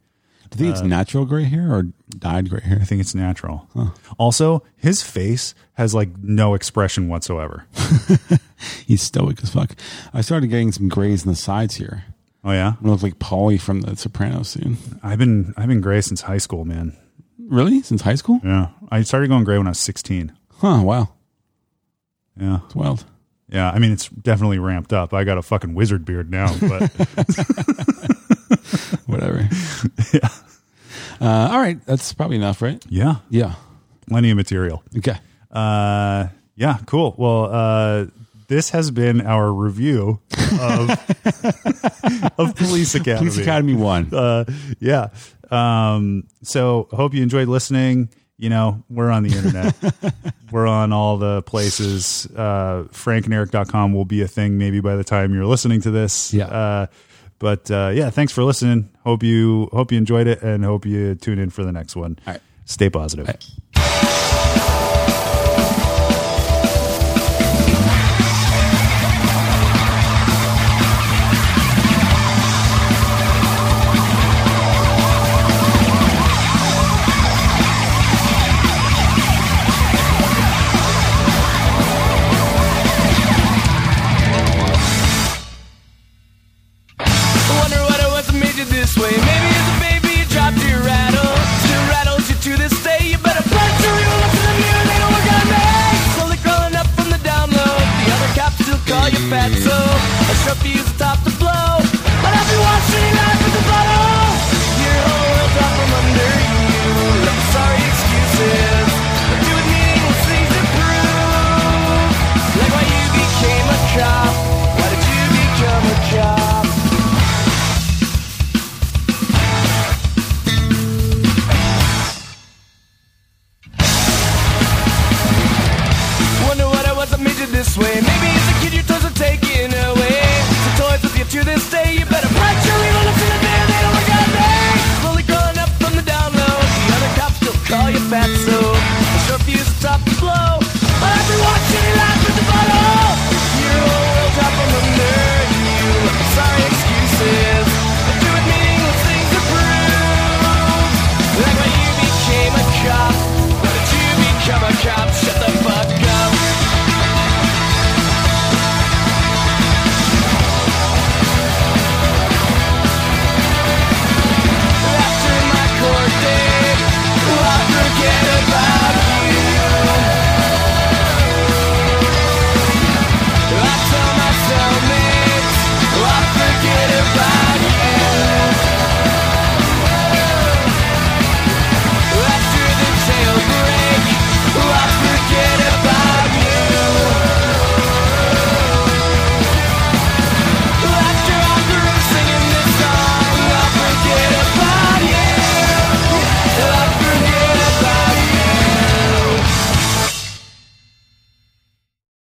[SPEAKER 3] Do you think it's natural gray hair or dyed gray hair?
[SPEAKER 2] I think it's natural. Also, his face has like no expression whatsoever.
[SPEAKER 3] He's stoic as fuck. I started getting some grays in the sides here.
[SPEAKER 2] Oh yeah.
[SPEAKER 3] I look like Polly from The Sopranos soon.
[SPEAKER 2] I've been I've been gray since high school, man.
[SPEAKER 3] Really? Since high school?
[SPEAKER 2] Yeah, I started going gray when I was sixteen.
[SPEAKER 3] Huh? Wow,
[SPEAKER 2] Yeah,
[SPEAKER 3] it's wild.
[SPEAKER 2] yeah. I mean, it's definitely ramped up. I got a fucking wizard beard now, but
[SPEAKER 3] Whatever. yeah. Uh, all right, that's probably enough, right?
[SPEAKER 2] yeah,
[SPEAKER 3] Yeah.
[SPEAKER 2] plenty of material.
[SPEAKER 3] Okay.
[SPEAKER 2] Uh, yeah, cool. Well, uh, this has been our review of of Police Academy.
[SPEAKER 3] Police Academy One.
[SPEAKER 2] Uh, yeah. Um, so hope you enjoyed listening. You know, we're on the internet. we're on all the places. Uh, frankanderic.com will be a thing maybe by the time you're listening to this.
[SPEAKER 3] Yeah.
[SPEAKER 2] Uh, but uh, yeah, thanks for listening. Hope you hope you enjoyed it and hope you tune in for the next one.
[SPEAKER 3] All right.
[SPEAKER 2] Stay positive.
[SPEAKER 3] All right.
[SPEAKER 6] I wonder what it was that made you this way. Maybe as a baby you dropped your rattle. Still rattles you to this day. You better punch your real look in the mirror, they know we're gonna make. Slowly crawling up from the down low. The other cops still call you fatso. I sure for you the top to